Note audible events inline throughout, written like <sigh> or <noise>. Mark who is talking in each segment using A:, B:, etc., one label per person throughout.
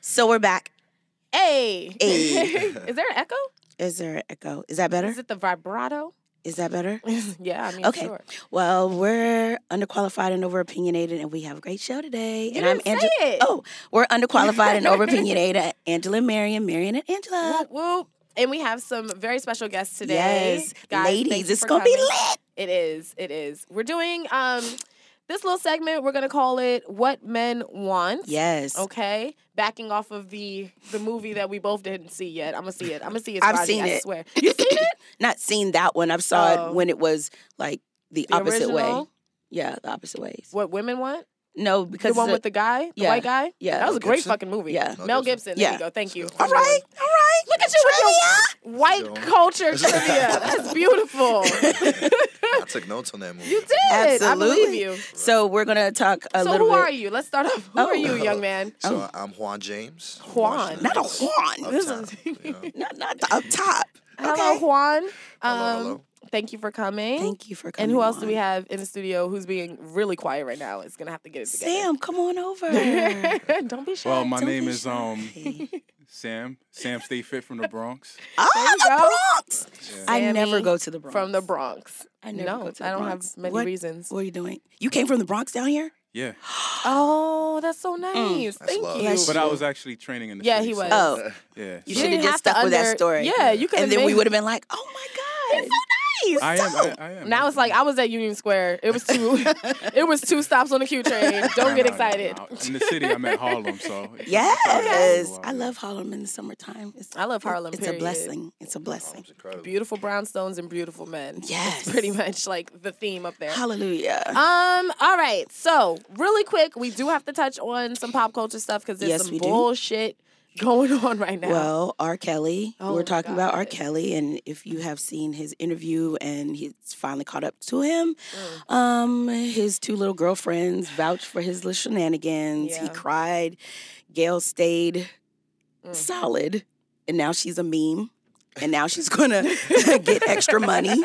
A: So we're
B: <laughs>
A: back.
B: Hey.
A: <laughs> Hey.
B: Is there an echo?
A: Is there an echo? Is that better?
B: Is it the vibrato?
A: Is that better?
B: <laughs> yeah, I mean,
A: Okay.
B: sure.
A: Well, we're underqualified and overopinionated, and we have a great show today.
B: You
A: and
B: didn't
A: Angela.
B: say it.
A: Oh, we're underqualified
B: <laughs>
A: and overopinionated. Angela, Marion, Marion, and Angela.
B: Whoop, whoop. And we have some very special guests today.
A: Yes,
B: Guys,
A: ladies,
B: thanks
A: it's
B: for
A: gonna be
B: coming.
A: lit.
B: It is. It is. We're doing um this little segment. We're gonna call it "What Men Want."
A: Yes.
B: Oh. Okay. Backing off of the the movie that we both didn't see yet. I'm gonna see it. I'm gonna see it.
A: I've
B: Rodney,
A: seen
B: I
A: it.
B: Swear. You seen it?
A: <clears throat> Not seen that one. I saw
B: Oh.
A: it when it was like the,
B: The
A: opposite way.
B: original?
A: Yeah, the opposite ways.
B: What women want?
A: No,
B: The
A: because
B: one
A: the-
B: with the guy, the
A: yeah.
B: white guy.
A: yeah,
B: that was a great
C: Gibson?
B: fucking movie.
A: Yeah.
C: Mel
B: Mel Gibson.
C: Gibson.
B: There
A: Yeah.
B: you go. Thank you.
A: all right, all right.
B: Look at you with your White
C: Yo.
A: <laughs>
B: culture trivia. That's beautiful.
C: I took notes on that movie.
B: You did. I
A: Absolutely.
B: believe you.
A: So we're gonna talk a
B: so who
A: little bit.
B: are you? Let's start off. Who are
A: Oh.
B: you, young man?
C: So I'm Juan James.
B: Oh. Juan.
A: Not a Juan.
B: This
C: <laughs> Uptown,
B: is-
C: you
B: <laughs>
C: know.
A: Not not the- up top.
B: Hello,
A: Okay.
B: Juan. Um,
C: Hello, hello.
B: Thank you for coming.
A: Thank you for coming.
B: and who else do we
A: on.
B: have in the studio who's being really quiet right now? Is gonna have to get it together.
A: Sam, come on over.
B: <laughs> Don't be shy.
D: Well, <laughs> my
A: Don't be
D: name is
A: shy.
D: um
A: <laughs>
D: Sam. Sam Stay Fit from the Bronx.
A: Oh, the
B: go.
A: Bronx.
D: Yeah.
A: I never
B: Sammy
A: go to the Bronx.
B: from the Bronx.
A: I never
B: no,
A: go to the
B: I don't
A: Bronx.
B: have many
A: What-
B: reasons.
A: What are you doing? You came from the Bronx down here?
D: Yeah.
B: Oh, that's so nice.
C: That's
B: Thank
C: love.
B: you.
A: Mm. Bless
D: But I was actually training in the
B: Yeah,
D: city,
B: he was.
D: So,
A: Oh,
D: yeah.
A: you
D: so-
A: should have
B: didn't
A: just
B: have
A: stuck
B: to
A: with that
B: under-
A: story.
B: Yeah, you could.
A: And then we
B: made-
A: would have been like, oh my God. It's so nice.
D: I am. I, I am.
B: Now it's like I was at Union Square. It was two. <laughs> it was two stops on the Q train. Don't
D: No,
B: get
D: no, no,
B: excited.
D: no. In the city, I'm at Harlem, so it's-
A: Yes.
D: it's-
A: I love Harlem in the summertime. It's,
B: I love Harlem.
A: It's a
B: period.
A: blessing. It's a blessing.
C: It's incredible.
B: <laughs> Beautiful brownstones and beautiful men.
A: Yes.
B: It's pretty much like the theme up there.
A: Hallelujah.
B: Um. All right. So really quick, we do have to touch on some pop culture stuff because there's
A: Yes,
B: some
A: we do.
B: bullshit going <laughs> on right now.
A: Well, R. Kelly.
B: Oh,
A: We're talking about R.
B: God.
A: Kelly, and if you have seen his interview, and he's finally caught up to him. Um, his two little girlfriends vouched for his little shenanigans. He
B: Yeah.
A: cried. Gail stayed
B: Mm.
A: solid, and now she's a meme, and now she's gonna <laughs> get extra
B: <laughs>
A: money <clears throat>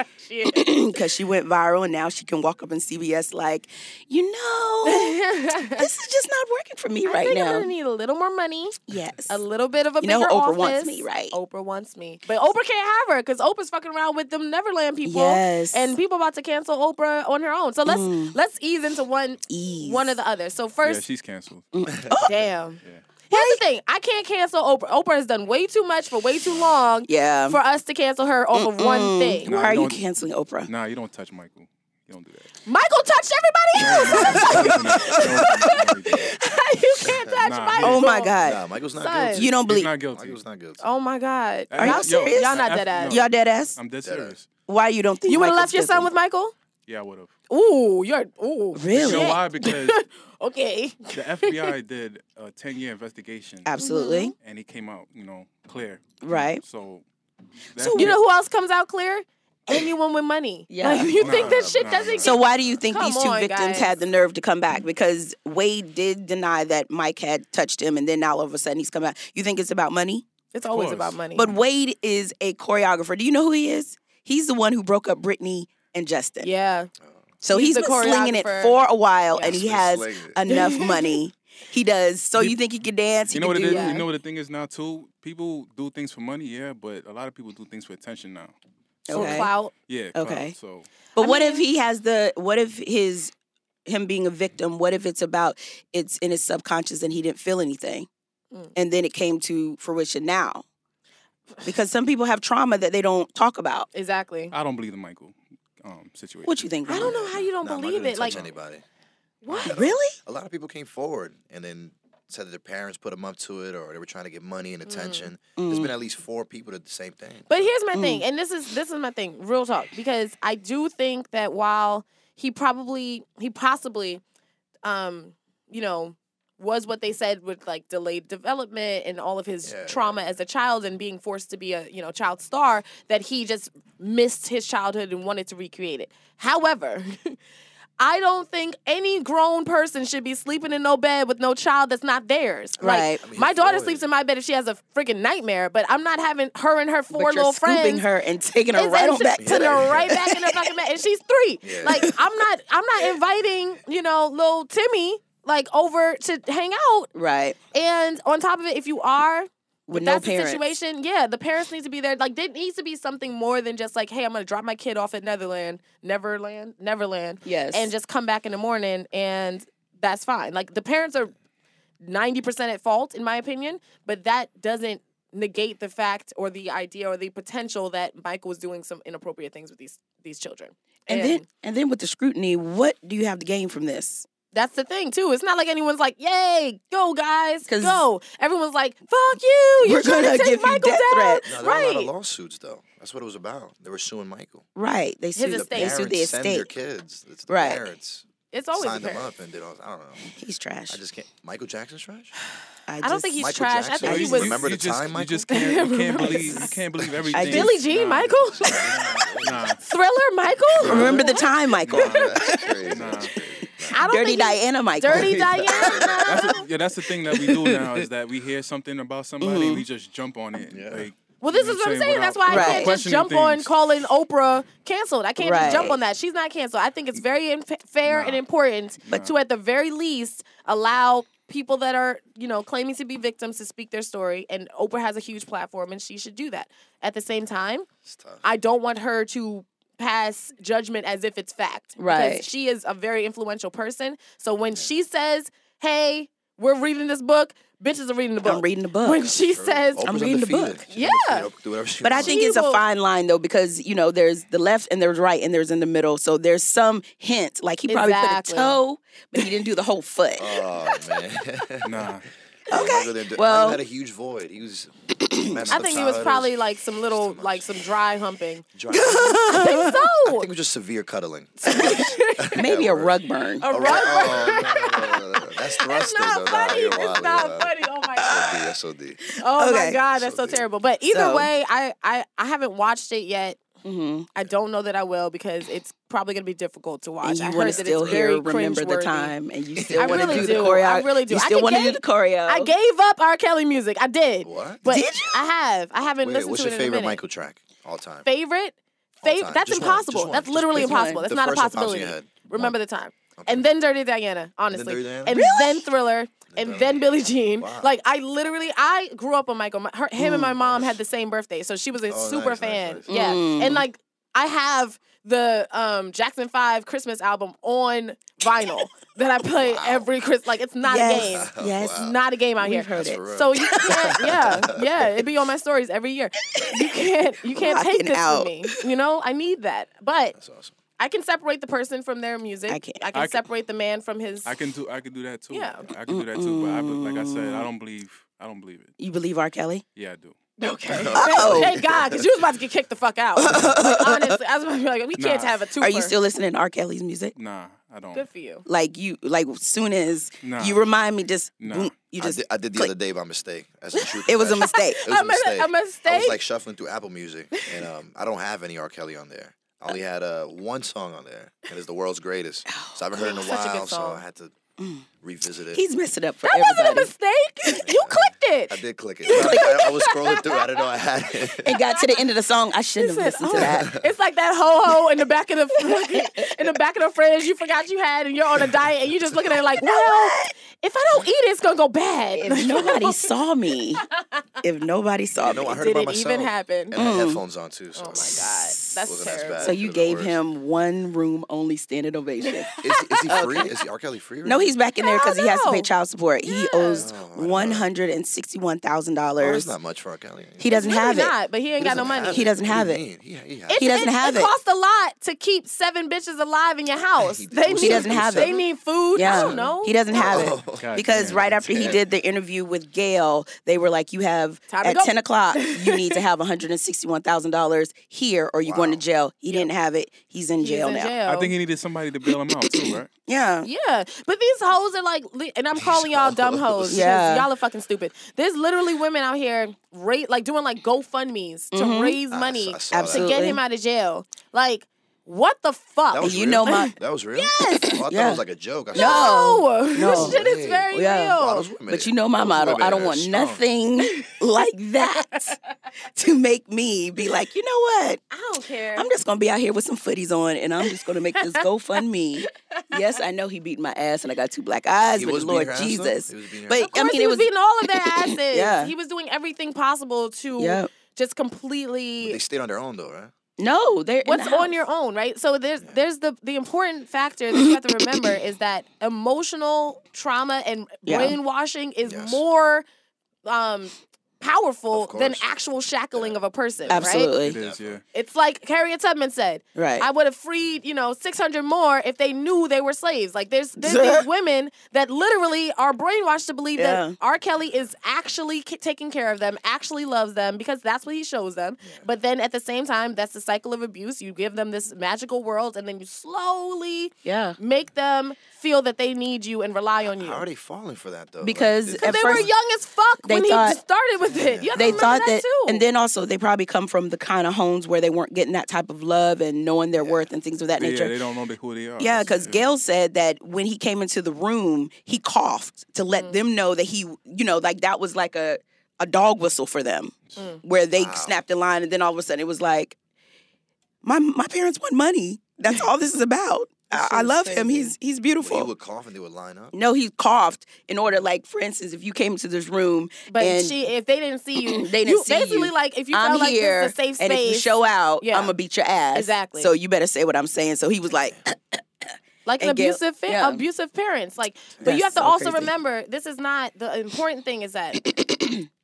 A: <laughs>
B: Shit.
A: because she went viral, and now she can walk up in CBS like, you
B: <laughs>
A: know, this is just not working for me
B: I
A: right
B: think I'm gonna
A: now.
B: need a little more money,
A: Yes.
B: a little bit of a
A: You know
B: bigger
A: Oprah
B: office.
A: wants me, right?
B: Oprah wants me, but Oprah can't have her because Oprah's fucking around with them Neverland people,
A: Yes.
B: and people about to cancel Oprah on her own. So let's
A: Mm.
B: let's ease into one
A: ease.
B: one or the other. So
D: Yeah,
B: first,
D: she's canceled.
B: damn.
D: Yeah.
B: Here's the thing: I can't cancel Oprah. Oprah has done way too much for way too long
A: yeah.
B: for us to cancel her off of one
A: Mm-mm.
B: thing.
D: Mm. No,
A: Why are
D: you
A: you
D: don't-
A: canceling Oprah?
D: Nah, you don't touch Michael. You don't
B: <laughs>
D: do that.
B: Michael touched everybody else. <laughs>
D: No, no, no, no, no, no, no, no.
B: you can't touch
D: Nah.
B: Michael.
A: Oh my God.
C: Nah, Michael's not
B: Son.
C: guilty.
A: You don't
D: He's
A: believe.
D: not guilty.
C: Michael's not guilty.
B: Oh my god.
D: I-
A: Y'all
D: yo,
A: serious?
B: Y'all not
D: I-
B: dead
D: no,
B: ass.
A: Y'all dead ass?
D: I'm dead
C: Dead
D: serious.
A: Why you don't think
B: You would have
A: Michael's
B: left your son
A: guilty?
B: with Michael?
D: Yeah, I would have.
B: Ooh, you're ooh.
A: Really?
D: You know
A: Shit.
D: why? Because
B: Okay.
D: the FBI did a 10-year investigation,
A: Absolutely.
D: and he came out, you know, clear.
B: Mm-hmm.
A: Right.
D: So,
A: So
B: You know who else comes
A: <laughs>
B: out clear? Anyone with money.
A: Yeah.
B: Like, you think that
D: Nah,
B: shit
D: nah,
B: doesn't
D: nah.
B: get
A: So why do you think
B: Come
A: these two
B: on,
A: victims
B: guys.
A: had the nerve to come back? Because Wade did deny that Mike had touched him, and then now all of a sudden he's come out. You think it's about money?
B: It's always
D: course.
B: about money.
A: But Wade is a choreographer. Do you know who he is? He's the one who broke up Britney and Justin.
B: yeah.
A: So
B: He's
A: he's
B: the
A: been slinging it
B: choreographer.
A: for a while,
B: Yeah.
A: and he
C: He's been
A: has
C: slinging it.
A: enough money. He does. So you think he could dance? He
D: You know what
A: could
D: it
A: do-
D: is?
B: Yeah.
D: You know what the thing is now too? People do things for money, yeah, but a lot of people do things for attention now.
B: So
A: Okay.
B: clout.
D: Yeah. clout,
A: Okay.
D: So
A: But
B: I
A: what if
B: mean-
A: he has the what if his him being a victim, what if it's about it's in his subconscious and he didn't feel anything
B: Mm.
A: and then it came to fruition now? Because some people have trauma that they don't talk about.
B: Exactly.
D: I don't believe the Michael um, situation.
A: What you think?
B: I
A: Ron?
B: don't know how you don't
C: Nah, Michael
B: believe
C: didn't
B: it. Like
C: touch anybody.
B: what?
A: Really?
C: A lot of people came forward and then said that their parents put them up to it, or they were trying to get money
B: Mm.
C: and attention.
A: Mm.
C: There's been at least four people that did the same thing.
B: But here's my
C: Mm.
B: thing, and this is this is my thing, real talk, because I do think that while he probably he possibly um, you know, was what they said with like delayed development and all of his
C: Yeah.
B: trauma as a child and being forced to be a, you know, child star that he just missed his childhood and wanted to recreate it. However, <laughs> I don't think any grown person should be sleeping in no bed with no child that's not theirs. Like,
A: Right.
C: I mean,
B: my daughter
C: Floyd.
B: sleeps in my bed if she has a freaking nightmare, but I'm not having her and her four
A: but you're
B: little
A: scooping
B: friends.
A: her and taking her
B: It's-
A: right
B: and
A: on
B: she-
A: back to
B: put
A: the
B: her right back in the fucking bed, and she's
A: <laughs>
B: three.
C: Yeah.
B: Like I'm not, I'm not inviting you know little Timmy like over to hang out.
A: right
B: And on top of it, if you are,
A: with
B: if
A: no
B: that's
A: parents.
B: the situation. Yeah, the parents need to be there. Like there needs to be something more than just like, hey, I'm gonna drop my kid off at Netherland, Neverland, Neverland,
A: Yes.
B: and just come back in the morning, and that's fine. Like the parents are ninety percent at fault, in my opinion, but that doesn't negate the fact or the idea or the potential that Michael was doing some inappropriate things with these these children.
A: and then and then with the scrutiny, what do you have to gain from this?
B: that's the thing too. It's not like anyone's like, "Yay, go guys,
A: 'Cause
B: go!" Everyone's like, "Fuck you! You're
A: We're
B: trying
A: gonna
B: to take
A: give you
B: Michael
A: death
B: down."
A: threats.
C: No, there were a lot
B: right?
C: of lawsuits though. That's what it was about. They were suing Michael.
A: Right. They sued
B: estate.
A: they
C: Parents
A: sued the
C: send their
A: estate.
C: kids. It's the
A: Right.
C: parents
B: It's always
C: signed
B: the
C: them
B: parents.
C: up and did all. I don't know.
A: He's trash.
C: I just can't. Michael Jackson's trash.
B: I don't think he's
C: Michael
B: trash.
C: Jackson.
B: I
D: You-
B: think he
D: you-
B: was.
C: Remember
D: you
C: the
D: just,
C: time,
D: You
C: Michael?
D: just can't, you can't
B: <laughs> Remember-
D: believe you can't believe everything.
B: Billie Jean, Michael?
D: Nah,
B: <laughs> Thriller Michael?
A: Remember
B: <laughs>
A: the time, Michael.
C: Nah, that's crazy.
D: Nah.
C: That's crazy.
B: I don't
A: Dirty
B: think he-
A: Diana, Michael. <laughs>
B: Dirty Diana.
D: that's a, yeah, that's the thing that we do now is that we hear something about somebody, we just jump on it.
C: Yeah.
D: Like,
B: Mm-hmm. Well, this
D: you know
B: is what I'm saying. That's why
D: Without-
B: I
A: Right.
B: can't just
D: questioning
B: jump on
D: things.
B: calling Oprah canceled. I can't
A: Right.
B: just jump on that. She's not canceled. I think it's very inf- fair
D: Nah.
B: and important
D: Nah.
B: to, at the very least, allow people that are, you know, claiming to be victims to speak their story. And Oprah has a huge platform, and she should do that. At the same time,
C: It's tough.
B: I don't want her to pass judgment as if it's fact. because
A: Right.
B: she is a very influential person. So when she says, hey, we're reading this book, bitches are reading the book.
A: I'm reading the book.
B: When she
C: True.
B: says,
C: Oprah's
A: reading the
C: undefeated.
A: book.
C: She's
B: Yeah.
C: undefeated. Do whatever she
A: But I
C: wants.
A: think it's
B: will-
A: a fine line though, because you know there's the left and there's right and there's in the middle. So there's some hint. Like he probably
B: Exactly.
A: put a toe, but he didn't do the whole foot.
C: <laughs> Oh
B: <laughs>
C: man.
D: <laughs> nah.
A: Okay.
C: Michael didn't do-
A: Well-
C: Michael had a huge void. He
B: <clears throat>
C: was.
B: I think it was probably like some little, like some dry
A: <laughs>
B: humping.
C: I
B: So,
C: think it was just severe
B: <laughs>
C: cuddling. <laughs>
A: Maybe a rug burn.
B: a rug
C: Oh, no, no, no,
B: <laughs>
C: no, no. That's
B: That's
C: thrusting. though.
B: not
C: Nah,
B: funny.
C: you're
B: It's
C: wild,
B: not
C: you're wild.
B: funny. Oh
C: <laughs>
B: my god.
C: SOD, SOD.
B: Oh my
A: Okay.
B: god. That's so
C: So deep.
B: terrible. But either
A: So-
B: way, I, I I haven't watched it yet.
A: Mhm.
B: I don't know that I will because it's probably gonna be difficult to watch.
A: And you
B: I
A: want
B: heard
A: to
B: that it's
A: still hear
B: very
A: "Remember the
B: cringeworthy.
A: Time," and you still
B: I
A: want to
B: really
A: do the
B: do. I
A: choreo.
B: really do.
A: You
B: I
A: still
B: can
A: want to do
B: gave-
A: the choreo.
B: I gave up R. Kelly music. I did.
C: What?
B: But
A: Did you?
B: I have. I haven't
C: Wait,
B: listened
C: what's
B: to it
C: your
B: in a
C: favorite
B: minute.
C: Michael track all time?
B: Favorite?
C: All
B: Favorite?
C: time.
B: That's
C: Just one,
B: impossible.
C: just one,
B: that's
C: just
B: literally
C: pick
A: one.
B: impossible. That's
C: The
B: not a
C: first one pops in your
B: possibility.
C: head.
B: Remember
C: One.
B: the time.
C: Okay.
B: And then Dirty Diana, honestly.
C: Dirty Diana?
B: And then Thriller. And then Billie Jean.
C: Wow. Mm.
B: Like I literally, I grew up on Michael. My- Her, him and my mom had the same birthday, so she was a
C: Oh,
B: super
C: nice, nice,
B: fan.
C: nice.
B: Yeah, and like I have the um, Jackson Five Christmas album on vinyl that I play every Christmas. Like it's not a game.
A: Yes,
C: <laughs>
A: yes.
B: It's not a game out
A: We've
B: here.
A: heard
C: That's
A: it.
C: for real.
B: So you
A: <laughs>
B: can't, yeah, yeah. It'd be on my stories every year. You can't, you can't
A: Rocking
B: take this
A: out.
B: from me. You know, I need that. But
C: That's awesome.
B: I can separate the person from their music.
A: I can't.
B: I can
D: I can-
B: separate the man from his. <laughs>
D: I can do. I can do that too.
B: Yeah.
D: I can do that too. But I, be- like I said, I don't believe. I don't believe it.
A: You believe R. Kelly?
D: Yeah, I do.
B: Okay.
D: <laughs>
A: Uh-oh.
B: Thank God, because you was about to get kicked the fuck out.
A: <laughs>
B: Like, honestly, I was about to be like, we can't
D: Nah.
B: have a two.
A: Are you still listening to R. Kelly's music?
D: Nah, I don't.
B: good for you?
A: Like you, like soon as
D: Nah.
A: you remind me, just
D: Nah.
A: boom, you
C: I
A: just.
C: did, I did the
A: click.
C: other day by mistake. That's the
B: <laughs>
C: truth.
A: It
C: <laughs>
A: was a mistake.
C: It was
B: A
C: a
B: mis-
C: mistake.
B: a
C: I was
B: mistake?
C: like shuffling through Apple Music, and um, I don't have any R. Kelly on there. I only had uh, one song on there, and it's the world's greatest. So I haven't heard it in a
B: Oh, Such a good
C: while, so
B: song. Mm.
C: I had to revisit it.
A: He's messing up for
B: That wasn't a
A: everybody.
B: mistake. You clicked it.
C: I did
B: <laughs>
C: click it. I, I was scrolling through. I didn't know I had it.
A: It got to the end of the song. I shouldn't have
B: Listen,
A: listened
B: oh,
A: to <laughs> that.
B: It's like that ho ho in the back of the in the back of the fridge you forgot you had, and you're on a diet, and you're just looking at it like, well, if I don't eat it, it's gonna go bad.
A: If
B: <laughs>
A: nobody saw me, if nobody saw
C: No,
A: me,
C: I heard it by
B: Did it
C: myself.
B: even
C: And
B: happen? Oh
C: I had headphones on too. So <laughs>
B: my
C: oh
B: god, that's
C: Wasn't as
B: terrible.
C: bad.
A: So you
C: They're the
A: gave
C: worst.
A: him one room only standing
B: <laughs>
A: ovation.
C: Is, is he free? Is he R. Kelly free? right
A: No,
C: now?
A: he's back in there because he has to
B: Hell
A: pay
B: no.
A: child support. He owes
C: Oh, I don't know.
A: one hundred and sixty-one thousand
C: Oh, that's
A: dollars.
C: not much for R. Kelly.
A: He doesn't
B: Really
A: have it.
B: not, but he ain't got no
C: doesn't
B: money.
C: have
A: He doesn't
C: What do
A: have
C: you
A: it.
C: mean? He, he has
B: It's-
A: He doesn't have
B: it.
A: it.
B: costs a lot to keep seven bitches alive in your house.
C: He-
B: they
C: he
B: need,
A: doesn't have
B: They
A: it.
B: need food. I
A: Yeah,
B: don't know.
A: he doesn't have
B: <laughs>
A: it.
C: Oh.
D: God
A: because
D: damn.
A: right after he did the interview with Gail, they were like, "You have
B: Time to
A: at
B: go."
A: ten
B: <laughs>
A: o'clock. You need to have one hundred and sixty-one thousand dollars here, or you're going to
C: Wow.
A: jail." He didn't have it. He's in
B: He's
A: jail
B: in
A: now.
B: jail.
D: I think he needed somebody to bail him out too, right?
A: Yeah,
B: Yeah, but these hoes are like, li- and I'm calling y'all dumb hoes. because
A: Yeah.
B: y'all are fucking stupid. There's literally women out here rate like doing like GoFundmes to raise money
C: I saw
B: to
A: Mm-hmm. Absolutely.
B: get him out of jail. Like What the fuck?
C: That was
A: you
C: real?
A: know my-
C: That was real. Yes. I thought
A: Yeah.
C: it was like a joke. I
A: No.
B: <laughs> no,
A: No.
B: <laughs> this shit is very
A: Yeah.
B: real.
C: Wow, those women-
A: But you know my
C: those
A: motto.
C: women
A: I don't
C: are
A: want
C: strong.
A: nothing like that to make me be like, you know what?
B: I don't care.
A: I'm just gonna be out here with some footies on, and I'm just gonna make this GoFundMe. Yes, I know he beat my ass, and I got two black eyes,
C: He
A: but
C: was
A: the
C: beating
A: Lord
C: her ass up?
A: Jesus.
C: He was beating her
A: But
C: ass
B: Of
A: I
B: course,
A: mean,
B: he
A: it
B: was,
A: was.
B: beating all of their asses.
A: Yeah.
B: He was doing everything possible to
A: Yep.
B: just
C: up. They
B: completely.
C: stayed on their own though, right?
A: No, they're in
B: What's
A: the
B: on
A: house.
B: your own, right? So there's there's the the important factor that you have to remember is that emotional trauma and
A: Yeah.
B: brainwashing is
C: Yes.
B: more um powerful
C: Of
B: than
C: course.
B: actual shackling
C: Yeah.
B: of a person, right?
D: It
A: Absolutely.
D: is, yeah.
B: It's like Harriet Tubman said,
A: Right.
B: I would have freed, you know, 600 more if they knew they were slaves. Like there's
A: <laughs>
B: there's these women that literally are brainwashed to believe
A: Yeah.
B: that R. Kelly is actually ca- taking care of them, actually loves them because that's what he shows them. But then at the same time, that's the cycle of abuse. You give them this magical world and then you slowly
A: yeah.
B: make them feel that they need you and rely on you.
C: How are they falling for that though?
A: Because
C: Like,
A: at
B: they
C: it's-
B: were
A: first-
B: young as fuck
A: they
B: when
A: thought-
B: he started with it. You have to
A: They
B: remember
A: thought
B: that,
A: that,
B: too.
A: and then also they probably come from the kind of homes where they weren't getting that type of love and knowing their worth and things of that
D: Yeah,
A: nature.
D: they don't know they- who they are.
A: Yeah,
B: Oh,
D: That's-
A: because Gail said that when he came into the room, he coughed to let
B: Mm.
A: them know that he, you know, like that was like a, a dog whistle for them,
B: Mm.
A: where they
C: Wow.
A: snapped a line, and then all of a sudden it was like, my my parents want money. That's all this is
B: <laughs>
A: about. I, I
B: shit is
A: love him.
B: crazy.
A: He's he's
C: when you
A: beautiful.
C: would cough and they would line up.
A: No, he coughed in order, like for instance, if you came into this room,
B: But
A: and
B: she, if they
A: <clears throat>
B: didn't see you,
A: They didn't
B: you
A: see you.
B: basically like if you
A: I'm
B: felt like
A: here,
B: this is a safe space,
A: and if you show out,
B: Yeah.
A: I'm gonna beat your ass.
B: Exactly.
A: So you better say what I'm saying. So he was like,
B: like an
A: and get-
B: abusive, fa-
A: yeah.
B: abusive parents. Like, but
A: That's
B: you have to
A: so
B: also
A: crazy.
B: remember this is not the important thing. Is
A: <coughs>
B: that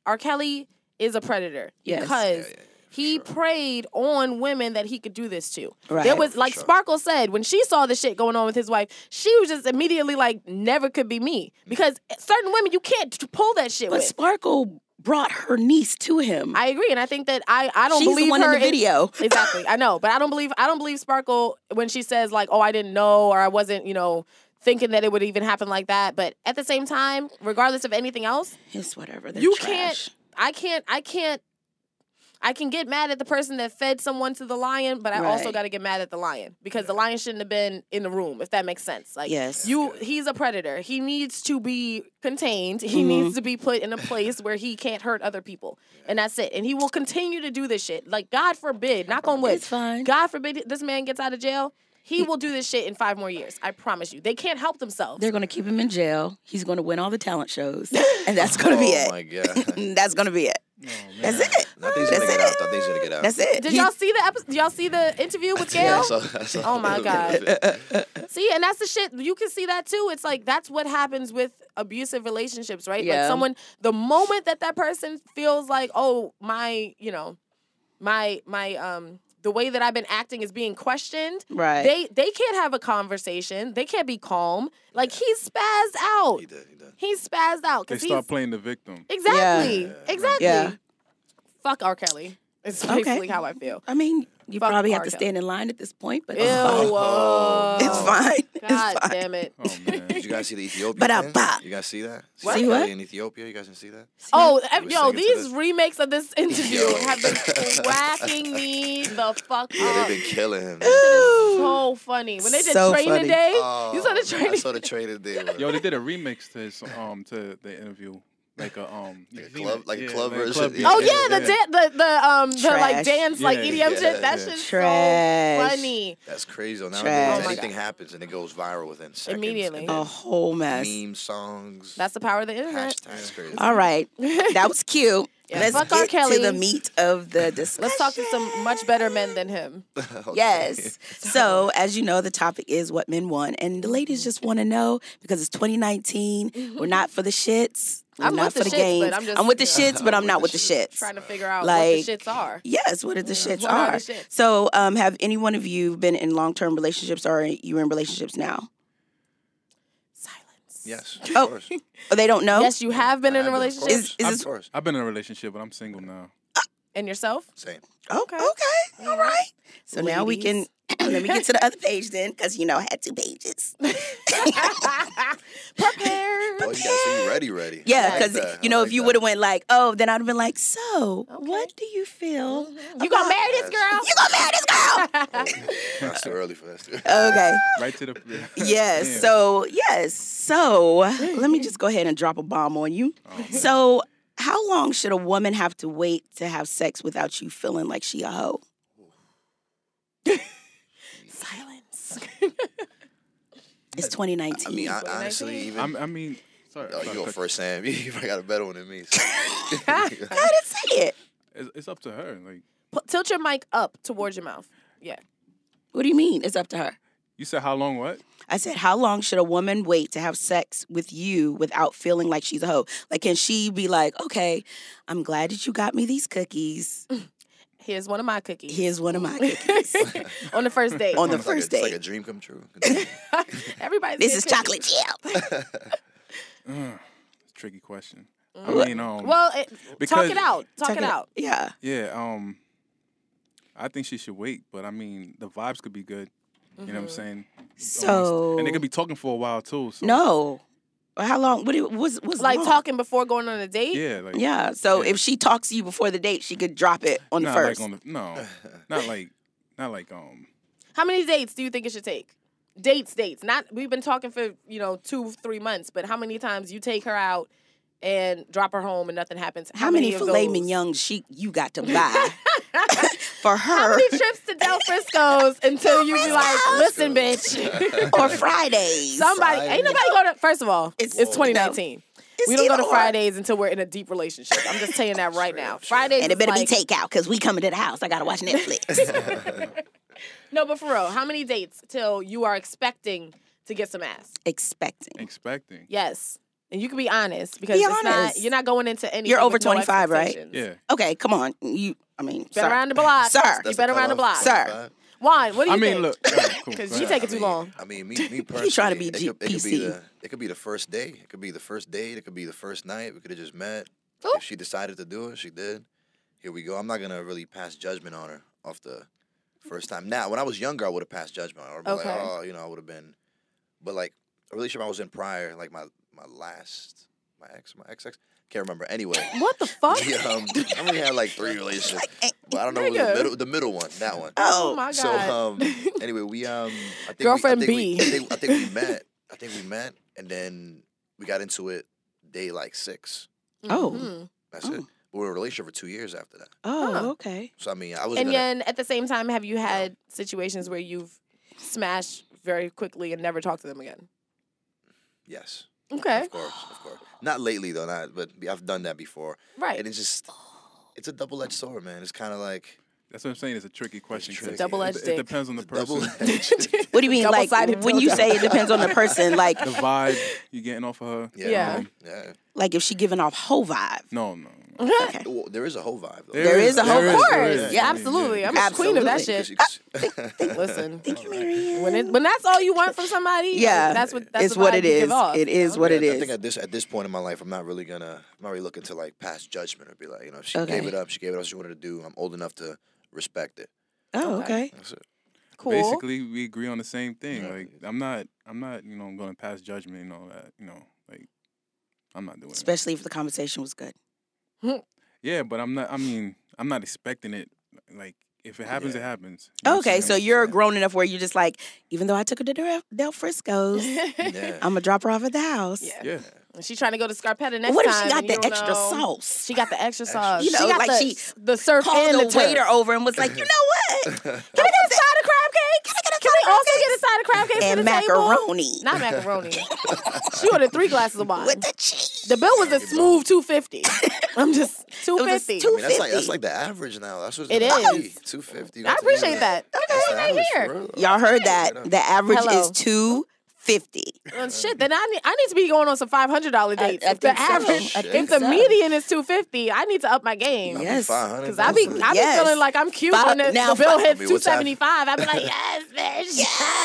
B: R. Kelly is a predator
A: Yes.
B: because.
C: Yeah, yeah, yeah,
B: He preyed on women that he could do this to.
A: Right.
B: There was, like
C: sure.
B: Sparkle said, when she saw the shit going on with his wife, she was just immediately like, "Never could be me," because certain women you can't t- pull that shit
A: but
B: with.
A: Sparkle brought her niece to him.
B: I agree, and I think that I I don't
A: She's
B: believe
A: the one
B: her
A: in the video.
B: exactly. I know, but I don't believe I don't believe Sparkle when she says like, "Oh, I didn't know," or "I wasn't," you know, thinking that it would even happen like that. But at the same time, regardless of anything else,
A: It's whatever. They're
B: you
A: trash.
B: can't. I can't. I can't. I can get mad at the person that fed someone to the lion, but I also
A: Right.
B: got to get mad at the lion because the lion shouldn't have been in the room, if that makes sense. Like,
A: Yes.
B: you, he's a predator. He needs to be contained.
A: Mm-hmm.
B: He needs to be put in a place where he can't hurt other people, and that's it. And he will continue to do this shit. Like, God forbid, knock on wood.
A: It's fine.
B: God forbid this man gets out of jail. He will do this shit in five more years. I promise you. They can't help themselves.
A: They're gonna keep him in jail. He's gonna win all the talent shows, and
C: <laughs>
A: that's gonna be
C: Oh
A: it.
C: my god.
A: <laughs>
C: Oh,
A: That's gonna be it. that's it.
C: I think he's gonna
A: That's
C: get
A: it.
C: out. I think he's gonna get out.
A: That's it.
B: Did
A: He-
B: y'all see the episode? Did y'all see the interview with Gail?
C: Yeah, I saw- I saw
B: Oh my
C: a little bit.
B: <laughs> See, and that's the shit. You can see that too. It's like that's what happens with abusive relationships, right?
A: Yeah.
B: Like someone, the moment that that person feels like, oh, my, you know, my, my, um, the way that I've been acting is being questioned.
A: Right.
B: They they can't have a conversation. They can't be calm. Like he's spazzed out.
C: He did. He did.
B: He's spazzed out
D: They
B: because he's
D: start playing the victim.
B: exactly, exactly.
A: Yeah.
B: Fuck R. Kelly. It's
A: Okay.
B: basically how I feel.
A: I mean, you
B: Fuck
A: probably have
B: R.
A: to
B: Kelly.
A: stand in line at this point, but
B: Ew. uh,
A: it's
B: <laughs>
A: fine.
B: God
A: it's fine.
B: damn it.
A: <laughs>
D: Oh man.
C: Did you guys see the Ethiopia?
A: But I
C: thing?
A: bop.
C: You guys see that? See
A: What?
C: R.
A: See what?
C: Kelly in Ethiopia? You guys didn't
A: <gasps>
C: see that?
B: Oh,
C: It
B: ev-
C: was
B: yo,
C: singing to
B: these
C: the-
B: remakes of this interview
C: Yo.
B: have been
C: <laughs>
B: cracking me the fuck
C: Yeah,
B: up.
C: they've been killing
B: <laughs>
C: him.
B: so funny. When they did
A: So
B: Training
A: funny.
B: Day,
C: Oh,
B: you saw the
C: I
B: Training
C: saw the training
B: <laughs>
C: day. one.
D: Yo, they did a remix to <laughs> his, um to the interview, like a um
C: Like a
D: you seen
C: club-
D: it?
C: like a club version?
D: beat.
B: Oh yeah, the dan the the um the
A: Trash.
B: like dance like
D: Yeah,
B: EDM
C: yeah,
B: shit. That
C: yeah.
B: shit's so
A: Trash.
B: funny.
C: That's crazy. Now
A: Trash. Oh,
B: Oh my
C: anything
B: God.
C: happens and it goes viral within seconds.
B: Immediately.
C: And
A: A
C: then
A: whole mess.
C: Meme songs.
B: That's the power of the internet.
C: hashtags. Crazy.
A: All right, that was cute.
B: <laughs> Yeah,
A: Let's
B: fuck
A: get
B: R. Kelly.
A: to the meat of the discussion.
B: <laughs> Let's talk to some much better men than him.
C: <laughs> Okay.
A: <laughs>
B: <laughs>
A: Yes. So, as you know, the topic is what men want. And the ladies just want to know because it's 2019. We're not for the shits. We're
B: Mm-hmm. I'm
A: not
B: with
A: for
B: the
A: the
B: shits, but
A: games.
B: I'm just-
A: with the
B: yeah.
A: shits, but I'm
B: <laughs>
A: not with the shits.
B: Trying to figure out
A: Like-
B: what the shits are.
A: Yes, what are the shits
B: What
A: are?
B: are the shits?
A: So, um, have any one of you been in long term relationships or are you in relationships now?
B: Silence.
C: Yes.
A: Oh.
C: Of course.
A: Or they don't know?
B: Yes, you have been
C: I
B: in a
C: have
B: relationship
C: Of
A: Is-
C: course.
A: is
C: Of
A: this-
C: course.
D: I've been in a relationship, but I'm single now. <laughs>
B: and yourself. <laughs>
C: Same.
A: Oh, okay.
B: Okay.
A: All right. So now we can <clears throat> let me get to the other page then, because you know I had two
B: <laughs>
A: pages.
B: Prepared.
C: Oh, you gotta say you ready, ready.
A: Yeah,
C: I
A: because
C: like that.
A: you
C: I
A: know
C: like
A: if you
C: that.
A: would have went like, oh, then I'd have been like, so what do you feel?
B: You gonna marry this girl?
A: You gonna marry this girl?
B: <laughs>
D: Oh.
C: <laughs> That's too early for that.
A: Okay.
D: right
A: <laughs>
D: to the.
A: Yes.
D: <laughs> Yeah.
A: So yes. So let me just go ahead and drop a bomb on you.
D: Oh,
A: So how long should a woman have to wait to have sex without you feeling like she a hoe?
B: Silence.
A: It's 2019.
C: I mean, I,
B: What did I
C: honestly,
B: say?
C: even
D: I'm, I mean, sorry.
C: oh,
D: sorry,
C: you go
D: cut-
C: first, Sam. <laughs> You probably got a better one than me. so.
A: I didn't say it.
D: It's, it's up to her. Like
B: P- tilt your mic up towards your mouth. Yeah.
A: What do you mean? It's up to her.
D: you said, how long? What?
A: I said, how long should a woman wait to have sex with you without feeling like she's a hoe? Like, can she be like, okay, I'm glad that you got me these <laughs> cookies.
B: Here's one of my cookies.
A: Here's one of my cookies.
B: <laughs> on the first
A: <laughs>
B: date.
A: On the
C: It's like a-
A: first
C: it's like
A: date.
C: a dream come
A: <laughs>
C: true.
B: <laughs> Everybody's
A: This
B: getting
A: is
B: cookies.
A: chocolate chip.
D: It's a tricky question. I mean, um,
B: Mm-hmm. Well, it, talk
D: Because-
B: it out. Talk, it out.
A: Yeah.
D: yeah, um, I think she should wait, but I mean, the vibes could be good. You know
C: Mm-hmm.
B: Mm-hmm.
D: what I'm saying?
A: So
D: and they could be talking for a while too. So
A: no. How long? What? do you- What's what's
B: Like
A: long?
B: talking before going on a date.
D: yeah, like
A: Yeah. So
D: Yeah.
A: if she talks to you before the date, she could drop it on the
D: not
A: first.
D: like on the no, not like not like um.
B: How many dates do you think it should take? Dates, dates. Not we've been talking for you know two, three months, but how many times you take her out and drop her home and nothing happens?
A: How many
B: of
A: filet
B: those?
A: mignon she you got
B: <laughs>
A: to buy <laughs> for
B: How
A: her
B: many trips to Del
A: <laughs>
B: Frisco's until you be like,
A: Frisco's.
B: listen, bitch,
A: <laughs>
B: <laughs>
A: or Fridays?
B: somebody ain't nobody going to. First of all,
A: It's-
B: it's,
A: No.
B: 2019.
A: It's
B: we don't go
A: either
B: to
A: or.
B: Fridays until we're in a deep relationship. I'm just telling that right now. Fridays
A: and it
B: is
A: better
B: like-
A: be takeout because we coming to the house. I gotta watch
B: <laughs>
A: Netflix.
B: No, but for real, how many dates till you are expecting to get some ass?
A: Expecting.
D: expecting.
B: Yes. And you can be honest because
A: Be
B: it's
A: honest.
B: not you're not going into any
A: You're over 25, right?
D: Yeah.
A: Okay, come on. You. I mean,
B: Been
A: sorry.
B: around the block.
A: Sir.
B: You
C: That's
B: been
C: the
B: around the block.
C: cutoff,
A: Sir.
C: 25.
B: Juan, what do you
D: I mean,
B: think?
D: look. alright, cool,
B: Because
D: go
B: you
D: ahead.
B: take it too
C: mean-
B: long.
C: I
B: <laughs>
C: mean, me, me personally,
A: trying to be
C: it
A: G-
C: could, it could
A: PC.
C: be the it could be the first day. It could be the first date. It could be the first night. We could have just met.
B: Oh.
C: If she decided to do it, she did. Here we go. I'm not gonna really pass judgment on her off the first time. Now, when I was younger, I would have passed judgment. on her. I would have been
B: Okay.
C: like, oh, you know, I would have been. But like a relationship I was in prior, like my my last, my ex, my ex ex, can't remember. Anyway.
B: <laughs> What the fuck?
C: Yeah, um, I only had like three relationships,
A: eh,
C: but I don't know what was
B: Nigga.
C: the middle, the middle one, that one.
B: <laughs> Oh my god.
C: So um,
B: <laughs>
C: anyway, we um, I think
B: Girlfriend
C: we, I think
B: B.
C: We, I, think, I think we
B: <laughs>
C: met. I think we met, and then we got into it day like six.
A: Oh.
B: Mhm.
C: That's it. We were in a relationship for two years after that.
A: Oh,
B: Huh.
A: okay.
C: So I mean, I was
B: And
C: gonna,
B: then at the same time, have you had situations where you've smashed very quickly and never talked to them again?
C: yes,
B: Okay.
C: of course, of course. Not lately though, not. But I've done that before,
B: Right. <laughs>
C: and it's just, it's a double edged sword, man. It's kind of like
D: That's what I'm saying. It's a tricky question. 'cause
C: tricky.
D: it-
B: Double-edged
D: it,
B: dick.
D: depends on the
C: double
D: person,
C: <laughs> edged.
A: What do you mean? Like
B: Double-sided
A: when you
B: dildo.
A: say it depends on the person. Like,
D: <laughs> <laughs> the vibe you're getting off of her.
C: <laughs> Yeah,
B: Yeah.
C: um, yeah.
A: like if she giving off whole vibe.
D: No, no. no.
B: Mm,
A: Okay.
C: Well, there is a whole vibe. Though.
A: There is a whole-
D: there
B: Of
D: is,
B: course. Yeah,
D: there is. I mean,
B: absolutely.
D: yeah.
B: I'm a queen of that
C: Because
B: shit.
C: you-
B: Listen.
A: Thank you, Marianne.
B: When it when that's all you want from somebody,
A: <laughs> Yeah,
B: that's what that's
A: it's
B: the
A: what
B: vibe
A: it
B: you
A: is.
B: give off.
A: It is what
C: Oh, Yeah,
A: it
C: I
A: is.
C: think at this at this point in my life, I'm not really gonna. I'm not really looking to like pass judgment or be like, you know, if she
A: Okay.
C: gave it up, she gave it up. She wanted to do. I'm old enough to respect it.
A: oh, okay.
C: That's
B: <laughs>
C: it.
B: Cool. <laughs>
D: Basically, we agree on the same thing. Like, I'm not, I'm not, you know, going to pass judgment and all that. You know, like, I'm not doing it.
A: Especially if the conversation was good.
D: Yeah, but I'm not. I mean, I'm not expecting it. Like, if it happens, it
C: Yeah.
D: happens. You know what I'm
A: Okay, so
D: saying?
A: you're grown enough where you're just like, even though I took her to Del- Del
B: <laughs>
A: Frisco's,
C: Yeah.
A: I'm gonna drop her off at the house.
B: Yeah.
C: <laughs>
D: yeah.
B: She trying to go to Scarpetta next
A: What if
B: time
A: she got
B: and
A: the
B: you don't
A: extra
B: know.
A: sauce?
B: She got the extra sauce.
A: You know,
B: she got
A: like
B: the,
A: she
B: the surf
A: called
B: and
A: the
B: the turf.
A: waiter over and was like, you know what? Can
B: Can we get a side of crab cake? Can, I get a Can we also get a side of crab cake to
A: and
B: the Table?
A: macaroni
B: Not
A: <laughs>
B: macaroni. she ordered three glasses of wine.
A: with the cheese.
B: the bill was a smooth two fifty.
A: <laughs>
B: I'm just two
A: was
B: fifty.
A: two-
C: I mean, that's like
A: 250.
C: that's like the average now. That's what
B: It is.
C: Two fifty.
B: I appreciate that.
C: That's
B: Okay,
C: the
B: right
C: average,
B: here.
C: for real.
A: Y'all heard that? The average
B: Hello.
A: is two fifty.
B: Well, shit, then I need I need to be going on some five hundred dollar dates.
A: I
B: If the
A: think so.
B: average,
A: I
B: if
A: think
B: the
A: so.
B: median is two fifty, I need to up my game.
A: Yeah. Yes.
C: 500,
B: Cause I be
C: that's
B: I be
A: Yes.
B: feeling like I'm cute
A: Fi-
B: when the,
A: now
B: the bill
A: fi-
B: hits
C: I mean,
B: two
C: what's happening?
B: seventy five. I be like, yes, bitch,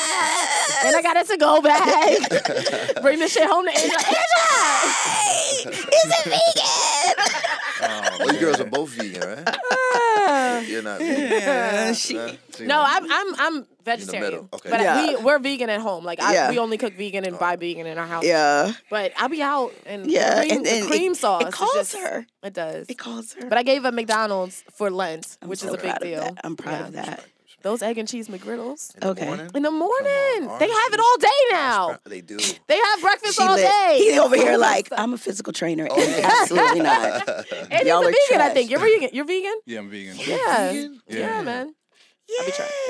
A: <laughs> Yes.
B: and I got it to go
A: <laughs>
B: back. Bring this shit home to Angela. Angela,
A: Hey, it's a vegan.
C: Well, you girls are both vegan, right?
B: <laughs>
C: You're not vegan.
A: Yeah, she,
C: Huh? So you
B: No,
C: know.
B: I'm I'm I'm vegetarian,
C: middle, okay.
B: but I-
E: Yeah.
B: we we're vegan at home. Like I,
E: Yeah.
B: we only cook vegan
A: Oh.
B: and buy vegan in our house.
E: Yeah.
B: But I be out and
E: Yeah,
B: cream,
E: and-
B: the
E: and it-
B: cream sauce.
A: it
B: is
A: calls
B: just-
A: her.
B: It does.
A: It calls her.
B: But I gave up McDonald's for Lent,
A: I'm
B: which
A: so
B: is a big
A: proud of
B: deal.
A: that. I'm proud of
B: Yeah.
A: that.
B: Those egg and cheese McGriddles
C: In the
A: okay.
C: morning?
B: in the morning.
C: orange
B: they have it
C: juice.
B: all day
C: That's
B: now.
C: pro- They
B: <laughs>
C: do.
B: They have breakfast
A: She
B: all
A: lit.
B: day.
A: He over here like I'm a physical trainer.
C: Oh,
A: and
C: yeah. <laughs>
A: Absolutely not.
B: And he's a
A: y'all are
B: vegan, I
A: trash.
B: think. You're vegan.
A: <laughs>
B: You're vegan?
D: Yeah, I'm vegan.
B: Yeah.
C: Vegan?
B: Yeah,
D: Yeah.
B: man.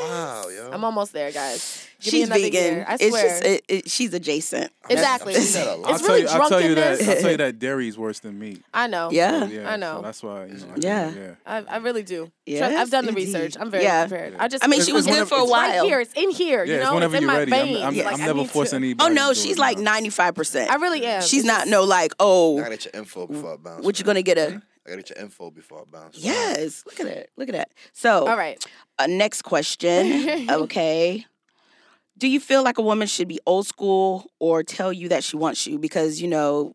C: Wow, yo.
B: I'm almost there, guys. Give me
A: She's
B: another
A: vegan.
B: year, I
A: it's
B: swear.
A: just it, it, she's adjacent.
B: exactly.
C: I've seen that a lot.
D: I'll
B: It's
D: tell
B: really
D: you. I'll tell you that.
B: drunkenness.
D: I'll
B: <laughs>
D: tell you that dairy is worse than meat.
B: I know.
C: Oh,
D: So,
A: Yeah.
D: yeah,
B: I
D: so
B: know.
D: that's why. You know, I
A: Yeah.
D: think, yeah.
B: I, I really do.
A: Yes,
B: Trust- I've done the
A: indeed.
B: research. I'm very
A: Yeah.
B: prepared. I just
A: I mean,
D: It's-
A: she was
D: it's
A: good
D: whenever-
A: for a
D: it's
B: right
A: while.
B: here. It's in here.
D: Yeah,
B: you
D: it's
B: know,
D: whenever
B: in
D: you're
B: my
D: ready.
B: veins.
D: I'm, I'm,
B: Like,
D: I'm
B: I
D: never
B: need
D: forcing
B: to-
D: anybody.
A: Oh no,
D: to do it,
A: she's
D: you
A: like
D: know.
A: 95. percent
B: I really am.
A: She's
B: It's
A: not
B: just-
A: no like
C: I
A: oh,
C: gotta get your info before I bounce.
A: what you
C: man.
A: gonna get a
C: I gotta get your info before I bounce.
A: yes? Look at that. Look at that. So
B: All right.
A: uh, next
B: <laughs>
A: question. okay. Do you feel like a woman should be old school or tell you that she wants you? Because, you know,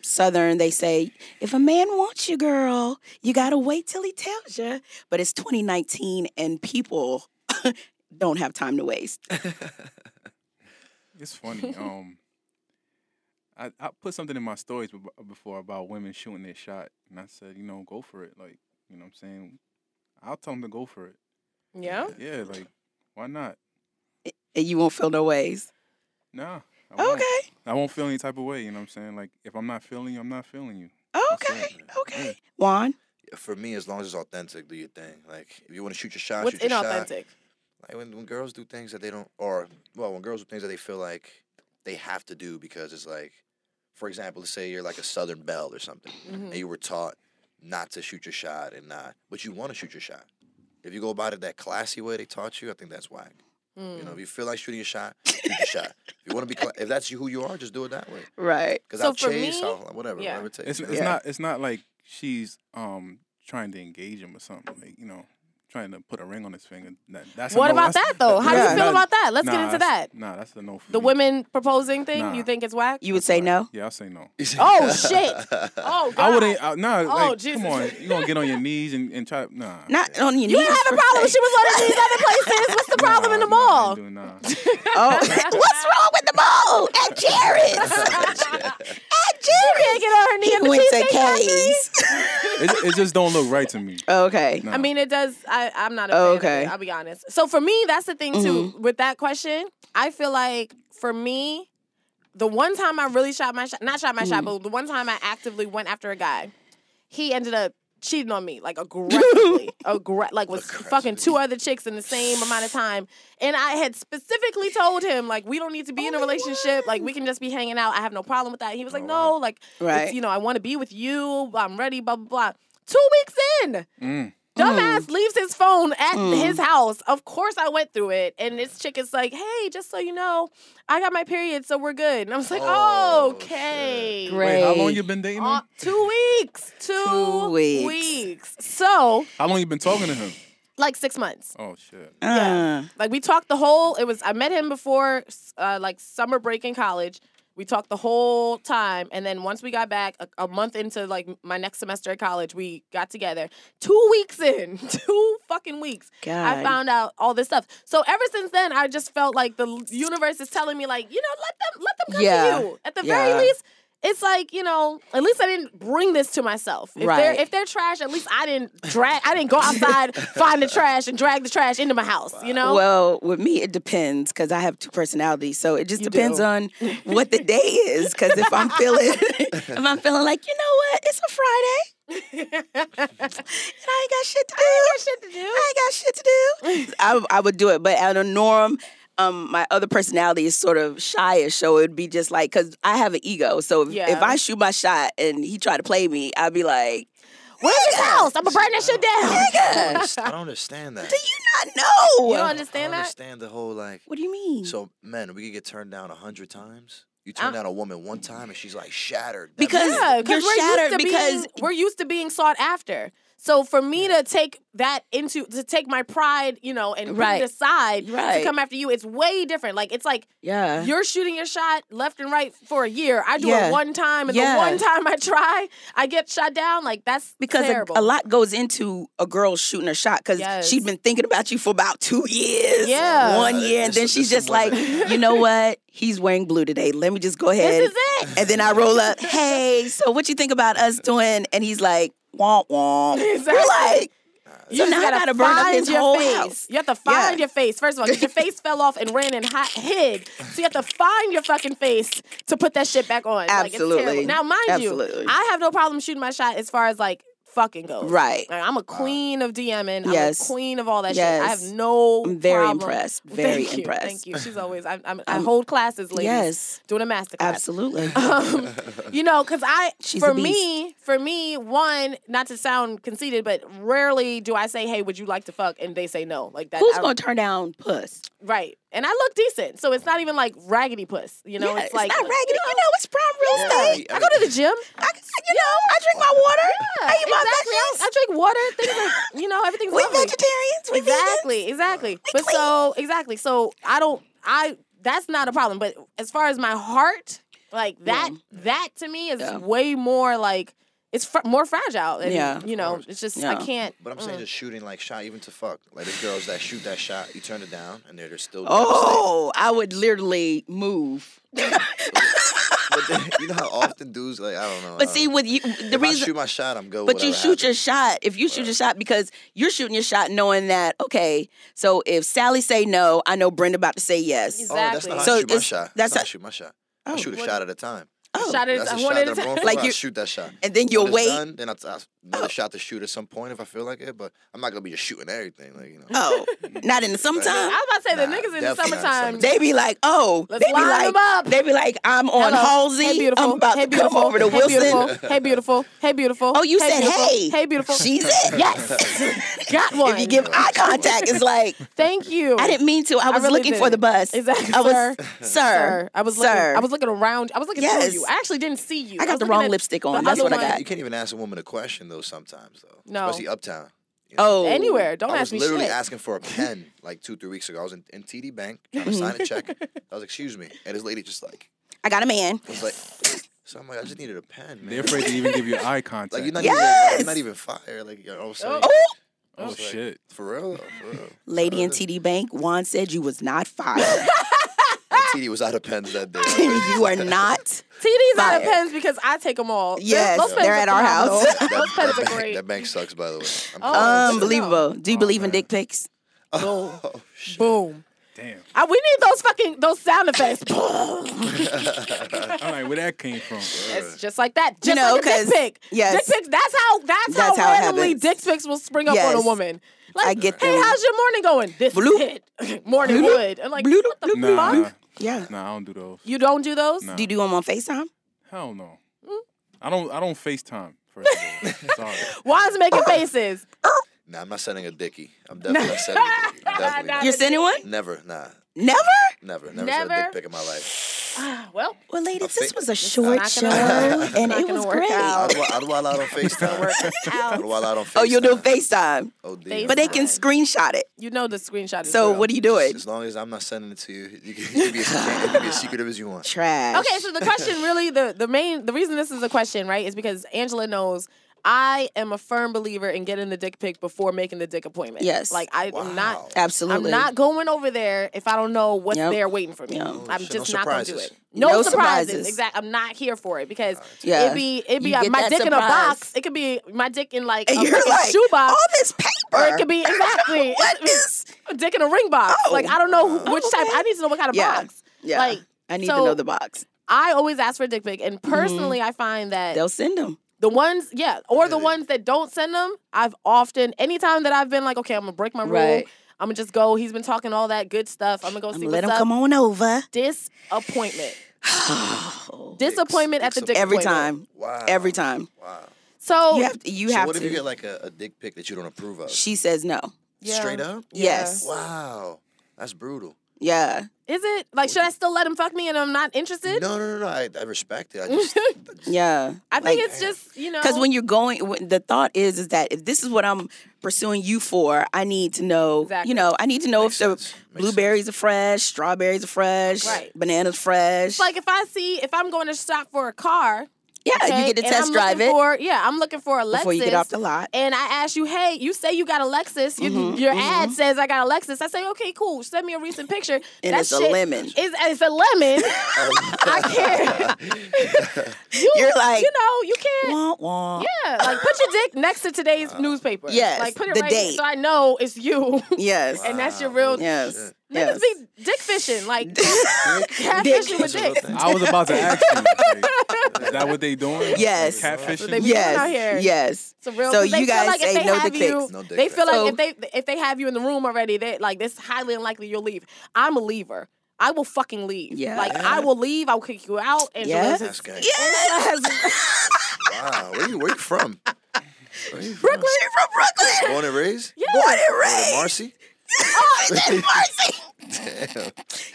A: Southern, they say, if a man wants you, girl, you got to wait till he tells you. But it's 2019 and people <laughs> don't have time to waste.
D: It's funny. Um, I, I put something in my stories b- before about women shooting their shot, and I said, you know, go for it. Like, you know, what I'm saying, I'll tell them to go for it.
B: Yeah.
D: Yeah, like, why not?
A: And you won't feel no ways.
D: Nah. I won't.
A: Okay.
D: I won't feel any type of way. You know, what I'm saying, like, if I'm not feeling you, I'm not feeling you.
A: Okay. Okay. Juan?
C: For me, as long as it's authentic, do your thing. Like, if you want to shoot your shot,
B: What's
C: shoot your shot.
B: inauthentic?
C: Like when, when girls do things that they don't, or well, when girls do things that they feel like they have to do because it's like, for example, let's say you're like a Southern belle or something,
A: Mm-hmm.
C: and you were taught not to shoot your shot and not, but you want to shoot your shot. If you go about it that classy way they taught you, I think that's whack.
B: Hmm.
C: You
A: Mm.
C: know, if you feel like shooting your shot, shoot your shot. If you want to be, cla if that's you who you are, just do it that way.
A: Right.
C: Because
B: So
C: I've
B: for
C: changed,
B: me-
C: so, whatever,
B: yeah.
C: whatever it takes.
D: It's
C: you know?
D: it's not it's not like she's um trying to engage him or something. Like, you know, trying to put a ring on his finger. That, that's a
B: What
D: no.
B: about
D: That's-
B: that, though? How
A: do you
D: that's
B: feel
D: not-
B: about that? Let's
D: nah,
B: get into
D: that's-
B: that.
D: Nah, that's the no for
B: The
D: me.
B: women proposing thing,
D: Nah.
B: you think it's whack?
A: You would say no?
D: Yeah, I'll say no. <laughs>
B: Oh, shit.
C: <laughs>
B: Oh, God.
D: I wouldn't. I, nah, like,
B: Jesus.
D: come on. You gonna get on your knees and, and try? Nah.
A: Not on your
B: You
A: knees
B: didn't have a
A: per
B: problem. if
A: se.
B: She was one of these other places. What's the problem in the
D: Nah, nah, I
B: mall?
D: ain't doing- nah.
A: Oh, <laughs> what's wrong with the mall at
B: <laughs>
A: Jared's? at Jared's.
B: Can't get on her knee
A: He
B: in the
A: went to
B: cheesecake factory.
A: K's.
D: It, it just don't look right to me.
A: Okay.
B: <laughs>
D: Nah.
B: I mean, it does. I, I'm not a
A: Oh,
B: fan. Okay.
A: okay. Mm-hmm.
B: I'll be honest. So for me, that's the thing too. With that question, I feel like for me, the one time I really shot my shot, not shot my shot,
A: Mm-hmm.
B: but the one time I actively went after a guy, he ended up cheating on me
A: <laughs>
B: like aggressively, aggre- like was fucking two other chicks in the same amount of time, and I had specifically told him like we don't need to be in
A: Oh
B: a relationship, like we can just be hanging out. I have no problem with that. And he was like, no, like it's,
A: Right.
B: you know, I want to be with you. I'm ready. Blah blah blah. Two weeks in.
D: Mm.
B: Dumbass leaves his phone at
A: Mm.
B: his house. Of course, I went through it, and this chick is like, "Hey, just so you know, I got my period, so we're good." And I was like,
C: Oh,
B: "Okay,
A: shit.
D: Wait, how long
A: Hey.
D: you been dating
B: Uh,
D: him?
B: two weeks, two,
A: Two weeks.
B: weeks. So,
D: How long you been talking to him?
B: like six months.
D: Oh shit.
B: Yeah.
A: Yeah.
B: Like we talked the whole. It was I met him before uh, like summer break in college. We talked the whole time, and then once we got back a, a month into like my next semester at college, we got together. Two weeks in, <laughs> two fucking weeks, I
A: God.
B: found out all this stuff. So ever since then, I just felt like the l- universe is telling me, like, you know, let them let them come
A: Yeah.
B: to you. At the
A: Yeah.
B: very least, it's like you know, at least I didn't bring this to myself. If they're
A: Right.
B: if they're trash, at least I didn't drag. I didn't go
A: <laughs>
B: outside find the trash and drag the trash into my house. You know.
A: Well, with me, it depends because I have two personalities. So it just
B: You
A: depends <laughs>
B: do.
A: on what the day is. Because if I'm feeling, <laughs> if I'm feeling like you know what, it's a Friday and I ain't got shit to do. I ain't got shit to do. I ain't got shit to do. I, I would do it, but out of norm. Um, my other personality is sort of shyish, so it'd be just like because I have an ego. So if,
B: Yeah.
A: if I shoot my shot and he try to play me, I'd be like,
B: Where's his house? I'm gonna burn that
A: <laughs>
B: shit down.
C: I don't underst- I don't understand that.
A: "Do <laughs> you not know?
B: You don't
C: I don't
B: understand that?
C: understand the whole like.
A: what do you mean?"
C: So, men, we could get turned down a hundred times. You turn down a woman one time, and she's like shattered. That
A: Uh Because-
C: means-
B: Yeah,
A: You're
B: because we're used
A: shattered
B: to
A: because-
B: being we're used to being sought after. So for me to take that into to take my pride, you know, and
A: Right.
B: put it aside
A: Right.
B: to come after you, it's way different. Like it's like
A: Yeah.
B: you're shooting your shot left and right for a year. I do
A: Uh-huh. Yeah.
B: it one time, and
A: Yeah.
B: the one time I try, I get shot down. Like that's
A: because a,
B: terrible.
A: a lot goes into a girl shooting her shot because
B: Yes.
A: she'd been thinking about you for about two years,
B: Yeah.
A: one year, and
C: It's-
A: then
C: it's
A: she's
C: some
A: just like,
C: women.
A: you know what? He's wearing blue today. Let me just go ahead.
B: This is it.
A: <sighs> And then I roll up. Hey, so what you think about us doing? And he's like, womp womp.
B: Exactly.
A: We're like,
B: You
A: so now I
B: gotta
A: gotta burn up
B: find
A: his
B: your
A: whole
B: face.
A: house.
B: You have to find
A: Yeah.
B: your face. First of all,
A: <laughs>
B: 'cause your face fell off and ran and hi- hid. So you have to find your fucking face to put that shit back on. Like, it's terrible.
A: Absolutely.
B: now, mind
A: Absolutely.
B: you, I have no problem shooting my shot as far as like fucking goes.
A: Right.
B: Like, I'm a queen of DMing.
A: Yes.
B: I'm a queen of all that shit. I
A: Yes.
B: have no.
A: I'm very
B: problem.
A: impressed. Very
B: <laughs> Thank you.
A: impressed.
B: Thank
A: <laughs>
B: you. She's always. I'm, I'm, I hold classes, ladies.
A: Yes.
B: Doing a master class.
A: Absolutely. <laughs>
B: <laughs> Um, you know, because I
A: She's
B: for
A: a beast.
B: me, for me, one, not to sound conceited, but rarely do I say, "Hey, would you like to fuck?" and they say no, like that.
A: Who's
B: I-
A: gonna turn down puss?
B: right? And I look decent, so it's not even like raggedy puss. You know,
A: Yeah,
B: it's like
A: not raggedy. You know, it's prime real estate.
B: I go to the gym.
A: I, you know, I drink my water. I eat my
B: exactly. I, I
A: veggies.
B: drink water. Things are, you know, everything's
A: We
B: lovely.
A: vegetarians. We vegans.
B: exactly, exactly. But
A: clean.
B: so exactly, so I don't. I that's not a problem. But as far as my heart, like that, that to me is
A: Yeah.
B: way more like it's fr- more fragile. And,
A: Yeah.
B: you know, it's just I
A: Yeah.
B: can't. Mm.
C: But I'm
A: Mm.
C: saying just shooting like shot, even to fuck. Like there's girls that shoot that shot, you turn it down, and they're just still.
A: Oh, I would literally move.
C: But then, <laughs> you know how often dudes like I don't know.
A: But
C: I
A: see,
C: don't-
A: with you, the
C: if I
A: reason.
C: shoot my shot, I'm good.
A: But you shoot your shot. If you shoot your shot, because you're shooting your shot knowing that okay. So if Sally say no, I know Brenda about to say yes.
B: Exactly.
C: Oh, that's not how
A: So
C: I shoot my
A: it's-
C: shot.
A: that's
C: That's how I
A: a-
C: shoot my shot.
A: Oh.
C: I shoot a
B: What-
C: shot at a time.
A: Oh.
B: Shot
C: That's
B: it
C: a
B: one
C: shot
B: at
C: that
B: a
C: I'm
B: time. <laughs>
C: going for.
A: Like
C: I
A: you-
C: shoot that shot.
A: And then you'll
C: When it's
A: wait.
C: done, then I t- I- another
A: Oh.
C: shot to shoot at some point if I feel like it. But I'm not gonna be just shooting everything. Like you know.
A: Oh,
B: <laughs>
A: not in the
B: I
A: summertime.
B: was about to say
C: Nah,
B: the niggas in the
C: definitely not
B: summertime.
A: They be like, oh,
B: Let's
A: they be
B: line
A: like,
B: them up.
A: they be like, I'm on
B: Hello.
A: Halsey.
B: Hey, beautiful.
A: I'm about
B: hey,
A: to come
B: beautiful.
A: over to
B: hey,
A: Wilson.
B: <laughs> Beautiful. Hey, beautiful. Hey, beautiful.
A: Oh, you
B: hey,
A: said,
B: beautiful.
A: hey,
B: Hey, beautiful.
A: She's it. <laughs>
B: yes. Got one.
A: If you give eye contact, it's like
B: Thank you.
A: I didn't mean to. I was
B: really
A: looking for the
B: didn't.
A: bus.
B: Exactly,
A: I was,
B: sir.
A: sir.
B: Sir, I was
A: sir.
B: looking. I was looking around. I was looking
A: Yes.
B: through you. I actually didn't see you.
A: I got the
B: was looking
A: wrong
B: at
A: lipstick on.
B: the
A: That's
B: other
A: what I
B: one.
A: got.
C: You can't even ask a woman a question though. Sometimes though,
B: No.
C: especially uptown. you know?
A: Oh,
B: Anywhere. Don't
C: I
B: ask
C: was
B: me
C: literally
B: shit.
C: asking
B: <laughs>
C: for a pen like two, three weeks ago. I was in, in TD Bank trying to
A: Mm-hmm.
C: sign a
A: <laughs>
C: check. I was like, excuse me. And this lady just like,
A: I got a man.
C: was like, <laughs> so I'm like, I just needed a pen, man.
D: They're afraid to
B: <laughs>
D: even give you eye contact.
C: <laughs> like, you're not, even,
A: Yes!
C: you're not even fired. Like, you're all of a sudden-
B: Oh.
D: oh
C: It's like-
D: shit!
C: For real, though, for real.
A: Lady in
C: Uh,
A: TD Bank, Juan said you was not fired.
C: and TD was out of pens that day.
A: <laughs> you
C: <laughs>
A: are
B: <laughs> Oh,
A: not.
B: TD's out of
A: Fire.
B: pens because I take them all.
A: Yes,
B: Those pens
A: they're
B: are
A: at our
B: phenomenal.
A: house.
C: That,
B: <laughs> Those pens
C: that
B: are
C: bank,
A: <laughs>
B: great.
C: that bank sucks, by the way. I'm
B: Oh,
C: calling it.
A: Unbelievable. Do you
D: Oh,
A: believe in
D: man.
A: dick pics?
C: <laughs> Oh, shit.
B: Boom. <laughs>
D: Damn.
B: I, we need those fucking those sound effects. <laughs>
D: I'm like, where that came from?
B: it's just like that. Just
A: You know,
B: like a
A: 'cause-
B: dick pic.
A: yes.
B: Dick pics. That's how. That's,
A: That's
B: how,
A: how it
B: randomly
A: happens.
B: dick pics will spring up on
A: Yes.
B: a woman. Like,
A: I get
B: hey,
A: them.
B: how's your morning going? This
A: Bloop.
B: is it. <laughs> morning
A: Bloop.
B: wood. I'm like,
A: Bloop,
B: what the
A: bloop,
B: fuck?
D: Nah,
A: Yeah.
D: nah, I don't do
A: <laughs>
D: those.
B: You don't do those?
D: Nah.
A: Do you do them on FaceTime?
D: Hell no. I don't. I don't FaceTime. First of all, sorry.
A: <coughs>
B: Juan's making faces.
C: Nah, I'm not sending a dicky. I'm definitely not sending a dicky. I'm definitely
B: Nah,
C: not.
A: <laughs> You're sending one?
C: Never, nah.
A: Never?
C: Never, never, sent a
B: Never?
C: dick pic in my life.
B: Ah, <sighs> well,
A: Well, ladies, this
C: fa-
A: was a short
B: not
A: show,
B: gonna work.
A: and
B: Not
A: it
B: gonna
A: was
B: work
A: great.
B: out.
C: I'd, wa- I'd wild out on FaceTime. <laughs> I'd
B: out.
C: wild out on FaceTime.
A: Oh, you'll do a FaceTime,
C: Oh, dear.
B: Face-
A: but they can
B: FaceTime.
A: screenshot it.
B: you know the screenshot. Is
A: So
B: real.
A: what are you doing?
C: As long as I'm not sending it to you, you can, you can be, as, you can be as secretive as you want.
A: Trash.
B: Okay, so the question really the the main the reason this is a question, right, is because Angela knows I am a firm believer in getting the dick pic before making the dick appointment.
A: Yes.
B: Like I
C: Wow.
B: am not
A: absolutely.
B: I'm not going over there if I don't know what's
A: Yep.
B: there waiting for me.
A: Yep.
B: I'm
C: Oh, shit,
B: just
C: no
B: not going to do
C: surprises.
B: it. No,
A: No
B: surprises.
A: surprises.
B: Exactly. I'm not here for it because
A: Yeah.
B: it be it be
A: You
B: uh,
A: get
B: my
A: that
B: dick in a
A: surprise.
B: box. It could be my dick in like
A: And
B: a
A: you're
B: fucking
A: like,
B: shoebox.
A: all this paper.
B: Or it
A: <laughs>
B: could be exactly
A: What
B: <laughs>
A: is?
B: a dick in a ring box.
A: Oh.
B: Like I don't know who, which type.
A: Okay.
B: I need to know what kind of
A: Yeah.
B: box.
A: Yeah.
B: Like
A: I need to
B: so-
A: know the box.
B: I always ask for a dick pic, and personally, I find that
A: Mm-hmm. They'll send them.
B: the ones, yeah, or the
C: Really?
B: ones that don't send them, I've often, anytime that I've been like, okay, I'm gonna break my rule,
A: Right.
B: I'm gonna just go. He's been talking all that good stuff. I'm gonna go
A: I'm
B: see
A: gonna let
B: what's
A: them come
B: up.
A: on over.
B: Disappointment,
C: Oh.
B: disappointment at the
C: Dicks-
B: dick
A: Every time.
B: appointment.
C: Wow.
A: <sighs> Every time.
C: Wow.
B: So
A: You have to. You
C: so
A: have
C: what
A: to.
C: if you get like a, a dick pic that you don't approve of?
A: she says no.
B: yeah.
C: Straight up?
B: Yeah.
A: Yes.
C: Wow. That's brutal.
A: Yeah.
B: Is it like should I still let him fuck me and I'm not interested?
C: No, no, no, no. I, I respect
B: <laughs>
C: it. I just, I just-
A: Yeah.
B: I
A: Like-
B: think it's just you know
A: Because when you're going, when- the thought is is that if this is what I'm pursuing you for, I need to know.
B: Exactly.
A: You know, I need to know
C: makes
A: if the
C: sense. Makes
A: blueberries are fresh, strawberries are fresh,
B: Right.
A: bananas fresh.
B: it's like if I see if I'm going to shop for a car,
A: yeah,
B: okay,
A: you get to
B: and
A: test
B: I'm
A: drive
B: looking
A: it
B: For, yeah, I'm looking for a Lexus.
A: before you get off the lot.
B: and I ask you, hey, you say you got a Lexus. You,
A: Mm-hmm,
B: your ad says I got a Lexus. I say, okay, cool. Send me a recent picture.
A: And
B: that
A: it's a
B: shit
A: lemon.
B: Is, it's a lemon.
A: <laughs>
B: I can't. You,
A: You're like,
B: you know, you can't.
A: Wah, wah.
B: Yeah, like put your dick next to today's newspaper.
A: Uh, yes,
B: like put it
A: the
B: right
A: date.
B: so I know it's you. <laughs>
A: Yes.
B: <laughs> And that's your
C: Wow.
A: <laughs>
B: real.
A: Yes.
C: Shit.
A: Yes.
B: Niggas be dick fishing,
A: <laughs>
B: like <laughs> catfishing
A: Dick.
B: with
C: That's a real
B: dicks.
C: thing.
D: I was about to ask you. Like, is that what they doing?
A: <laughs> Yes.
D: Catfishing.
B: They be
A: yes.
B: going out here.
A: Yes.
B: It's a real.
A: So
B: 'cause they
A: you
B: feel
A: guys
B: like if
A: say
B: they
A: no
B: have
A: dick pics.
B: you-
C: No dick
B: they feel like
A: pics.
B: if they if they have you in the room already, they like this highly unlikely you'll leave. I'm a leaver. I will fucking leave.
A: Yeah.
B: Like I will leave. I'll kick you out. And
A: Yeah.
B: Joel's
C: That's
B: just-
C: gay.
A: Yes.
C: Wow. Where you, where you from? Where you from?
B: Brooklyn.
A: <laughs> She from Brooklyn.
C: Born and raised?
B: Yeah.
A: Born and
C: Born in
A: raised.
B: <laughs>
C: Marcy?
A: Oh, that's <laughs> Marcy.
C: Damn.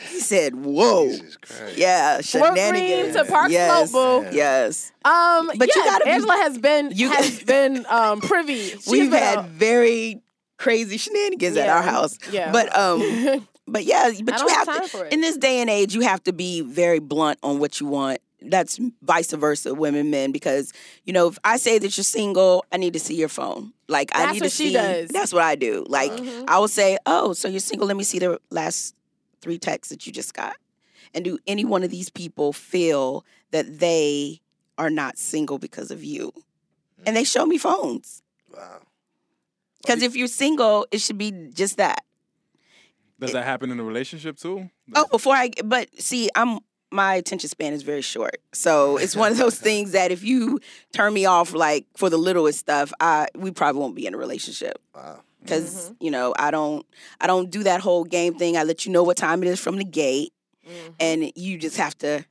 A: He said, "Whoa."
C: Jesus Christ.
A: Yeah,
B: Fort
A: shenanigans.
B: Greene to Park
A: yes.
B: Slope, boo.
C: Yeah.
A: Yes.
B: Um,
A: But you
B: yeah,
A: gotta be-
B: Angela has been
A: you- <laughs>
B: has been um privy. She's
A: We've
B: been
A: had
B: a-
A: very crazy shenanigans at
B: Yeah.
A: our house.
B: Yeah. <laughs>
A: But um but yeah, but
B: I
A: you
B: don't
A: have,
B: have time
A: to
B: for it.
A: in this day and age you have to be very blunt on what you want. That's vice versa women men because you know if I say that you're single, I need to see your phone. Like I
B: That's
A: need
B: what
A: to
B: she
A: see
B: does.
A: that's what I do. Like
B: Mhm.
A: I will say, "Oh, so you're single, let me see the last 3 texts that you just got." And do any one of these people feel that they are not single because of you? And they show me phones.
C: Wow.
A: Because if you're single, it should be just that.
D: Does that happen in a relationship too?
A: Oh, before I, but see, I'm my attention span is very short, so it's one of those things that if you turn me off like for the littlest stuff, I we probably won't be in a relationship
C: Wow.
A: because you know I don't I don't do that whole game thing. I let you know what time it is from the gate,
B: Mhm.
A: and you just have to.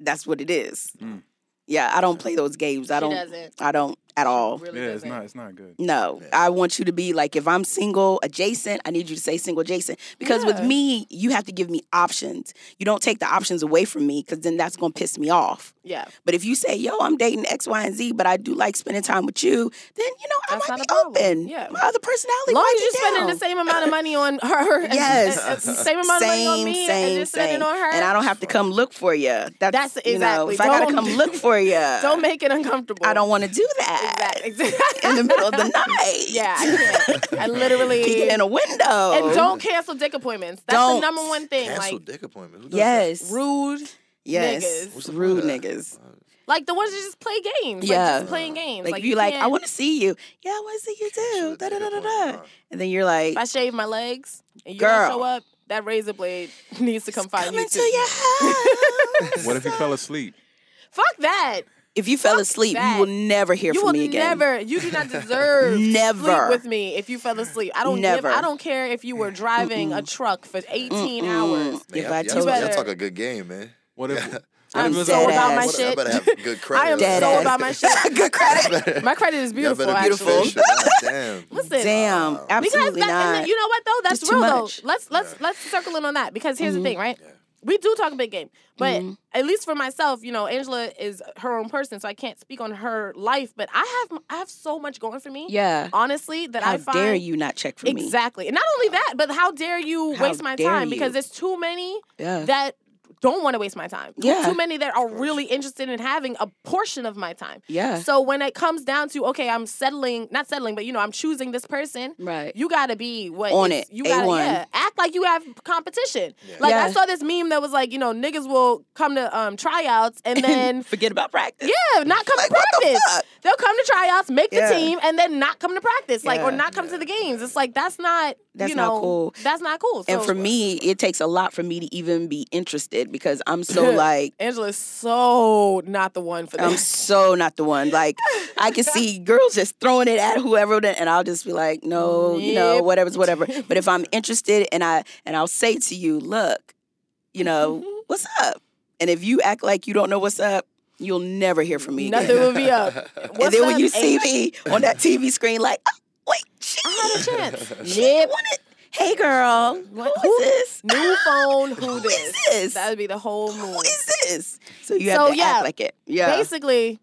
A: That's what it is.
D: Mm.
A: Yeah, I don't play those games. I
B: She
A: don't.
B: doesn't.
A: I don't at all.
B: Really
D: yeah, it's
B: doesn't.
D: not. It's not good.
A: No,
C: Yeah.
A: I want you to be like if I'm single adjacent, I need you to say single adjacent because
B: Yeah.
A: with me, you have to give me options. You don't take the options away from me because then that's going to piss me off.
B: Yeah.
A: But if you say, "Yo, I'm dating X, Y, and Z, but I do like spending time with you," then you know I
B: That's not
A: might
B: a
A: be
B: problem.
A: open.
B: Yeah.
A: my other personality.
B: As long
A: might
B: as
A: be
B: you're spending
A: down.
B: the same amount of money on her, and-
A: Yes.
B: and- and same amount of money on me, and
A: same,
B: you're spending
A: same.
B: on her,
A: and I don't have to come look for you. That's,
B: That's
A: you know,
B: exactly.
A: if I gotta
B: Don't-
A: come
B: <laughs>
A: look for you,
B: don't make it uncomfortable.
A: I don't want to do that
B: <laughs>
A: <laughs>
B: Exactly.
A: in the middle of the night.
B: <laughs> Yeah, I
A: <laughs>
B: can't. I literally
A: peeking in a window
B: and don't cancel dick appointments. That's
A: Don't
B: the number one thing.
C: Cancel
B: like
C: dick appointment. Who does that?
A: Yes.
B: rude.
A: yes.
B: niggas.
C: What's the point
A: Rude
C: of that? Uh,
A: niggas.
B: Like the ones that just play games. Like,
A: Yeah.
B: just playing games.
A: Like, if you like, I
B: can't-
A: want to see you. Yeah, I want to see you
C: Cancel
A: too.
C: the
A: Da,
C: dick
A: da, da, da, da.
C: appointment. Wow.
A: And then you're like,
B: if I shave my legs and you
A: Girl.
B: don't show up, that razor blade <laughs> needs to come find
A: come
B: you.
A: into
B: too.
A: your
B: <laughs>
A: house.
D: What if he fell asleep?
B: Fuck that.
A: if you fell asleep,
B: that.
A: you will never hear
B: you
A: from
B: will
A: me again.
B: never. You do
A: <laughs>
B: not deserve to
A: Never.
B: sleep with me if you fell asleep. I don't
A: Never.
B: Give, I don't care if you were driving a truck for 18 hours.
C: Man,
A: If
C: y'all-
A: I
C: y'all
A: told
C: talk-
B: you-
C: Y'all talk a good game, man.
D: What if? What
B: I'm
D: if it was
A: so <laughs>
D: a-
A: about my
C: What-
B: shit.
C: I better have good credit.
B: <laughs> I am
A: Dead
B: so
A: ass.
C: <laughs>
B: about my shit.
A: <laughs> good credit.
B: My credit is beautiful.
C: Y'all better be
B: actually.
C: efficient.
B: <laughs>
C: God Damn.
B: Listen,
A: Damn,
C: Wow.
B: because
A: absolutely
B: that, and
A: not.
B: then- you know what though? That's
A: It's too
B: real though.
A: much. Mm-hmm.
B: Let's let's
C: Yeah.
B: let's circle in on that because here's the thing, right?
C: Yeah.
B: We do talk a big game, but at least for myself, you know, Angela is her own person, so I can't speak on her life. But I have I have so much going for me.
A: yeah.
B: honestly, that
A: How
B: I find
A: dare you not check for me?
B: exactly, and not only that, but how dare you
A: How
B: waste my
A: dare
B: time
A: you.
B: because there's too many
A: Yeah.
B: that don't want to waste my time. Too-
A: Yeah.
B: Too many that are
C: course.
B: really interested in having a portion of my time.
A: yeah.
B: So when it comes down to okay, I'm settling, not settling, but you know, I'm choosing this person.
A: right.
B: You gotta be what
A: On
B: is-
A: it,
B: You gotta
A: A1.
B: yeah, act like you have competition.
C: Yeah.
B: Like I
A: Yeah.
B: saw this meme that was like, you know, niggas will come to um, tryouts
A: <laughs>
B: and then
A: forget about practice.
B: yeah, not come
A: Like,
B: to
A: what the
B: practice.
A: fuck?
B: They'll come to tryouts, make
A: Yeah.
B: the team, and then not come to practice, like or
A: Yeah.
B: not come to the games. It's like that's not
A: That's
B: you
A: not
B: know
A: cool.
B: that's not cool. So,
A: And for me, it takes a lot for me to even be interested because I'm
B: <laughs>
A: so like
B: Angela's so not the one for
A: I'm
B: <laughs> this.
A: so not the one. Like I can see girls just throwing it at whoever, then- and I'll just be like, no, you know,
B: Nope.
A: whatever's
B: <laughs>
A: whatever. But if I'm interested, and I and I'll say to you, look, you
B: <laughs>
A: know, what's up? And if you act like you don't know what's up, you'll never hear from me.
B: Nothing
A: Again.
B: will be up.
A: And
B: What's
A: then when
B: up,
A: you see
B: <laughs> Angela?
A: me on that TV screen, like, oh, wait, she, <laughs>
B: I had a chance.
A: she wanted, Hey, girl.
B: What-
A: Who is this?
B: New phone, who
A: <laughs>
B: <laughs>
A: Who
B: this?
A: is this?
B: That would be the whole
A: Who
B: move.
A: is this? So you have
B: So,
A: to
B: yeah,
A: act like it. Yeah.
B: Basically,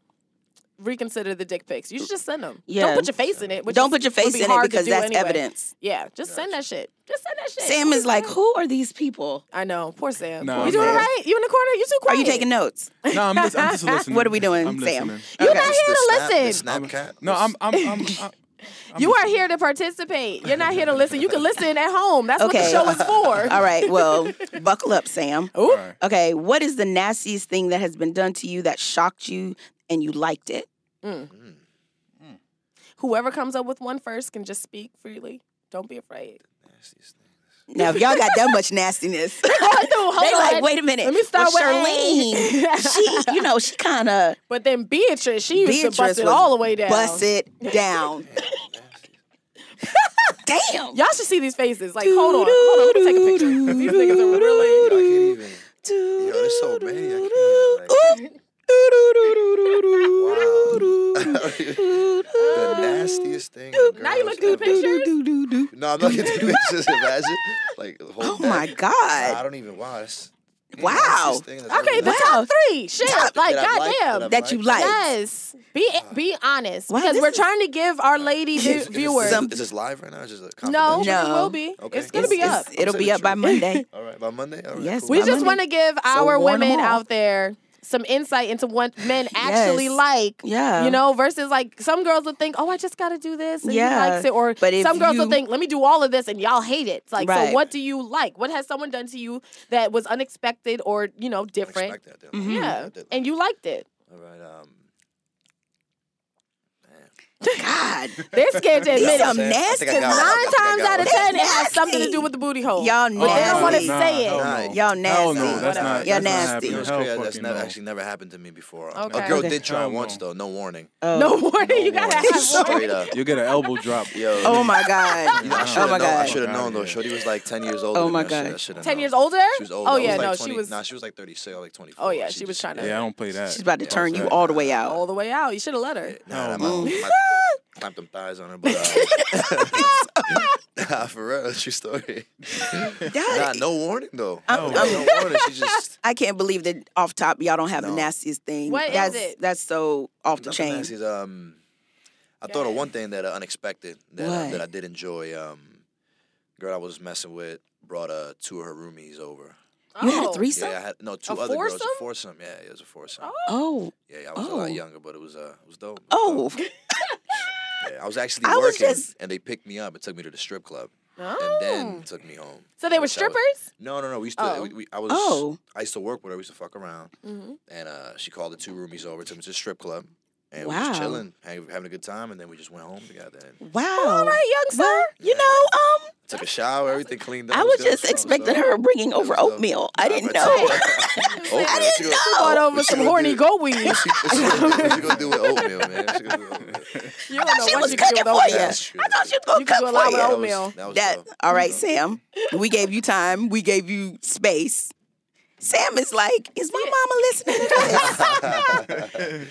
B: reconsider the dick pics. You should just send them.
A: Yeah.
B: Don't put your face in it. Which
A: Don't
B: is-
A: put your face
B: would be
A: in it
B: hard to
A: because
B: do
A: that's
B: anyway.
A: evidence.
B: Yeah, just send that shit. Just send that shit.
A: Sam is like, who are these people?
B: I know. Poor Sam.
D: Nah,
B: you doing
A: Sam.
B: all right? You in the corner? You too
A: Are
B: quiet.
A: you taking notes?
D: No, I'm just, I'm just listening.
A: What are we doing,
D: I'm
A: Sam?
D: listening.
B: You're
A: Okay.
B: not
C: It's
B: here to
C: the snap-
B: listen.
C: The Snapchat.
D: No,
C: This-
D: I'm. I'm. I'm,
A: <laughs>
D: I'm, I'm
B: You are
D: listening.
B: here to participate. You're not here to listen. You can listen at home. That's
A: Okay.
B: what the show is
A: <laughs>
B: for.
A: All right, well, buckle up, Sam.
B: Ooh.
D: All right.
A: Okay, what is the nastiest thing that has been done to you that shocked you and you liked it?
C: Mm,
B: Whoever comes up with one first can just speak freely. Don't be afraid.
C: nastiest thing.
A: Now, if y'all got that much nastiness,
B: <laughs> Hold on, hold
A: they like,
B: on.
A: wait a minute.
B: Let me start
A: well,
B: with A. <laughs>
A: Charlene. she, you know, she kind of
B: But then Beatrice, she used
A: Beatrice
B: to bust it
A: was
B: all the way down.
A: bust it down. Damn.
B: Y'all should see these faces. Like, hold on, hold on, let me take a picture. 'Cause These niggas are really.
C: I can't even. Yo,
A: Yo,
C: it's so bad. I can't even. Like, <laughs> wow. the nastiest thing. a girl
B: Now you
C: has
B: looking at the
C: ever-
B: pictures.
C: No, I'm looking at the pictures. Imagine, like, the whole
A: Oh <laughs> my
C: back. I
A: God.
C: don't even. Wow, that's the
A: Wow.
C: nastiest thing that's ever
B: Okay,
C: been
B: the
C: done.
B: top three. Shit,
A: Top
B: like,
C: That I like,
B: goddamn.
C: that I
A: That you
C: like.
A: like.
B: Yes. Be be honest
A: Wow,
B: because
A: this
B: we're
A: is-
B: trying to give our lady vi-
C: Is this-
B: viewers.
A: Some-
C: Is this live right now? Is this a
B: no,
C: confidential?
B: but
A: No.
B: it will be.
C: Okay.
B: It's gonna
C: It's-
B: be up.
A: it's- It'll be up by Monday.
C: All right, by Monday. All right,
A: Yes,
C: cool.
B: We
A: by
B: just
A: Monday.
B: want to give our
D: warn 'em
B: women
D: all.
B: out there some insight into
A: <laughs>
B: what men actually
A: Yes.
B: like.
A: Yeah.
B: You know, versus like some girls would think, oh, I just got to do this and
A: Yeah.
B: he likes it, or
A: But if
B: some girls
A: you-
B: would think, let me do all of this and y'all hate it. It's like, so
A: Right.
B: what do you like? What has someone done to you that was unexpected or you know different?
C: Expect that.
A: Mhm.
B: Yeah,
C: Mm-hmm.
B: and you liked it.
C: All right. Um. man.
A: God.
B: They're
A: <laughs>
B: scared to
A: These
B: admit
A: are
B: it.
C: Minute. I
A: nasty.
C: think I got
A: Nine
C: one.
B: Nine times out of
C: That's
B: ten, it has something to
A: nasty.
B: do with the booty hole.
A: Y'all
B: But they don't want to
A: nasty.
B: say it.
D: Oh, hell
A: Y'all
D: no. Hell
A: nasty.
D: Oh, no, that's not.
B: Whatever.
A: Y'all
D: that's
A: nasty.
D: Not
C: You know,
D: happening.
C: it's
D: Hell
C: crazy. That's
D: fucking
C: never,
D: no.
C: actually never happened to me before.
B: Okay.
C: A girl
A: Okay.
C: did try
D: Hell
C: it once
D: no.
C: though. No warning.
A: Oh.
B: <laughs> No warning.
C: No
B: <laughs> you gotta
C: warning.
B: have warning.
C: Straight up.
D: You'll get an elbow drop.
C: Yo.
A: Oh my
C: <laughs>
A: God.
C: Yeah, I
A: oh
C: shoulda
A: my
C: known- I
A: God.
C: should have
D: Outta
C: known though.
D: here.
C: Shorty was like ten years older.
A: Oh
C: than me.
A: my
C: I shoulda-
A: God.
C: I shoulda
B: Ten
C: known.
B: years older.
C: She was older.
B: Oh
C: I was
B: yeah,
C: like
B: no,
C: 20
B: she was
C: Nah, she was like thirty six. I was like twenty four.
B: Oh, yeah, she was trying to-
D: Yeah, I don't play that.
A: She's about to
C: Yeah,
A: turn you
C: sorry.
A: all the way out.
B: all the way out. You should have let her.
C: Nah, nah,
D: Oh,
C: my,
D: no.
B: <laughs>
C: my, clamped them thighs on her, but uh,
B: <laughs>
C: <laughs> nah, for real, that's true story. nah,
A: That-
C: no warning though.
A: I'm-
C: Like, no warning. She just
A: I can't believe that off top y'all don't have the
C: No.
A: nastiest thing.
B: What is
A: that's
B: it?
A: that's so off the
C: nothing
A: chain.
C: nasty. Um, I thought of
B: ahead.
C: one thing that uh, unexpected that uh,
A: What?
C: that I did enjoy. Um, girl, I was messing with brought uh two of her roomies over.
A: You had a
B: Oh.
A: threesome?
C: Yeah, I had no two
B: A
C: other girls.
B: foursome?
C: A foursome. Yeah, it was a foursome.
B: Oh.
A: Oh,
C: Yeah, yeah, I was a lot
A: Oh.
C: younger, but it was uh, it was dope. It was dope.
A: oh,
C: Yeah, I was actually
A: I was
C: working,
A: just-
C: and they picked me up and took me to the strip club,
B: Oh.
C: and then took me home.
B: so they were
C: Which I was-
B: strippers.
C: no, no, no. We used to.
B: Oh.
C: We, we, I was.
A: oh.
C: I used to work with her. We used to fuck around,
B: Mm-hmm.
C: and uh, she called the two roomies over, took me to the strip club, and we were just
A: Wow.
C: chilling, hang, having a good time, and then we just went home together. And
A: Wow.
B: All right, young
A: Oh. Well,
B: sir. <laughs>
A: you know, um,
C: took a shower, everything cleaned up.
A: I
C: it
A: was
C: good, it
A: just
C: dope,
A: expecting
C: so-
A: her bringing
C: it was
A: over
C: dope.
A: oatmeal.
C: Nah,
A: I didn't
C: but-
A: know.
C: Oatmeal,
A: I
C: what
A: didn't
C: you
A: know.
C: gonna-
B: Bought over
C: What
B: some
C: you gonna
B: horny
C: do?
B: goat <laughs> weed. you
C: What you gonna- what you gonna do with oatmeal, man? What you gonna do with oatmeal?
B: don't know
A: She
B: what
A: was
B: you can do
A: cooking
B: with
A: for
B: oatmeal.
A: you. I
C: That's true.
A: thought she was
B: You
A: going to
B: could
A: cook
B: do a lot
A: for
B: with
C: That
A: you.
B: oatmeal.
C: was- That, was
A: That
C: dope.
A: all right,
C: Dope.
B: Mm-hmm.
A: Sam. We gave you time. We gave you space. Sam is like, is my mama listening to
B: <laughs>
A: this?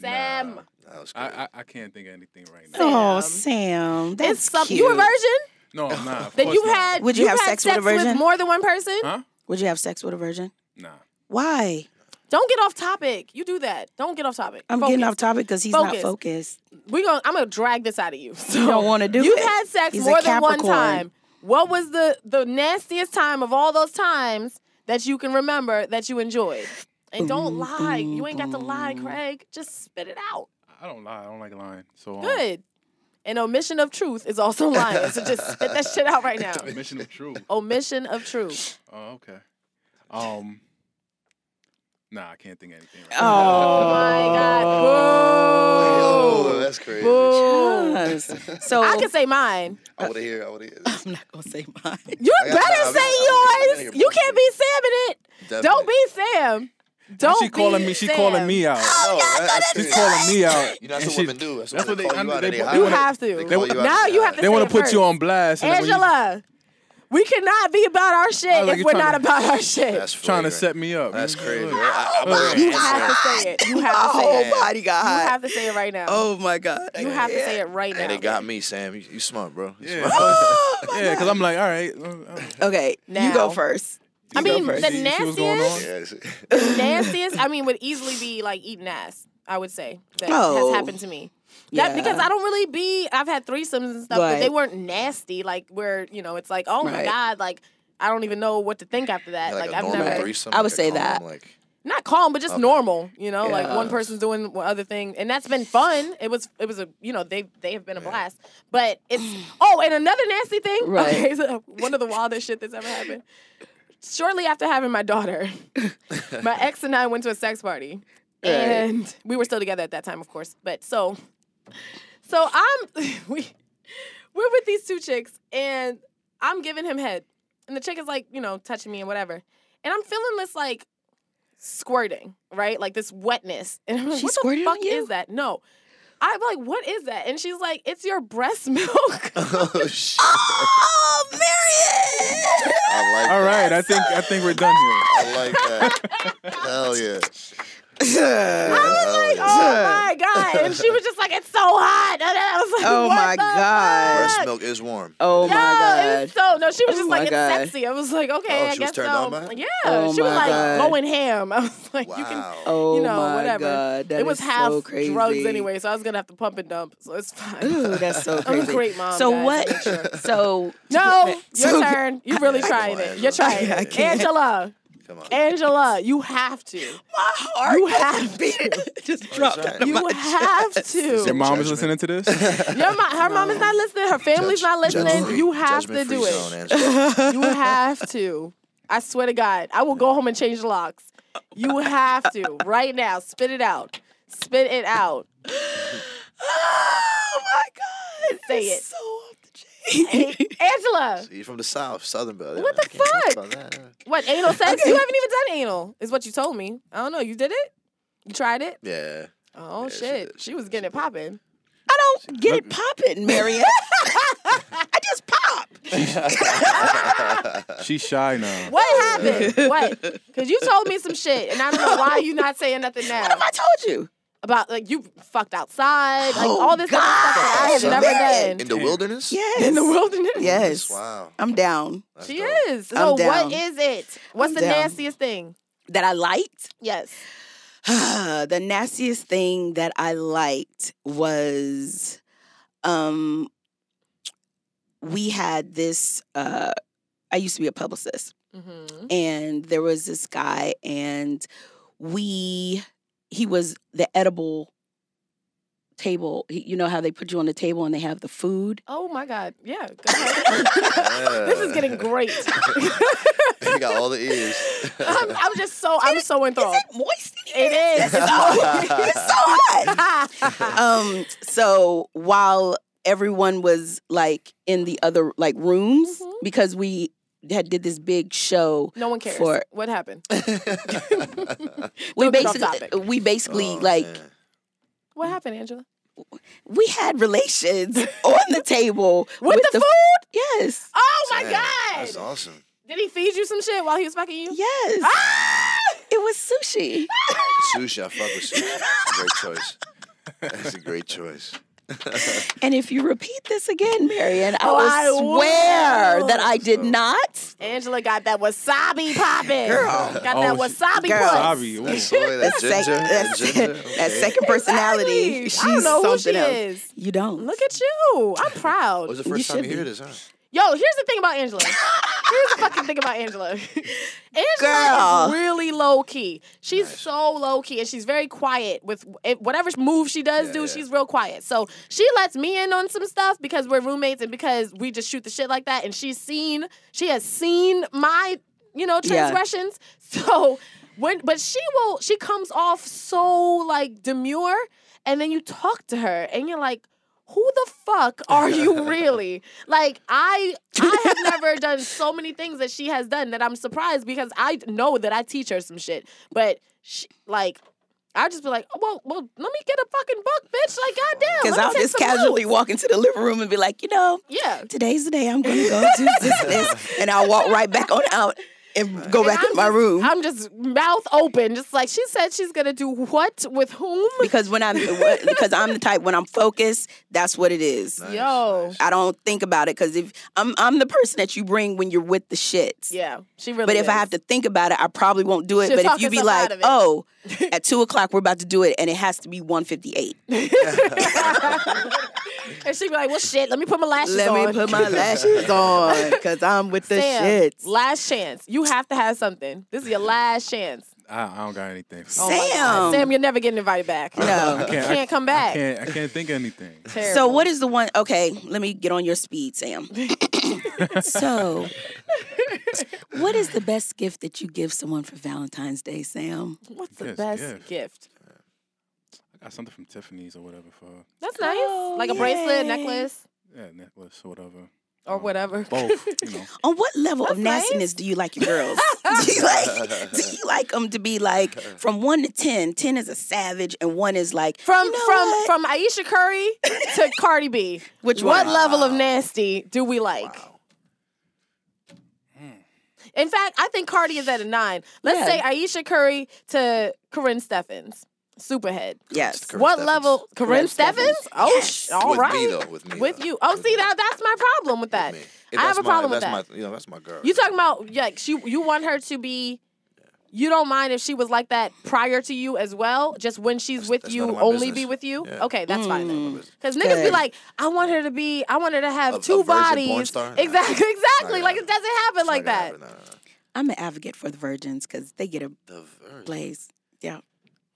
B: Sam.
D: Nah,
C: That was
D: I,
C: good.
D: I I can't think of anything right now.
A: oh,
B: Sam.
A: Sam,
B: It's
A: that's
B: something.
A: cute.
B: You a virgin?
D: No, I'm not. Of
B: That
D: course
B: you
D: not.
B: had?
A: Would you have
B: had
A: sex with a virgin?
B: more than one person?
D: Huh?
A: Would you have sex with a virgin?
D: Nah.
A: Why?
B: Don't get off topic. You do that. Don't get off topic.
A: I'm
B: Focus.
A: getting off topic because he's
B: Focus.
A: not focused.
B: We going I'm gonna drag this out of you. <laughs> So
A: You <laughs> don't want to do
B: You've
A: it.
B: had sex
A: He's a
B: more than one
A: Capricorn.
B: time. What was the the nastiest time of all those times that you can remember that you enjoyed? And don't lie. You ain't got to lie, Craig. Just spit it out.
D: I don't lie. I don't like lying. So um,
B: Good. An omission of truth is also lying. So just spit that shit out right now.
D: Mission
B: <laughs>
D: of truth.
B: Omission of truth.
D: Oh, okay. Um. Nah, I can't think of anything. Right now.
B: Oh
A: Oh,
B: my God.
C: Yo, that's crazy.
B: Boo. Boo.
A: so
B: I can say mine.
C: I want to hear. I want to hear.
A: I'm not gonna say mine. <laughs>
B: You
C: I got
B: better
C: time. I got- I
B: say
C: got
B: yours.
C: your
B: You
C: point.
B: can't be Sam in it. Don't
C: Definitely.
B: be Sam. Don't
D: she calling
B: be
D: me. She
B: Sam.
D: calling me out.
C: No, that- that's
D: She's
C: crazy.
D: calling me out.
C: You know, that's
D: And
C: what
D: she-
C: women do. That's, what they, call you
D: what they- I
C: out.
D: mean,
C: and
D: they-
C: They,
D: they
C: hire
B: You
D: wanna-
B: have to.
C: They call you out
B: now
C: and
B: you
C: they
B: have to.
D: They
B: want
D: want
B: to
D: to put you on blast. and then when you-
B: Angela. We cannot be about our
D: I
B: shit
D: like
B: if
D: you
B: we're
D: tryna-
B: not about our shit.
C: That's
D: trying to
C: flagrant.
D: set me up.
C: That's
D: man.
C: crazy.
D: Look,
C: I- I wasn't
B: you
C: gonna
B: have
C: answer.
B: to say it. You have to say it.
C: it.
A: Oh my
B: You
A: God.
B: have to say it right now.
A: oh my God.
B: you
A: <laughs>
B: have to say it right now.
C: And it got me, Sam. You, you smart, bro. You
D: Yeah,
C: smart.
D: <laughs> so-
B: Oh,
D: yeah, because I'm like, all right. uh, uh,
A: Oh Okay, you
B: Now.
A: go first.
B: I
D: you go
B: mean,
D: first.
B: the
D: You see what's going
B: nastiest-
D: on?
C: Yeah, it's-
B: nastiest, I mean, would easily be like eating ass. I would say that
A: Oh.
B: has happened to me. That,
A: Yeah.
B: Because I don't really be. I've had threesomes and stuff, but
A: Right.
B: they weren't nasty. Like where you know, it's like, oh my
A: Right.
B: god, like I don't even know what to think after that.
C: like,
B: Like,
C: a
B: I've
C: normal
B: never
A: Right.
C: threesome.
A: I
C: like
A: would
C: a
A: say
C: condom,
A: that.
C: Like,
B: not calm, but just
C: Okay.
B: normal. You know, like one
A: Yeah.
B: person's doing one other thing, and that's been fun. It was, it was a, you know, they they have been a
C: Yeah.
B: blast. But it's oh, and another nasty thing.
A: Right.
B: Okay, <laughs> so one of the wildest shit that's ever happened. Shortly after having my
A: <laughs>
B: daughter, my ex and I went to a sex party,
A: Right.
B: and we were still together at that time, of course. But so, so I'm <laughs> we we're with these two chicks, and I'm giving him head, and the chick is like, you know, touching me and whatever, and I'm feeling this like squirting, right? Like this wetness. <laughs> And I'm like,
A: She
B: what the
A: squirted on
B: fuck
A: you?
B: is that? No. I'm like, what is that? And she's like, it's your breast <laughs>
A: <laughs>
B: milk.
C: oh shit!
A: Oh, Marion!
C: I like.
D: All right, I think I think we're done here.
C: I like that. Hell yeah.
B: I was like, oh my God. And she was just like, it's so hot. <laughs> And I was like,
A: Oh
B: what
A: my
B: the
A: God.
B: fuck?
C: Breast milk is warm.
A: <laughs> oh my
B: Yo, it
A: God.
B: was so no, she was
A: Oh
B: just
A: my
B: like, it's
A: God.
B: sexy. I was like, okay,
C: Oh,
B: I
C: she was
B: guess
C: turned
B: so.
C: on by it?
B: Yeah.
A: Oh
B: she was
A: my
B: like
A: God.
B: going ham. <laughs> I was like, you can
C: Wow.
A: Oh
B: you know,
A: my
B: whatever.
A: God. that
B: it was
A: is
B: half
A: so crazy.
B: drugs anyway, so I was gonna have to pump and dump. So it's
A: <laughs>
B: fine.
A: Ooh, that's so
B: <laughs> I'm
A: crazy.
B: a great mom.
A: So
B: guys.
A: what? So
B: No, your
A: So-
B: turn. You really
C: Yeah,
B: tried
C: come on,
B: it. You're
C: Angela.
B: trying
A: I
B: it.
A: can't.
B: Angela,
C: Come on.
B: Angela, you have to.
A: my heart
B: You <laughs> have to.
A: <laughs> just
C: dropped out of
B: You
A: <laughs>
B: have
D: Your
B: to.
C: Judgment.
D: mom is listening to this.
C: <laughs>
B: Your mo- her mom is not listening. Her family's not
C: Judge-
B: listening.
C: judgment-free-
B: you have to
C: judgment-free
B: do it.
C: zone,
B: <laughs>
C: Angela.
B: You have to. I swear to God, I will go home and change the locks. You have to right now. Spit it out. Spit it out.
A: Oh my God.
B: Say
A: It's
B: it.
A: So off the chain.
B: <laughs> Angela,
C: You're from the south, southern belt.
B: What the
C: I can't talk
B: fuck?
C: about that, yeah.
B: what anal sex? You haven't even done anal, is what you told me. I don't know. You did it. You tried it.
C: Yeah.
B: Oh
C: Yeah, she
B: shit,
C: did,
B: she,
C: she
B: was
C: did,
B: getting it popping.
A: I don't get it popping,
B: <laughs>
A: Marion. <laughs> I just pop.
D: She's shy now.
B: What happened? <laughs> what? Because you told me some shit, and I don't know why you not saying nothing now
A: What have I told you?
B: about like you fucked outside, like
A: Oh,
B: all this other stuff that I have
C: God. <laughs>
B: never
C: In
B: done
C: the wilderness?
A: Yes.
B: in the <laughs> wilderness.
A: Yes.
C: Wow.
A: I'm down.
C: That's
B: <laughs> She
C: dope.
B: is.
A: I'm
B: So
A: down.
B: what is it? What's
A: I'm
B: the
A: down.
B: nastiest thing?
A: That I liked.
B: Yes.
A: <sighs> the nastiest thing that I liked was um we had this uh I used to be a publicist
B: Mm-hmm.
A: and there was this guy and we he was the edible table He- you know how they put you on the table and they have the food
B: Oh my God. Yeah. go
A: <laughs>
B: ahead. this is
C: <laughs>
B: getting great.
C: you got all the ears.
B: <laughs> I'm,
C: <laughs>
B: I'm just so I'm so enthralled.
A: is it moist in here?
B: It is.
A: Yes, it's
B: <laughs>
A: <laughs> so, it's so hot um so while everyone was like in the other like rooms
B: Mhm.
A: because we had did this big show
B: <laughs> no one cares.
A: For-
B: What happened?
A: we
B: Don't get off
A: basically
B: topic.
A: we basically
C: Oh,
A: like
C: man.
B: What happened, Angela?
A: we had relations <laughs> on the table
B: With the
A: food yes
B: Oh my
C: Damn,
B: God!
C: That's awesome.
B: Did he feed you some shit while he was fucking you? Ah!
A: yes it was sushi
C: Sushi, I fuck with sushi. Great choice. That's a great choice.
B: <laughs>
A: and if you repeat this again marion i
B: Oh,
A: will
B: I will.
A: swear that i
C: Oh.
A: did not
B: Angela got that wasabi popping. Got that
D: Oh, she-
B: wasabi
A: Girl.
B: puss.
D: Wasabi, ooh.
C: That soy, that
A: Sec-
C: ginger, that
A: that's-
C: ginger.
A: that <laughs>
C: okay.
A: second personality
B: Exactly.
A: she's
B: I don't know who
A: something
B: she
A: else
B: is.
A: you don't
B: Look at you. I'm proud.
C: What was the
A: You
C: first time
A: should
C: you hear
A: be.
C: this, huh?
B: Yo, here's the thing about
A: <laughs>
B: Angela. Here's the fucking thing about Angela. <laughs> Angela
A: Girl.
B: is really low key. She's
C: Nice.
B: so low key, and she's very quiet with it- whatever move she does
C: Yeah,
B: do.
C: yeah.
B: She's real quiet. So she lets me in on some stuff because we're roommates and because we just shoot the shit like that. And she's seen, she has seen my, you know,
A: Yeah.
B: transgressions. <laughs> So when, but she will, she comes off so like demure, and then you talk to her, and you're like who the fuck are
A: <laughs>
B: you really? like I I have never done so many things that she has done that I'm surprised because I know that I teach her some shit, but she, like I just be like, oh, well, well, let me get a fucking book, bitch. Like, goddamn. let
A: Because
B: me
A: I'll
B: take
A: just
B: some
A: casually
B: notes.
A: walk into the living room and be like, you know,
B: Yeah.
A: today's the day I'm going to go do this, this,
B: <laughs>
A: and I'll walk right back on out and go
B: And
A: back
B: I'm
A: in my
B: just-
A: room.
B: I'm just mouth open, just like she said she's gonna do what with whom?
A: because when I'm what- because I'm the type when I'm focused, that's what it is.
C: Nice,
B: Yo.
C: nice.
A: I don't think about it because if I'm I'm the person that you bring when you're with the shits.
B: Yeah, she really.
A: But if I have to <laughs> think about it, I probably won't do it.
B: She'll
A: but
B: talk
A: if you be
B: herself
A: like,
B: out of it.
A: oh,
B: <laughs>
A: at two o'clock we're about to do it, and it has to be one fifty eight.
B: <laughs> and she'd be like, "Well, shit, let me put my lashes
A: Let
B: on."
A: me put
B: <laughs>
A: my lashes on because I'm with the
B: Sam,
A: shits.
B: Last chance. You have to have something. This is your last chance. Oh
D: I, I don't got anything. for
A: Sam.
D: that.
B: Sam, you're never getting invited back.
A: No.
D: I
A: You
D: can't, I-
B: can't come
D: I
B: back.
D: can't, I can't think of anything.
B: Terrible.
A: So what is the one? Okay, let me get on your speed,
B: <laughs>
A: Sam. so, what is the best gift that you give someone for Valentine's Day, Sam?
B: What's the
D: Yes,
B: best
D: gift.
B: gift?
D: I got something from Tiffany's or whatever for her.
B: That's nice.
A: Oh,
B: like a
A: yay.
B: bracelet, necklace,
D: yeah, necklace or whatever.
B: or
D: Um,
B: whatever. <laughs>
A: <laughs>
D: Both, you know.
A: On what level of
B: That's nice.
A: nastiness do you like your
B: <laughs>
A: girls? do you like do you like them to be like from one to ten? Ten is a savage, and one is like
B: From
A: you know
B: from
A: what?
B: from Aisha Curry
A: <laughs>
B: to Cardi B.
A: Which
B: what
A: one?
B: level of nasty do we like?
C: Wow.
B: In fact, I think Cardi is at a nine. Let's
A: Yeah.
B: say Aisha Curry to Corinne Steffens, Superhead.
A: yes.
C: Corinne
B: what
C: Steffens.
B: level? Corinne,
A: Corinne
B: Steffens?
A: Steffens.
B: Oh,
A: Yes.
B: sh- all
C: with
B: right.
C: me though, with me
B: With
C: though.
B: you. Oh, see
C: me.
B: that that's my problem with that.
C: With me. If
B: I have
C: that's
B: a
C: my-
B: problem
C: if
B: with that.
C: that's My, you know, that's my girl.
B: You talking about yeah, like she you want her to be you don't mind if she was like that prior to you as well, just when she's
C: That's-
B: with
C: that's
B: you,
C: none of my
B: only
C: business.
B: be with you.
C: Yeah.
B: Okay, that's fine then.
C: Mm.
B: Cause niggas be
A: Good.
B: like, I want her to be, I want her to have
C: A- a
B: two
C: virgin porn
B: bodies.
C: star? Nah.
B: Exactly, exactly.
C: gonna
B: Like it doesn't happen
C: It's not
B: like
C: gonna
B: that.
C: happen. No, no, no.
A: I'm an advocate for the virgins because they get a
C: uh, The virgin.
A: blaze. Yeah,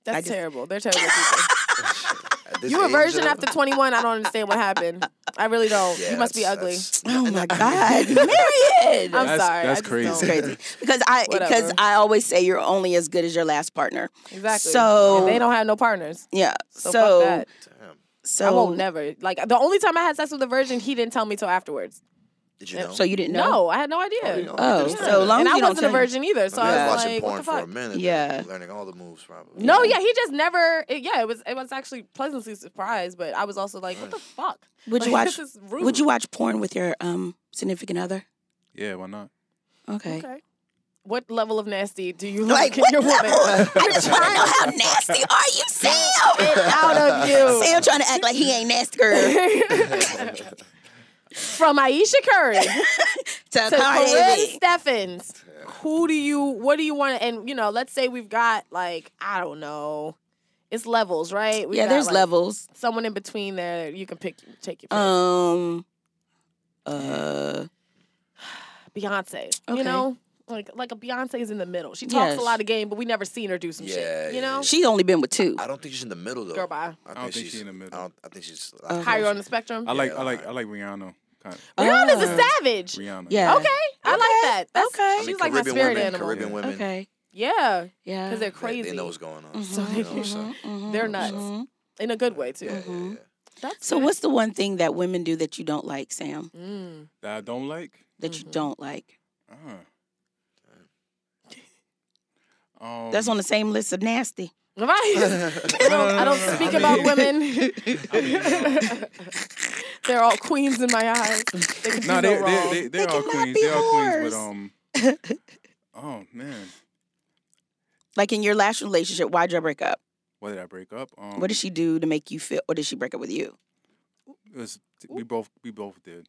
B: That's
A: I just-
B: terrible. They're terrible people.
C: At <laughs> this
B: <laughs> You a
C: age,
B: virgin
C: though, <laughs>
B: after 21. I don't understand what happened. I really don't.
C: yeah,
B: you must be
C: that's-
B: ugly.
C: that's-
A: Oh
C: and
A: my
C: that-
A: God,
B: <laughs>
A: Myriad.
B: I'm
D: That's-
B: sorry.
D: that's
B: I just
D: crazy.
B: don't.
A: It's
B: <laughs>
A: crazy because I because
B: Whatever.
A: I always say you're only as good as your last partner.
B: Exactly.
A: So-
B: And they don't have no partners.
A: Yeah.
B: So,
A: So
B: fuck that.
C: Damn.
A: so
B: I won't never. Like the only time I had sex with a virgin, he didn't tell me till afterwards.
C: Did you know?
A: So you didn't
B: No,
A: know?
B: I had no idea.
C: you know,
A: Oh,
C: Yeah.
A: so long
B: and
A: as
B: I
A: you don't
B: wasn't a
A: tell-
B: virgin either, so
C: I
B: I
A: Yeah.
B: was
C: watching
B: like, what
C: porn
B: the
C: for a
B: fuck?
C: minute.
A: Yeah.
C: Learning all the moves probably.
B: No, yeah, he just never. It, yeah, it was. It was actually pleasantly surprised, but I was also like, what the fuck?
A: Would you
B: Like, <laughs>
A: watch?
B: This is rude.
A: Would you watch porn with your um significant other?
D: Yeah, why not?
A: Okay.
B: Okay. What level of nasty do you
A: <laughs> Like
B: like in
A: what
B: your woman? Uh,
A: level? You're trying to
B: <laughs>
A: how nasty are you, Sam?
B: Get out of
A: <laughs>
B: you.
A: Sam trying to act like he ain't nasty girl.
B: <laughs> From Aisha
C: <laughs>
B: Curry
A: <laughs> To
B: to Corinne
A: Cardi B.
B: Steffens, who do you? What do you want? And you know, let's say we've got like I don't know, it's levels, right? We've
A: Yeah,
B: got,
A: there's
B: like,
A: levels.
B: Someone in between there, you can pick, take your pick.
A: Um. Uh.
B: Beyonce,
A: Okay.
B: you know. Like, like a Beyonce is in the middle. She talks
A: Yes.
B: a lot of game, but we never seen her do some
C: Yeah,
B: shit. You
C: yeah,
B: know,
C: yeah.
A: She's only been with two.
C: I don't think she's in the middle though.
B: girl, bye.
C: I
D: don't think
C: she's
D: she in the middle.
C: I, don't, I think she's
A: Uh-huh.
B: Higher on the spectrum.
D: I like, I
C: Yeah,
D: like,
C: alright.
D: I like Rihanna. Kind of,
B: Rihanna's a
A: Oh,
B: savage.
D: Rihanna.
A: Yeah.
B: Okay, I like that. That's,
A: Okay. I
B: she's
A: mean,
B: like my
C: Caribbean
B: spirit
C: women,
B: animal.
C: Caribbean women,
A: Okay.
B: Yeah,
A: Yeah.
B: because
C: they-
B: they're crazy Mm-hmm.
C: They, know what's going on.
B: <laughs>
A: Mhm,
C: You know what I'm saying?
A: mhm,
B: They're
A: mhm,
B: nuts.
A: mhm.
B: in a good way too.
C: Yeah, yeah, yeah.
B: That's
A: Mm. So
B: good.
A: what's the one thing that women do that you don't like, Sam?
B: Mm. <laughs>
D: That I don't like.
A: That you don't like?
D: Uh. Um,
A: That's on the same list of nasty. <laughs>
B: Right. I don't, I don't speak
D: I
B: about
D: mean-
B: women. They're all queens in my eyes. They can do
D: No,
B: no
D: they,
B: wrong.
D: they, they,
A: They
D: they are
A: cannot
D: queens.
A: be
D: They are queens, but
A: whores.
D: um.
A: <laughs>
D: oh man,
A: Like in your last relationship, why'd you break up?
D: what did I break up? Um,
A: What did she do to make you feel? Or did she break up with you?
D: It was, we both, we both did.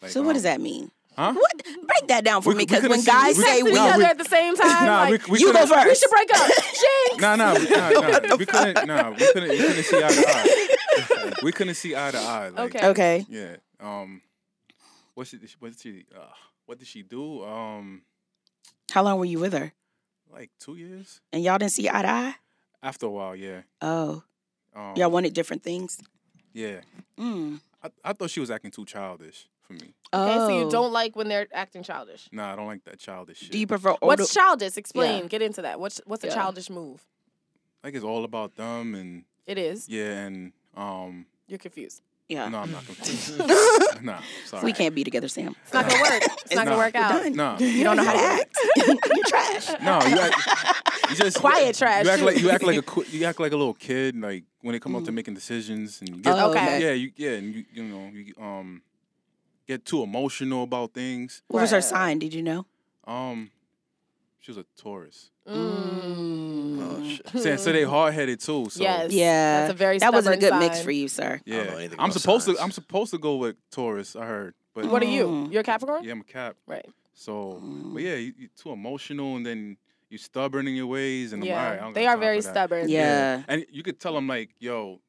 D: Like,
A: So what
D: um,
A: does that mean?
D: Huh?
A: What? Break that down for
D: We
A: me,
D: could- we
A: because when
D: could've
A: guys
D: seen-
A: say
B: Texting
A: we,
B: each
D: No,
B: other
D: we-
B: at the same time.
D: Nah,
B: like,
D: we, we
A: you go
D: couldn't-
A: first.
B: we should break up. Jinx.
D: Nah, nah, we-
A: <laughs>
D: nah, nah. We couldn't, nah, we couldn't, we couldn't see eye to eye. we couldn't see eye to eye. Like,
B: Okay.
A: Okay.
D: Yeah. Um. What she? What she? Uh, what did she do? Um.
A: How long were you with her?
D: Like two years.
A: And y'all didn't see eye to eye?
D: After a while, yeah.
A: Oh,
D: Um,
A: y'all wanted different things.
D: Yeah.
A: Mm.
D: I, I thought she was acting too childish for me.
A: Oh.
B: Okay, so you don't like when they're acting childish.
D: Nah, I don't like that childish shit.
A: Do you prefer older?
B: What's childish? Explain. Get into that. What's what's a
A: Yeah.
B: childish move?
D: like it's all about them and
B: It is.
D: yeah and um
B: You're confused.
A: Yeah.
D: No, I'm not confused.
A: <laughs>
D: <laughs> nah, sorry.
A: We can't be together, Sam.
B: It's not gonna work. It's not gonna
D: not.
B: work out.
A: Done.
D: No.
A: You don't know
D: <laughs>
A: how to act. <laughs> You're trash.
D: No, you act, you just
B: Quiet trash.
D: You act like you act like a qu- you act like a little kid. Like when it comes
B: Mm-hmm.
D: up to making decisions and you get
A: Oh,
B: okay.
D: yeah, you yeah, and you you know you um get too emotional about things.
A: What was her
B: Right.
A: sign? Did you know?
D: Um, she was a Taurus.
B: Mm.
C: <laughs>
B: <laughs>
C: Oh shit.
D: So, so they hard headed too. So
B: Hmm. Yes.
A: Yeah.
B: That's a very
A: That wasn't a good
B: stubborn
A: mix
B: sign.
A: for you, sir.
C: I don't know
D: yeah,
C: anything
D: I'm
C: about
D: supposed
C: signs.
D: to I'm supposed to go with Taurus. I heard, but
B: What are you?
A: Mm.
B: You're a Capricorn?
D: yeah, I'm a Cap.
B: Right.
D: So,
A: Mm.
D: but yeah, you, you're too emotional, and then you stubborn in your ways, and I'm, all right, I
B: Yeah.
D: don't
B: They
D: got
B: are
D: time
B: very
D: for that.
B: stubborn.
A: Yeah.
D: and you could tell them like, yo,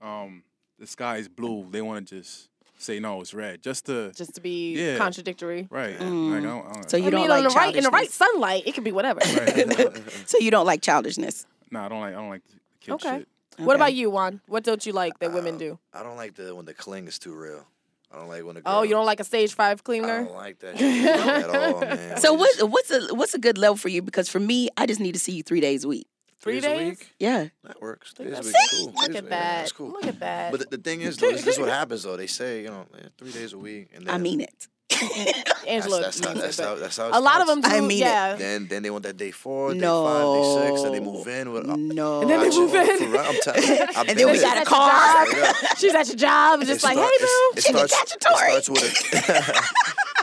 D: um, the sky is blue. They want to just say no, it's red, just to
B: Just to be
D: Yeah.
B: contradictory.
D: right.
A: Mm.
D: Like, I don't, I don't,
A: So you
B: I
A: don't
B: mean,
A: like
B: on the right in the right
A: childishness.
B: sunlight, it could be whatever.
D: Right.
A: So you don't like childishness.
D: nah, I don't like, I don't like the kid
A: <laughs>
B: Okay.
D: shit.
B: <laughs> What about you, Juan? What don't you like that women
C: Um,
B: do?
C: I don't like the when the cling is too real. I don't like when the
B: Oh, you
C: girl-
B: don't like a stage five
C: I
B: cleaner?
C: don't like that
B: <laughs>
C: shit at all, man.
A: So
C: When you
A: what, what's a what's a good level for you? Because for me, I just need to see you three days a week.
C: just-
B: Three
C: a
B: days?
C: week?
A: Yeah.
C: That works. Three days a
B: That's-
C: week.
B: See?
C: Cool.
B: Look
C: Three days a
B: at
C: week,
B: that.
C: That's cool.
B: Look at that.
C: But the, the thing is, though, this, this is what happens, though. They say, you know, eh, three days a week, and then
A: I mean it.
C: that's,
B: Angela.
C: that's, how,
B: means it,
C: that's,
B: but-
C: how, that's how it
B: a lot of them
C: starts.
B: do.
A: I mean it.
B: yeah.
C: Then, then they want that day four, day five, day six, then they
A: No.
C: move in with.
A: <laughs>
C: uh,
A: no.
B: And then they
C: Gotcha.
B: move in.
C: For real, I'm tell-
B: <laughs>
C: I've
A: And
C: been
A: then we
C: there.
A: got a
B: That's
A: car.
B: job.
C: Yeah.
B: She's at your job, and just like,
C: start-
B: hey, boo.
C: it's-
A: Chicken
C: It starts, it
A: cacciatore.
C: starts with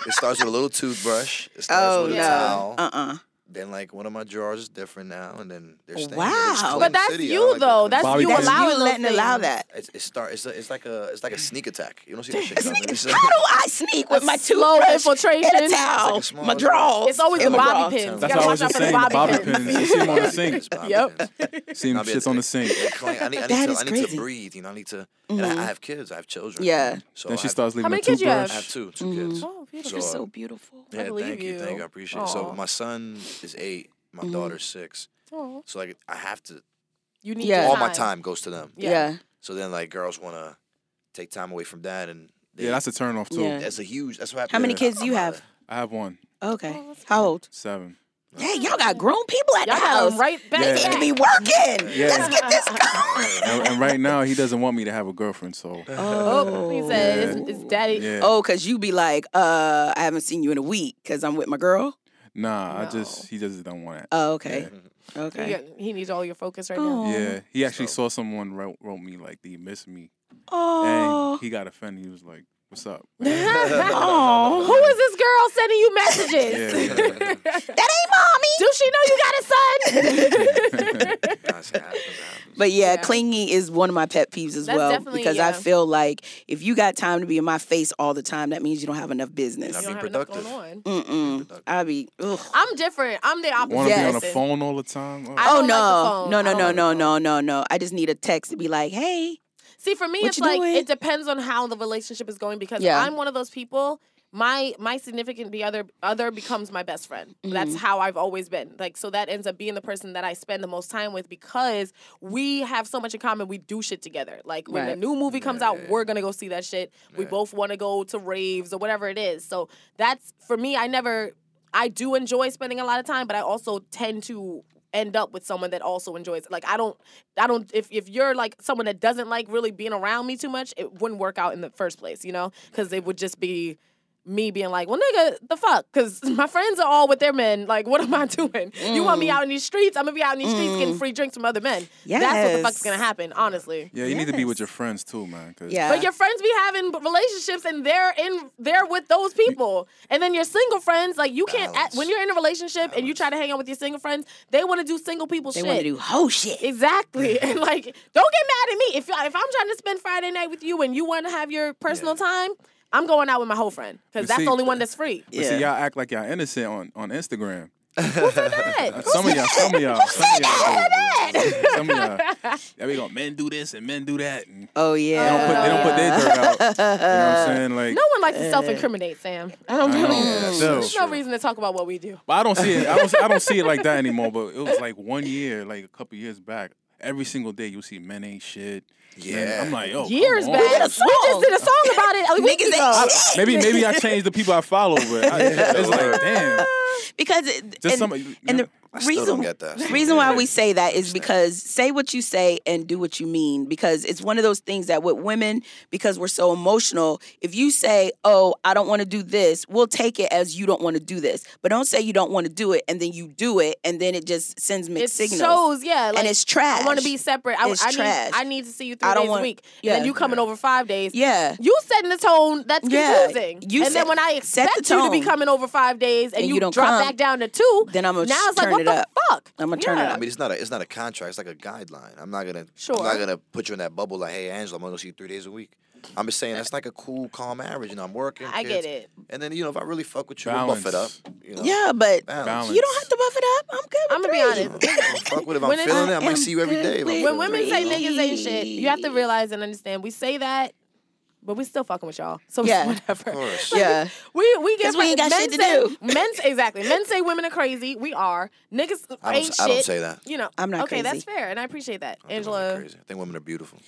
C: a. <laughs> it starts with a little toothbrush. It starts
A: Oh
C: with a
B: yeah.
C: towel.
A: no. Uh uh
C: Then like one of my drawers is different now, and then they're staying.
A: Wow.
B: But that's you, though. That's
D: Bobby
B: you
D: Brown.
B: allowing
A: you
B: those
A: letting allow
B: things.
A: that.
C: It's, it start. It's, a, it's like a. It's like a sneak attack. You don't see that shit coming.
A: Sneak-
C: It's a-
A: How do
C: <laughs>
A: I sneak with my
B: slow
A: toothbrush
B: infiltration.
A: and a towel,
C: It's like a
A: my
C: small-
A: drawers?
B: It's always the
A: and my
B: bobby
A: bras?
B: pins.
D: That's
B: you gotta
D: what I
B: watch
D: was
B: out
D: just
B: for the
D: saying. The
B: bobby,
D: bobby
B: pins.
D: pins. You see them
B: <laughs>
D: on the
C: Bobby
D: sink.
C: pins, Bobby
B: Yep.
C: pins.
D: See them
C: I'll be
D: shits
C: at
D: on the sink.
C: I clean- I need, I need,
A: That
C: to,
A: is
C: I need
A: crazy.
C: to breathe. You know, I need to. And
A: Mm-hmm.
B: Mm-hmm.
C: I, I have kids. I have children.
A: Yeah.
C: So
D: Then
C: I
D: she
C: have,
D: starts leaving
B: many
D: a
B: kids you have?
D: toothbrush.
C: I have two, 2
A: Mhm.
C: kids.
B: Oh, beautiful.
A: You're
C: So,
A: so beautiful.
C: yeah,
B: believe
C: thank you. thank you.
B: you.
C: I appreciate it. So
B: Aw.
C: my son is eight. My
A: Mhm.
C: daughter's six.
B: Oh,
C: So like, I have to.
B: you need
A: Yeah.
B: your
C: All my time goes to them.
B: Yeah.
A: Yeah.
C: So then like girls want to take time away from dad, and they,
D: Yeah, that's a turn off too.
A: Yeah.
C: that's a huge. That's what happened.
A: How many
C: to-
A: kids do you
C: I'm <laughs>
A: have?
D: I have one,
A: Okay.
B: Oh, that's
A: How old?
D: seven.
A: Hey, y'all got grown people at
B: Y'all
A: the
B: got
A: house.
B: 'em right back.
D: Yeah.
A: They need to
B: back.
A: be working.
D: Yeah.
A: Let's get this
B: <laughs>
A: going.
D: And, and right now he doesn't want me to have a
A: <laughs>
D: girlfriend, so
B: Oh, he said it's, it's daddy.
D: yeah.
A: Oh, cause you be like, uh, I haven't seen you in a week because I'm with my girl.
D: Nah, I
B: No.
D: just he just don't want it.
A: Oh,
C: <laughs>
A: okay, <laughs>
B: He,
A: okay.
B: got- he needs all your focus right
A: Oh.
B: now.
D: Yeah, he actually
C: So-
D: saw someone wrote, wrote me like they miss me,
A: Oh,
D: and he got offended. He was like, "What's up?" <laughs>
A: oh,
B: <laughs> Who is this girl sending you messages?
D: Yeah.
A: that ain't mommy.
B: <laughs> Do she know you
D: <laughs>
B: got a son?
C: That's what happens, that happens.
A: But yeah,
B: Yeah.
A: clingy is one of my pet peeves as
B: That's
A: well
B: definitely-
A: because I
B: yeah.
A: feel like if you got time to be in my face all the time, that means you don't have enough business.
C: I'll
B: You
C: be
B: don't have enough
C: productive.
B: going on.
A: Mm-mm. I be. Ugh.
B: I'm different. I'm the opposite.
D: Want to be on the
B: person.
D: phone all the time? Oh,
B: I-
A: Oh
B: don't like the
A: no,
B: phone.
A: no,
B: I
A: no,
B: don't
A: no,
B: like
A: no,
B: the
A: no, no, no! I just need a text to be like, hey,
B: See, for me,
A: What
B: it's
A: you
B: like
A: doing?
B: it depends on how the relationship is going because
A: Yeah.
B: I'm one of those people. My my significant be other other becomes my best friend. That's
A: Mhm.
B: how I've always been. Like so that ends up being the person that I spend the most time with because we have so much in common. We do shit together. Like when the
A: Right.
B: new movie comes
C: Yeah,
B: out,
C: yeah, yeah.
B: we're gonna go see that shit. We
C: Yeah.
B: both want to go to raves or whatever it is. So that's for me. I never. I do enjoy spending a lot of time, but I also tend to end up with someone that also enjoys it. Like I don't I don't if if you're like someone that doesn't like really being around me too much, it wouldn't work out in the first place, you know? Cuz it would just be me being like, "Well, nigga, the fuck?" Cuz <laughs> my friends are all with their men. Like, what am I <laughs> doing? You want
A: Mm.
B: me out in these streets? I'm going to be out in these streets getting free drinks from other men. That's what the fuck's
A: Yes.
B: going to happen, honestly.
D: yeah, you need to be with
A: Yes.
D: your friends too, man. 'cause-
A: yeah.
B: But your friends be having b- relationships and they're in they're with those people. And then your single friends, like you can't
C: Balance.
B: act, when you're in a relationship and you try to hang out with your single friends, they want to do single people
A: they
B: shit.
A: want to do whole shit.
B: Exactly. and like, don't get mad at me. If if I'm trying to spend Friday night with you and you want to have your personal time, I'm going out with my whole friend because
D: But
B: that's
D: see-
B: the only one that's free.
D: But see,
A: uh, Yeah.
D: y'all act like y'all innocent on, on Instagram.
A: <laughs>
B: That.
D: Some of y'all, some of y'all, some of y'all, do. some
A: <laughs>
D: of y'all. Yeah, we go, men do this and men do that. And
A: Oh
D: they don't
A: yeah.
D: put,
B: Uh,
D: they don't put their dirt out. You know what I'm saying? Like,
B: No one likes to self-incriminate, Sam. I don't
D: I
B: know.
D: know,
C: Mm.
D: still.
B: There's no reason to talk about what we do.
D: But I don't see it. I don't. I don't see it like that anymore. But it was like one year, like a couple years back. Every single day you see men ain't shit. Men-
C: Yeah.
D: I'm like,
A: Oh,
D: yo, come
B: Years
D: on.
B: back, we just
A: song.
B: did a song about it. a week
A: Niggas
B: ago.
A: ain't shit.
D: Maybe maybe I changed the people I follow, but I, it's like, damn,
A: <laughs> because it,
D: just
A: and,
D: somebody.
A: and the,
C: I still
A: Reason-
C: don't get that.
A: The
C: Still
A: reason
C: don't
A: why
C: get
A: we
C: it.
A: say that is
C: Understand.
A: because say what you say and do what you mean because it's one of those things that with women because we're so emotional if you say oh i don't want to do this we'll take it as you don't want to do this but don't say you don't want to do it and then you do it and then it just sends
B: It
A: mixed signals
B: shows, yeah. Like,
A: and it's trash
B: I want to be separate. I,
A: It's
B: I need,
A: trash.
B: I need to see you three
A: I don't
B: days
A: want-
B: a week. And
A: yeah.
B: then you coming over five days.
A: yeah
B: You setting the tone that's
A: Yeah.
B: confusing.
A: You
B: and
A: set-
B: then when I
A: set the
B: expect you to be
A: tone.
B: coming over five days and,
A: And
B: you,
A: you don't
B: drop
A: come,
B: back down to two,
A: then i'm gonna
B: now it's like,
A: turn
B: what
A: it
B: the
A: up
B: fuck?
A: i'm gonna turn
B: Yeah.
A: it
C: I
A: up
C: mean, it's not a it's not a contract. It's like a guideline. I'm not gonna
B: Sure.
C: I'm not gonna put you in that bubble. Like, hey, Angela, I'm gonna go see you three days a week. I'm just saying that's like a cool, calm average. You know, I'm working.
B: I
C: kids.
B: get it.
C: And then you know, if I really fuck with you, we'll buff it up.
D: Balance.
C: You know,
A: yeah but
C: Balance.
A: you don't have to buff it up i'm good
B: I'm
A: with
B: gonna be
A: three.
B: honest.
C: fuck with if
B: When
C: I'm
B: it's-
C: feeling it. I
A: I
C: might
A: am
C: see you every
A: good
C: day. if I'm
A: with-
B: when
C: feeling
B: women
C: it,
B: say
C: you know?
B: niggas ain't shit, you have to
A: Please.
B: realize and understand. We say that, but we still fucking with y'all. So
A: Yeah.
B: yeah.
C: Of
B: <laughs> whatever.
C: course.
A: yeah
B: We we get
A: 'Cause we ain't got
B: men
A: shit to
B: say,
A: do.
B: Men exactly. Men say women are crazy. We are. Niggas
C: I don't,
B: ain't shit.
C: I don't say that.
B: You know.
A: I'm not
B: okay, that's
A: crazy.
B: fair, and I appreciate that,
C: I think women are
B: Angela.
C: crazy. I think women are beautiful.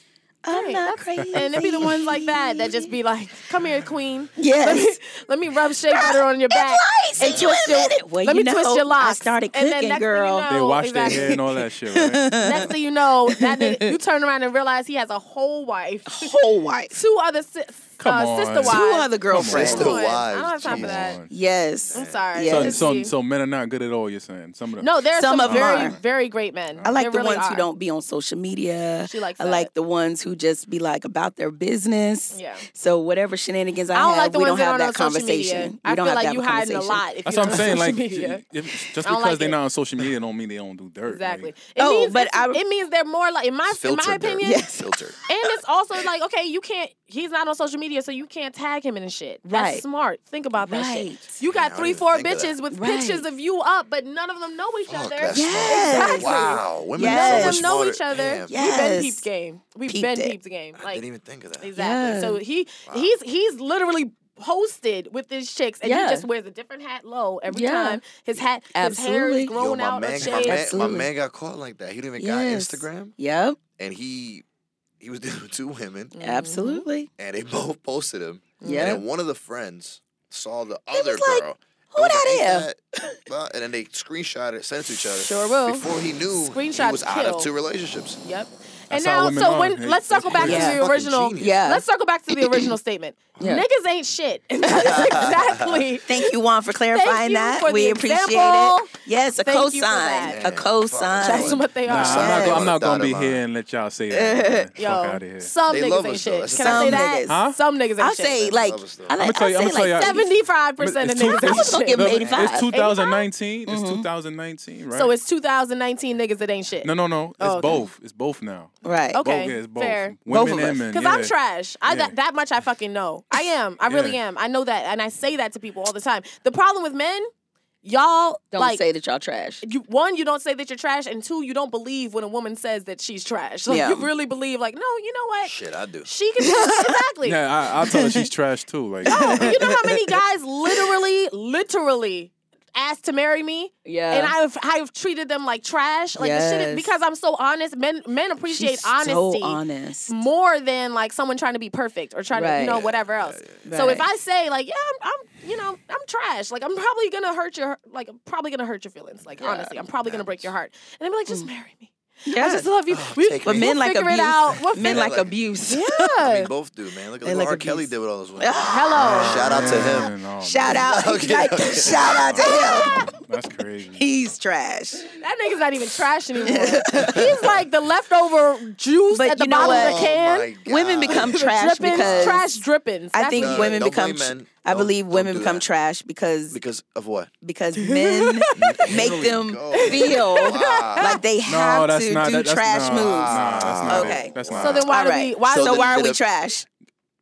A: i'm
B: Right,
A: not
B: that's-
A: crazy
B: And it be the ones like that that just be like, "Come here, queen. Let me,
A: yes
B: let me rub shea butter on your back."
A: It's lights
B: and twist your-
A: well,
B: let
A: you
B: me
A: know,
B: twist your locks.
A: I started
B: And
A: cooking,
B: then next thing you
A: girl.
B: know-
D: They
B: Oh,
D: wash
B: exactly.
D: their hair and all that shit. Right?
B: Next thing you know, that
A: <laughs>
B: nigga, you turn around and realize he has a whole wife,
A: Whole wife.
B: two other sis,
D: Come
B: uh,
D: on.
B: sister
D: Two
B: wives,
A: Oh. Two other girlfriends.
C: Sister
B: Come on.
C: wives,
B: I don't have time <laughs>
C: jeez.
B: for that.
D: Come
A: Yes.
B: I'm sorry.
A: Yeah.
D: on. So,
B: It's
D: so,
B: just-
D: so men are not good at all. You're saying some of them.
B: no, there are
A: Some
B: some,
A: of 'em
B: very,
A: are.
B: very great men.
A: I like
B: There
A: the
B: really
A: ones who
B: are.
A: don't be on social media.
B: She likes
A: I
B: that.
A: like the ones who just be like about their business.
B: Yeah.
A: So whatever shenanigans I,
B: I don't
A: have,
B: like the
A: we
B: ones
A: don't
B: that
A: have
B: aren't
A: that
B: on social media.
A: conversation. We
B: I
A: don't
B: feel
A: have
B: like
A: that
B: you hiding a lot. If
D: That's
B: you're
D: what I'm
B: on <laughs>
D: saying.
B: social
D: Like, <laughs>
B: media.
D: if, just
B: I don't
D: because
B: like
D: they're
B: it.
D: not on social media, don't mean they don't do dirt.
B: Exactly.
D: Like,
B: It
A: Oh,
B: means
A: but
B: it's-
A: I-
B: it means they're more like in my in
C: Filtered
B: my
C: dirt.
B: opinion.
A: Yeah.
C: Filtered.
B: And it's also like, okay, you can't. He's not on social media, so you can't tag him and shit.
A: Right.
B: That's smart. Think about that shit.
A: Right.
B: You
C: Yeah, I
B: got
C: didn't
B: three,
C: even
B: four
C: think of that.
B: bitches with
A: Right.
B: pictures of you up, but none of them know each
C: Fuck,
B: other.
C: that's
A: Yes.
C: smart. Wow, women
A: Yes.
C: are
B: None
C: so much
B: of them know
C: smarter.
B: each other.
C: Damn,
A: Yeah.
B: We've been
A: Yes.
B: peeped game. We've
A: Peeped
B: been
A: it.
B: peeped game.
C: I
B: Like
C: didn't even think of that.
B: exactly.
A: Yeah.
B: So he
C: Wow.
B: he's he's literally posted with his chicks, and
A: Yeah.
B: he just wears a different hat low every
A: Yeah.
B: time. His hat, his hair
A: Absolutely.
B: is
C: Yo,
B: grown
C: my
B: out
C: man,
B: of
C: my, man,
B: shades.
C: my
A: Absolutely.
C: man got caught like that. He didn't even
A: Yes.
C: got Instagram,
A: Yep.
C: and he he was <laughs> dealing with two women,
B: Mhm.
A: Absolutely.
C: and they <laughs> both posted him. And
A: Yep.
C: then one of the friends saw the other
A: was like,
C: girl.
A: Who
C: and was
A: that
C: like,
A: is?
C: "Ain't that-" <laughs> Blah, And then they screenshot it, sent it to each other.
B: Sure will.
C: Before he knew, he
B: Screenshots
C: was out
B: kill.
C: of two relationships.
B: Mm-hmm. Yep.
D: That's
B: And
D: how
B: now,
D: women
B: so
D: are.
B: when
D: They-
B: let's
D: they're
B: circle back
C: That's
A: Yeah.
B: to the
C: fucking
B: original.
C: genius.
A: Yeah.
B: Let's circle back
A: <clears throat>
B: to the original statement.
A: Yeah.
B: Niggas ain't shit. <laughs> That's exactly.
A: Thank you, Juan, for clarifying
B: you
A: that.
B: for the
A: we appreciate
B: example.
A: it. Yes, a
B: Thank
A: cosign.
B: you for that.
A: A
C: Man,
B: That's
A: cosign.
C: fuck.
B: what they
D: nah,
B: are.
D: I'm not,
C: Yes.
D: go- I'm not gonna
C: Dotted
D: be
C: line.
D: here and let y'all
B: <laughs>
D: say that. man.
B: Yo,
D: Fuck out of here.
B: some
C: They
B: niggas
C: love
B: ain't
C: us, though.
B: shit.
C: That's
B: Can I say
A: some
B: that?
A: niggas.
D: Huh?
B: Some niggas ain't
A: I'll
B: shit.
A: say
C: They
A: like
C: love us, though.
A: I
C: I'ma
A: like
D: tell
A: I'll
D: you- I'ma
A: say
D: tell you-
A: like 70
B: Seventy-five percent of
D: It's
B: niggas.
D: two-
B: ain't
A: I was gonna
B: shit.
A: give him
D: Look,
A: 85.
D: It's 2019. It's 2019, right?
B: Mm-hmm. So it's 2019 niggas that ain't shit.
D: no, no, no. It's
B: Oh, okay.
D: both. It's both now.
A: Right.
B: Okay.
D: Both, yeah, it's both.
B: fair.
D: Women
A: Both of us.
D: and men.
B: Because I'm
D: yeah.
B: trash. I
D: Yeah.
B: that, that much I fucking know. I am. I really
D: Yeah.
B: am. I know that, and I say that to people all the time. The problem with men, y'all
A: Don't
B: like
A: say that y'all trash.
B: you one you don't say that you're trash and two you don't believe when a woman says that she's trash <laughs> like
A: Yeah.
B: you really believe like no you know what
C: Shit, I do.
B: she can exactly
D: <laughs> Yeah, I, I'll tell her
B: <laughs>
D: she's trash too. Like, <laughs>
B: you know how many guys literally literally asked to marry me
A: Yeah.
B: and I've I've treated them like trash like the shit
A: Yes.
B: is, because I'm so honest men men appreciate
A: She's
B: honesty
A: So honest.
B: more than like someone trying to be perfect or trying to
A: Right.
B: you know whatever else. So if I say like yeah I'm, I'm you know I'm trash like I'm probably gonna hurt your like I'm probably gonna hurt your feelings like
A: Yeah. Mm.
B: honestly I'm probably gonna break your heart and I'm like just marry me I
A: Yes.
B: just love you
C: Oh,
B: we,
C: take
A: But
C: me.
B: we'll
A: men like
B: figure
A: abuse.
B: it out we'll
A: Men
B: figure-
A: like
C: like-
A: abuse. <laughs>
B: yeah.
C: I mean, both do, man. Look at
A: They
C: what
A: like
C: R.
A: abuse.
C: Kelly did with all those women.
B: hello
C: Shout out to him.
D: Man, oh,
A: Shout
D: man.
A: out.
C: Okay,
A: like,
C: okay.
A: Shout out to him.
D: That's crazy.
A: He's trash.
B: that nigga's not even trash
A: <laughs>
B: anymore he's like the leftover juice
A: But
B: at the
A: you know
B: bottom
A: what?
B: of
C: Oh
B: the can
C: my God. <laughs>
A: Women become
B: The
A: trash
B: drippings,
A: because
B: trash drippings
A: I
B: That's
A: think
C: No,
B: what it is.
A: women
C: don't
A: become.
C: blame men.
A: I
C: Don't-
A: believe
C: don't
A: women
C: do
A: become
C: that.
A: trash because
C: Because of what?
A: because men
C: Here
A: make
C: we
A: them
C: go.
A: feel
C: Wow.
A: <laughs> like they
D: No,
A: have
D: that's
A: to
D: not
A: do
D: that, that's
A: trash
D: no,
A: moves.
D: Nah, that's not it.
A: Okay.
D: That's
C: So
D: not
B: so
D: it.
B: then why
A: All
B: do
A: right.
B: we why
A: so
B: do we-
A: why are we
C: the-
A: trash?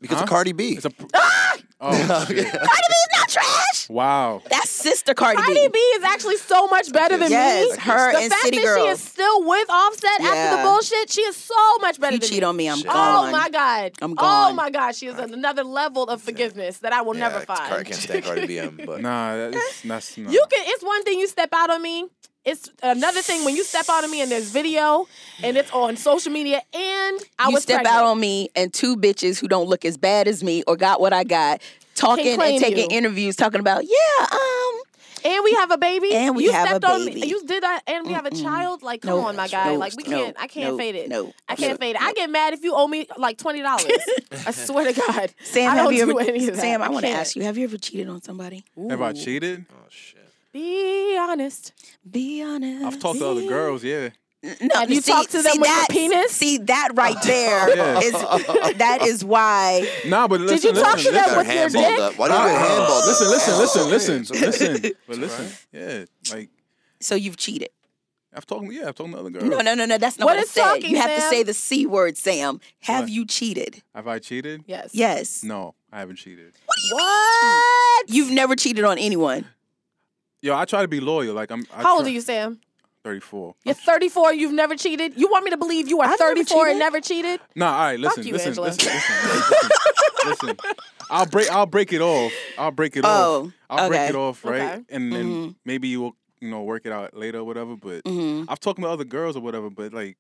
C: Because
D: Huh?
C: of Cardi B.
D: It's
B: <laughs>
D: a. Pr-
B: Ah!
D: oh, shit.
A: Cardi B's not trash.
D: Wow.
A: That's sister Cardi,
B: Cardi B is actually so much better than
A: Yes,
B: me.
A: her
B: the
A: and
B: fact
A: City
B: that she
A: Girls.
B: is still with Offset after
A: Yeah.
B: the bullshit, she is so much better
A: You
B: than
A: cheat
B: me.
A: on me, I'm
C: Shit.
A: gone.
B: Oh my god!
A: I'm
B: Oh
A: gone.
B: my god! She is at another level of forgiveness that I will
C: Yeah,
B: never
C: it's Car- I
B: find. <laughs>
C: can't stand Cardi B. um, But
D: Nah, that's that's not.
B: You can. It's one thing you step out on me. It's another thing when you step out on me and there's video and it's on social media and I
A: you
B: was
A: step
B: pregnant.
A: out on me and two bitches who don't look as bad as me or got what I got talking
B: claim
A: and taking
B: you.
A: interviews talking about yeah um
B: And we have a baby.
A: And we
B: you
A: have a
B: stepped on me.
A: baby.
B: You did that, and we have a
A: Mm-mm.
B: child. Like, come
A: No,
B: on, my
C: that's
B: guy.
C: right.
B: like, we
C: No,
B: can't. I can't
A: no,
B: fade it.
A: No,
B: I can't fade it. I
A: no.
B: get mad if you owe me like twenty
A: <laughs>
B: dollars. I swear to God.
A: Sam,
B: I
A: have
B: don't
A: you
B: do
A: ever,
B: any of that.
A: Sam, I
B: I
A: want to
B: can't.
A: ask you: Have you ever cheated on somebody?
D: Have I
B: Ooh.
D: cheated?
C: Oh shit.
B: Be honest.
A: Be honest.
D: I've talked to other girls, yeah.
A: No,
B: Have you talked to them with your
A: that,
B: penis?
A: See that right there
D: <laughs> Yeah.
A: is that is why
D: Nah, but
B: you
D: listen, listen,
B: talk to
D: listen, Uh-uh.
B: them
C: got
B: with your
C: handballed
B: dick?
C: up. Why do you get handballed? up?
D: Listen, listen,
C: Handballed.
D: listen,
C: Okay,
D: listen,
C: it's okay.
D: listen. But listen,
C: alright.
D: yeah, like
A: So you've cheated.
D: I've talked, yeah, I've talked to other girls.
A: No, no, no, no. That's not
B: Mm. What
A: what,
B: is
A: it said.
B: talking,
A: you have to
B: Sam?
A: say the c word, Sam. Have
D: What?
A: you cheated?
D: Have I cheated?
B: Yes.
A: Yes.
D: No, I haven't cheated.
B: What?
A: You've never cheated on anyone.
D: Yo, I try to be loyal. Like I'm. I
B: How old
D: try-
B: are you, Sam?
D: Thirty-four.
B: You're 34. You've never cheated. You want me to believe you are
A: I've never
B: 34 and
A: cheated.
B: never cheated?
D: Nah, all right, listen,
B: you,
D: listen,
B: Angela.
D: listen, listen, listen, listen. I'll break, I'll break it off. I'll break it off.
A: Oh,
D: I'll break
A: okay.
D: it off, right?
B: Okay.
D: And then
A: Mhm.
D: maybe you will, you know, work it out later or whatever. But
A: hmm
D: I've talked to other girls or whatever. But like,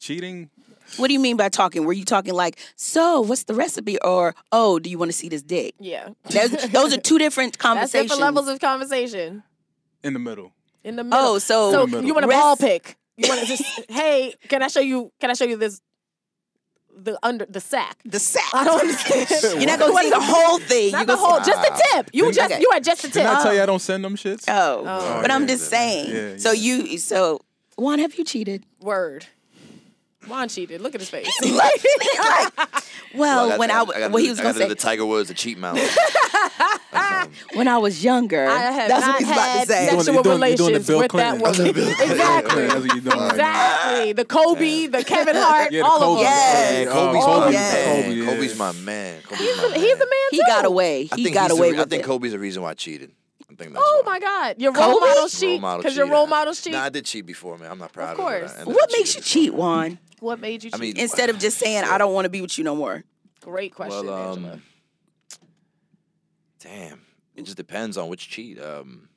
D: cheating,
A: What do you mean by talking? Were you talking like, so what's the recipe? Or, oh, do you want to see this dick?
B: Yeah.
A: Those, those are two different
B: <laughs> That's
A: conversations.
B: different levels of conversation.
D: in the middle.
B: In the middle.
A: oh, so,
B: so
D: In the middle.
B: you want a
A: Rest-
B: ball pick? You want to just <laughs> hey? Can I show you? Can I show you this? The under the sack.
A: the sack.
B: I don't
C: <laughs>
B: understand.
A: You're not going to see the whole thing.
B: Not
A: You're
B: the
A: gonna see-
B: whole, just the tip. You
D: Didn't-
B: just
A: Okay.
B: you are just the
D: Did
B: tip.
D: I tell you I don't send them shits?
A: Oh,
B: Oh.
A: but I'm
C: yeah,
A: just
C: yeah, yeah.
A: saying.
D: Yeah,
A: so
D: yeah.
A: you, so Juan, have you cheated? <laughs>
B: Oh, Word. Juan cheated. Look at his face. <laughs>
A: like, <laughs> well,
C: I got-
A: when
C: I
A: I,
C: got-
A: w-
C: I got
A: well,
C: to
A: he
C: do-
A: was
C: I got to
A: going to
C: do
A: say,
C: the Tiger Woods, the cheat mouth. That's, um,
A: when I was younger,
B: I have
A: that's
B: not
A: what he's
B: had
A: about to say.
D: You're doing-
B: sexual
D: you're doing- you're doing the
B: relations
D: Bill
B: with that
C: <laughs>
D: Clinton. That's
B: woman.
C: the Bill Clinton.
B: exactly.
D: That's what you're doing.
B: Exactly. The Kobe, the Kevin Hart,
D: Yeah, the
B: all
D: Kobe.
B: of them.
A: Yes.
D: Uh,
C: Kobe's, my
A: Oh,
D: Kobe,
A: yes.
C: man.
D: Kobe, yeah.
C: Kobe's my man. Kobe's
B: He's
C: my
B: a,
C: man.
B: he's a man
A: he
B: too.
A: got away.
C: I
A: He
C: think
A: got
C: he's
A: away
C: the,
A: with
C: re- I think
A: it.
C: Kobe's the reason why I cheated. I think that's
B: Oh
C: why.
B: my God. Your role
A: Kobe?
B: model
C: Role
B: cheat.
C: model
B: Because your
C: cheating.
B: role model cheat.
C: Nah, I did cheat before, man. I'm not proud it,
B: Of
C: but I
B: course.
C: ended up
A: What makes you
C: cheating
A: cheat,
C: before.
A: Juan?
B: What made you cheat?
C: I mean,
A: Instead of just saying, I don't want to be with you no more.
B: Great question,
C: well, um,
B: Angela.
C: damn. It just depends on which cheat. Um,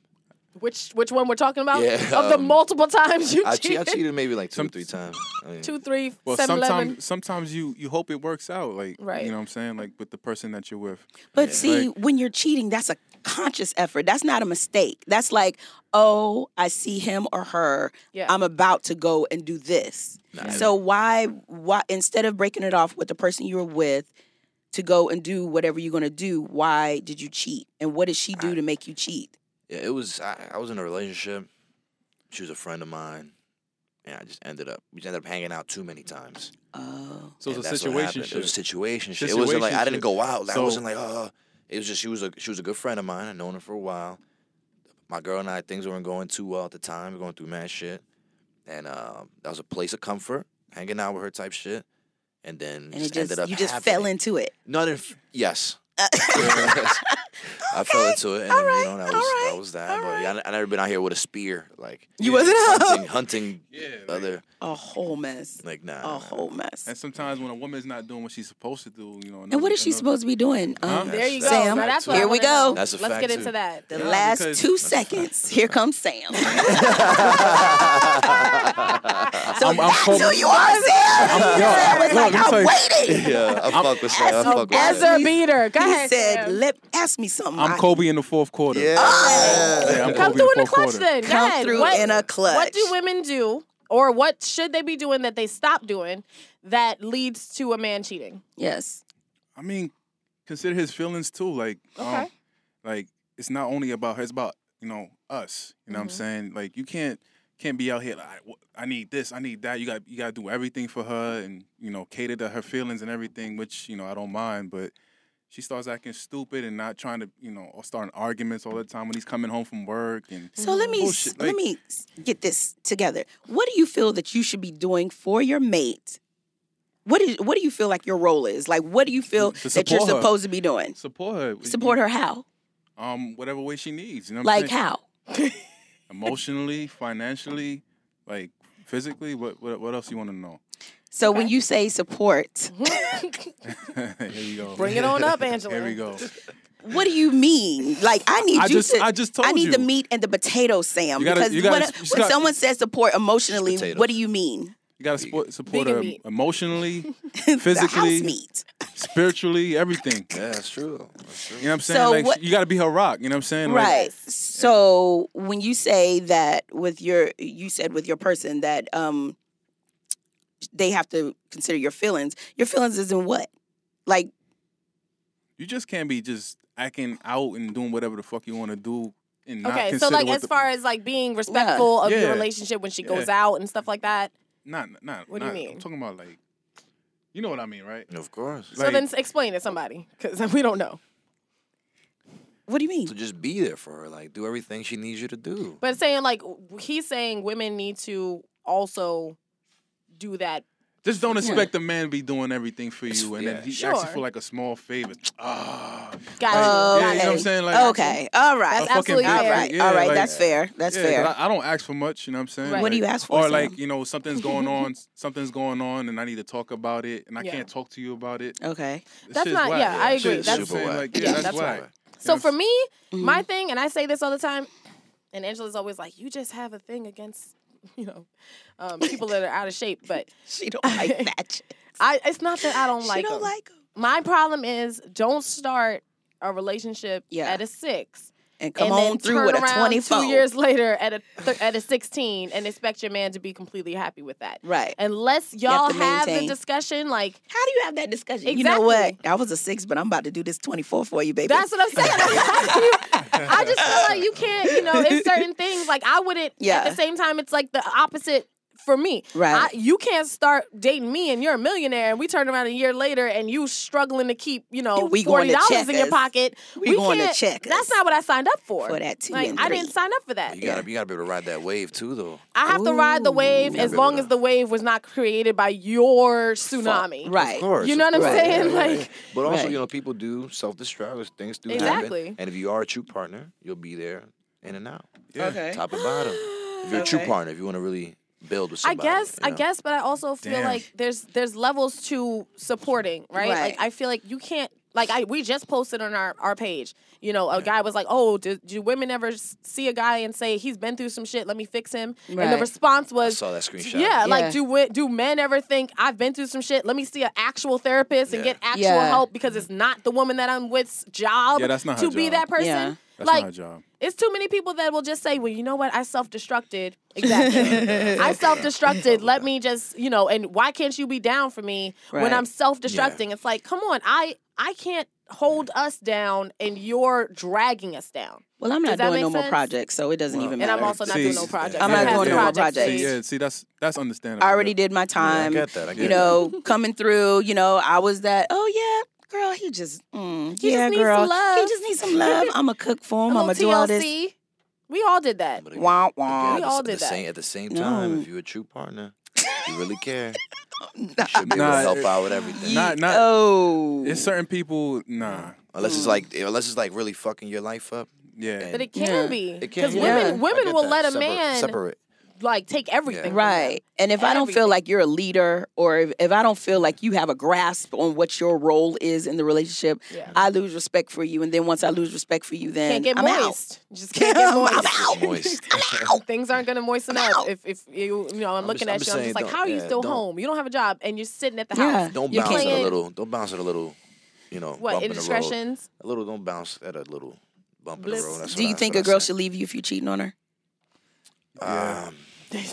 B: Which which one we're talking about?
C: Yeah,
B: of the
C: um,
B: multiple times you <laughs>
C: I, cheat,
B: cheated.
C: I cheated maybe like two or
D: Some-
C: three times. I mean,
B: Two, three,
D: Well,
B: seven, eleven.
D: sometimes, sometimes you you hope it works out. Like,
B: Right.
D: you know what I'm saying? Like with the person that you're with.
A: But see, when you're cheating, that's a conscious effort. That's not a mistake. That's like, oh, I see him or her.
B: Yeah.
A: I'm about to go and do this.
C: Nah.
A: So why why instead of breaking it off with the person you were with to go and do whatever you're gonna do, why did you cheat? And what did she do to make you cheat?
C: yeah, it was. I, I was in a relationship. She was a friend of mine, and I just ended up. We just ended up hanging out too many times.
A: Oh.
D: So
C: And
D: it's a
C: that's what happened.
D: situation.
C: It was a situation. It wasn't like I didn't go out. Like, I wasn't like oh. It was just she was a she was a good friend of mine. I'd known her for a while. My girl and I things weren't going too well at the time. We were going through mad shit, and uh, that was a place of comfort, hanging out with her type shit. And then
A: And it
C: ended up
A: just you just fell
C: happening.
A: into it.
C: No, I didn't. F- yes. <laughs> I fell into it, and then, you know, that was, that was that. but yeah, I, I never been out here with a spear, like
A: You wasn't out.
C: hunting, hunting
D: <laughs> Yeah, like-
C: other
A: A whole mess.
C: like nah. nah,
A: A
C: nah.
A: whole mess.
D: And sometimes when a woman's not doing what she's supposed to do, you know.
A: And what is she supposed to be doing?
D: Huh?
A: Um,
B: There you go.
A: Sam,
B: Now that's what I
A: here we
B: wanna
A: go.
B: know.
C: That's a
B: Let's
C: fact,
B: get
C: too.
B: into that.
A: The
D: Yeah,
A: last
D: because-
A: two seconds, here comes
D: <laughs>
A: Sam. so
D: I'm- I'm
A: that's
D: hoping-
A: who you are, Sam.
D: I'm- yo,
A: Sam was like,
D: no, let me
A: I'm
D: tell you- <laughs>
A: waiting.
C: <laughs> Yeah, I fuck with that. I
A: As-
C: fuck with
A: as
C: that.
B: Buzzer beater. Go
A: He
B: ahead.
A: said,
B: Sam.
A: "Let ask me something.
D: I'm
A: I
D: Kobe in the fourth quarter.
C: Yeah.
D: Yeah, I'm
B: Come through in
D: Kobe
B: the
D: in the fourth
B: clutch
D: quarter.
B: then. Go
A: come
B: ahead.
A: through
B: What-
A: in a clutch.
B: What do women do, or what should they be doing that they stop doing that leads to a man cheating? <laughs>
A: Yes.
D: I mean, consider his feelings too. Like, um,
B: Okay.
D: like it's not only about her. It's about you know us. You
A: Mm-hmm.
D: know what I'm saying? Like you can't can't be out here. Like, I, w- I need this. I need that. You got you got to do everything for her and you know cater to her feelings and everything. Which you know I don't mind, but. She starts acting stupid and not trying to, you know, or starting arguments all the time when he's coming home from work and
A: So let me
D: Mm-hmm. Bullshit,
A: let
D: like-
A: me s- get this together. What do you feel that you should be doing for your mate? What is what do you feel like your role is? Like what do you feel
D: To
A: that you're
D: support her.
A: supposed to be doing?
D: support her.
A: Support her how?
D: um, whatever way she needs. You know, what I'm
A: Like
D: saying?
A: how?
D: emotionally, financially, like physically. What what, what else you want to know? <laughs>
A: So when you say support,
D: Here you go.
B: Bring it on up, Angela.
D: Here we go.
A: what do you mean? Like I need
D: I
A: you
D: just-
A: to.
D: I just told
A: I need
D: you.
A: the meat and the potatoes, Sam.
D: You gotta-
A: because
D: you gotta-
A: when,
D: you
A: when
D: gotta-
A: someone says support emotionally,
C: Potatoes.
A: what do you mean? <laughs>
D: You gotta support support
B: Vegan
D: her
B: meat. <laughs>
D: emotionally,
A: the house
D: physically,
A: meat.
D: spiritually, everything.
C: <laughs> Yeah, that's true. That's true.
D: You know what I'm saying?
A: So
D: like
A: what-
D: you got to be her rock. You know what I'm saying? Like,
A: right.
B: Yes.
A: So when you say that with your, you said with your person that um, they have to consider your feelings. Your feelings is in what? Like
D: you just can't be just acting out and doing whatever the fuck you want to do and not
B: Okay, so
D: consider
B: like
D: what
B: as
D: the-
B: far as like being respectful of
D: Yeah.
B: your relationship when she
D: Yeah.
B: goes out and stuff like that.
D: not not
B: What do you
D: not-
B: mean?
D: I'm talking about like, you know what I mean, right?
C: Of course.
B: so
D: Like-
B: then s- explain it somebody because <laughs> we don't know.
A: what do you mean?
C: So just be there for her. Like do everything she needs you to do.
B: But saying like w- he's saying women need to also do that.
D: Just don't expect a man to be doing everything for you, and
C: yeah.
D: then he
B: Sure.
D: asks you for like a small favor. Ah,
B: Got
A: Oh,
B: you.
D: yeah,
B: Got
D: you know what I'm
B: you.
D: saying? Like,
A: okay. All right.
D: a
B: That's
D: fucking
B: absolutely
D: big
A: all
B: fair.
A: right.
D: thing. Yeah,
A: all right.
D: like-
A: that's fair. That's
D: Yeah, 'cause
A: fair.
D: I, I don't ask for much. You know what I'm saying?
B: Right.
A: what do you
D: Like-
A: ask for?
D: Or like
A: Sam?
D: you know something's going
B: <laughs>
D: on, something's going on, and I need to talk about it, and I
B: Yeah.
D: can't talk to you about it. <laughs>
A: okay.
D: This
B: That's
D: shit's
B: not-
D: whack.
B: yeah, I agree.
D: Shit's
B: That's-
D: super
C: Super
D: whack.
C: whack.
D: yeah,
B: Yeah,
D: that's,
B: that's
D: whack.
C: whack.
D: You
B: So
D: know
B: for
D: what I'm
B: me,
A: Mhm.
B: my thing, and I say this all the time, and Angela's always like, "You just have a thing against, <laughs> you know, um, people that are out of shape." But
A: She <laughs> don't like that. shit.
B: I, it's not that I don't
A: she
B: like.
A: don't
B: 'em.
A: like 'em.
B: my problem is, don't start a relationship
A: Yeah.
B: at a six,
A: And come
B: and
A: on
B: then
A: through
B: turn
A: with a
B: around
A: twenty-four.
B: two years later at a th- at a sixteen, and expect your man to be completely happy with that.
A: Right.
B: Unless
A: have
B: y'all
A: to
B: have, the
A: maintain.
B: discussion, like
A: How do you have that discussion? You know what?
B: Exactly.
A: I was a six, but I'm about to do this 24 for you, baby.
B: that's what I'm saying. I just feel like you can't, you know, it's certain things. Like I wouldn't. At
A: Yeah.
B: the same time, it's like the opposite for me.
A: Right.
B: I, you can't start dating me and you're a millionaire, and we turn around a year later and you struggling to keep, you know,
A: And we going
B: forty
A: to
B: dollars in
A: Checkers.
B: your pocket.
A: We going to
B: can't-
A: Checkers
B: That's not what I signed up for.
A: for that two
B: Like
A: and
B: I
A: three.
B: didn't sign up for that.
C: You gotta you gotta be able to ride that wave too though.
B: I have to ride the wave
C: Ooh.
B: as long as the wave was not created by your tsunami.
A: Right.
C: Of course.
B: You know what I'm
C: of course.
B: saying?
C: Yeah, yeah,
B: Like-
C: yeah. But also,
A: Right.
C: you know, people do self destruct, things do
B: Exactly.
C: happen. And if you are a true partner, you'll be there in and out.
D: Yeah.
A: Okay.
C: Top and bottom. If you're a true
A: Okay.
C: partner, if you want to really build with
B: I
C: somebody.
B: guess,
C: you
B: I
C: know?
B: guess, but I also feel
D: Damn.
B: like there's there's levels to supporting, right?
A: Right.
B: Like I feel like you can't like I we just posted on our our page. You know, a guy was like, "Oh, do, do women ever s- see a guy and say he's been through some shit? Let me fix him." And the
A: Right.
B: response
C: I
B: was,
C: saw that screenshot. <laughs>
B: Yeah,
A: Yeah.
B: like do we, do men ever think I've been through some shit? Let me see an actual therapist and
C: Yeah.
B: get actual
A: Yeah.
B: help because it's not the woman that I'm with's job
D: Yeah, that's not
B: to
D: her
B: be
D: job.
B: that person.
A: Yeah.
D: That's not her
B: like
D: job.
B: it's too many people that will just say, "Well, you know what? I
D: <laughs>
B: self-destructed." Exactly.
C: <laughs>
B: I self-destructed. Let me just, you know, and why can't you be down for me when
A: Right.
B: I'm self-destructing? It's like, come on, I I can't hold us down and you're dragging us down.
A: Well, I'm not
B: Does that
A: doing
B: make
A: no more
B: sense?
A: projects, so it doesn't even
B: And
A: matter.
B: I'm also not doing
D: See,
B: no projects.
A: I'm
B: I
A: not
B: passed
A: doing
B: the
A: no more
B: project
A: projects.
B: stage.
D: See, yeah, see, that's that's understandable.
A: I already did my
C: Yeah, I
B: um,
A: time.
C: get that. I get
A: You
C: that.
A: know, coming through. You know, I was that. Oh yeah, girl. He just. Mm,
B: He
A: yeah,
B: just needs
A: girl.
B: some love.
A: He just needs some love. I'ma cook for him.
B: A
A: I'ma
B: little
A: do all this.
B: TLC. We all did that.
C: But
A: Wah
C: again,
A: wah.
C: at
B: We
C: the-
B: all
C: at the
B: did that.
C: Same, at the same time,
A: No.
C: if you're a true partner, you really
B: <laughs>
C: care.
A: <laughs>
C: You should be able
D: Nah,
C: to help
D: it-
C: out with everything.
D: Not- not-
A: oh.
D: It's certain people, nah,
C: Unless it's like, unless it's like really fucking your life up.
D: yeah.
B: But it can
A: Yeah.
B: be
C: It can
B: because
C: be.
A: Yeah.
B: women
C: I
B: women
C: get
B: will
C: that.
B: let a
C: Separ-
B: man
C: separate.
B: like take everything. from them.
A: Right. And if I don't feel
B: Everything.
A: like you're a leader or if, if I don't feel like you have a grasp on what your role is in the relationship,
B: Yeah.
A: I lose respect for you. And then once I lose respect for you, then
B: Can't get
A: I'm out.
B: moist. Just
A: <laughs>
B: can't get
A: I'm
B: moist.
A: out.
B: <laughs>
C: Moist.
B: Things aren't gonna moisten
A: Ow.
B: up if, if you you know I'm,
C: I'm
B: looking
C: just- I'm
B: at
C: just
B: you. I'm
C: saying
B: just like,
C: don't-
B: how are you
C: yeah,
B: still
C: don't-
B: home? You don't have a job and you're sitting at the
A: Yeah.
B: house.
C: Don't
A: You
C: bounce at
B: can't-
C: a little. Don't bounce at a little. You know,
B: What
C: bump in the road.
B: indiscretions?
C: A little don't bounce at a little bump
B: Bliss.
C: in the road. That's
A: Do
C: what
A: you
C: I-
A: think a
C: that's
A: girl
C: what
A: should leave you if you're cheating on her?
C: I say. Um,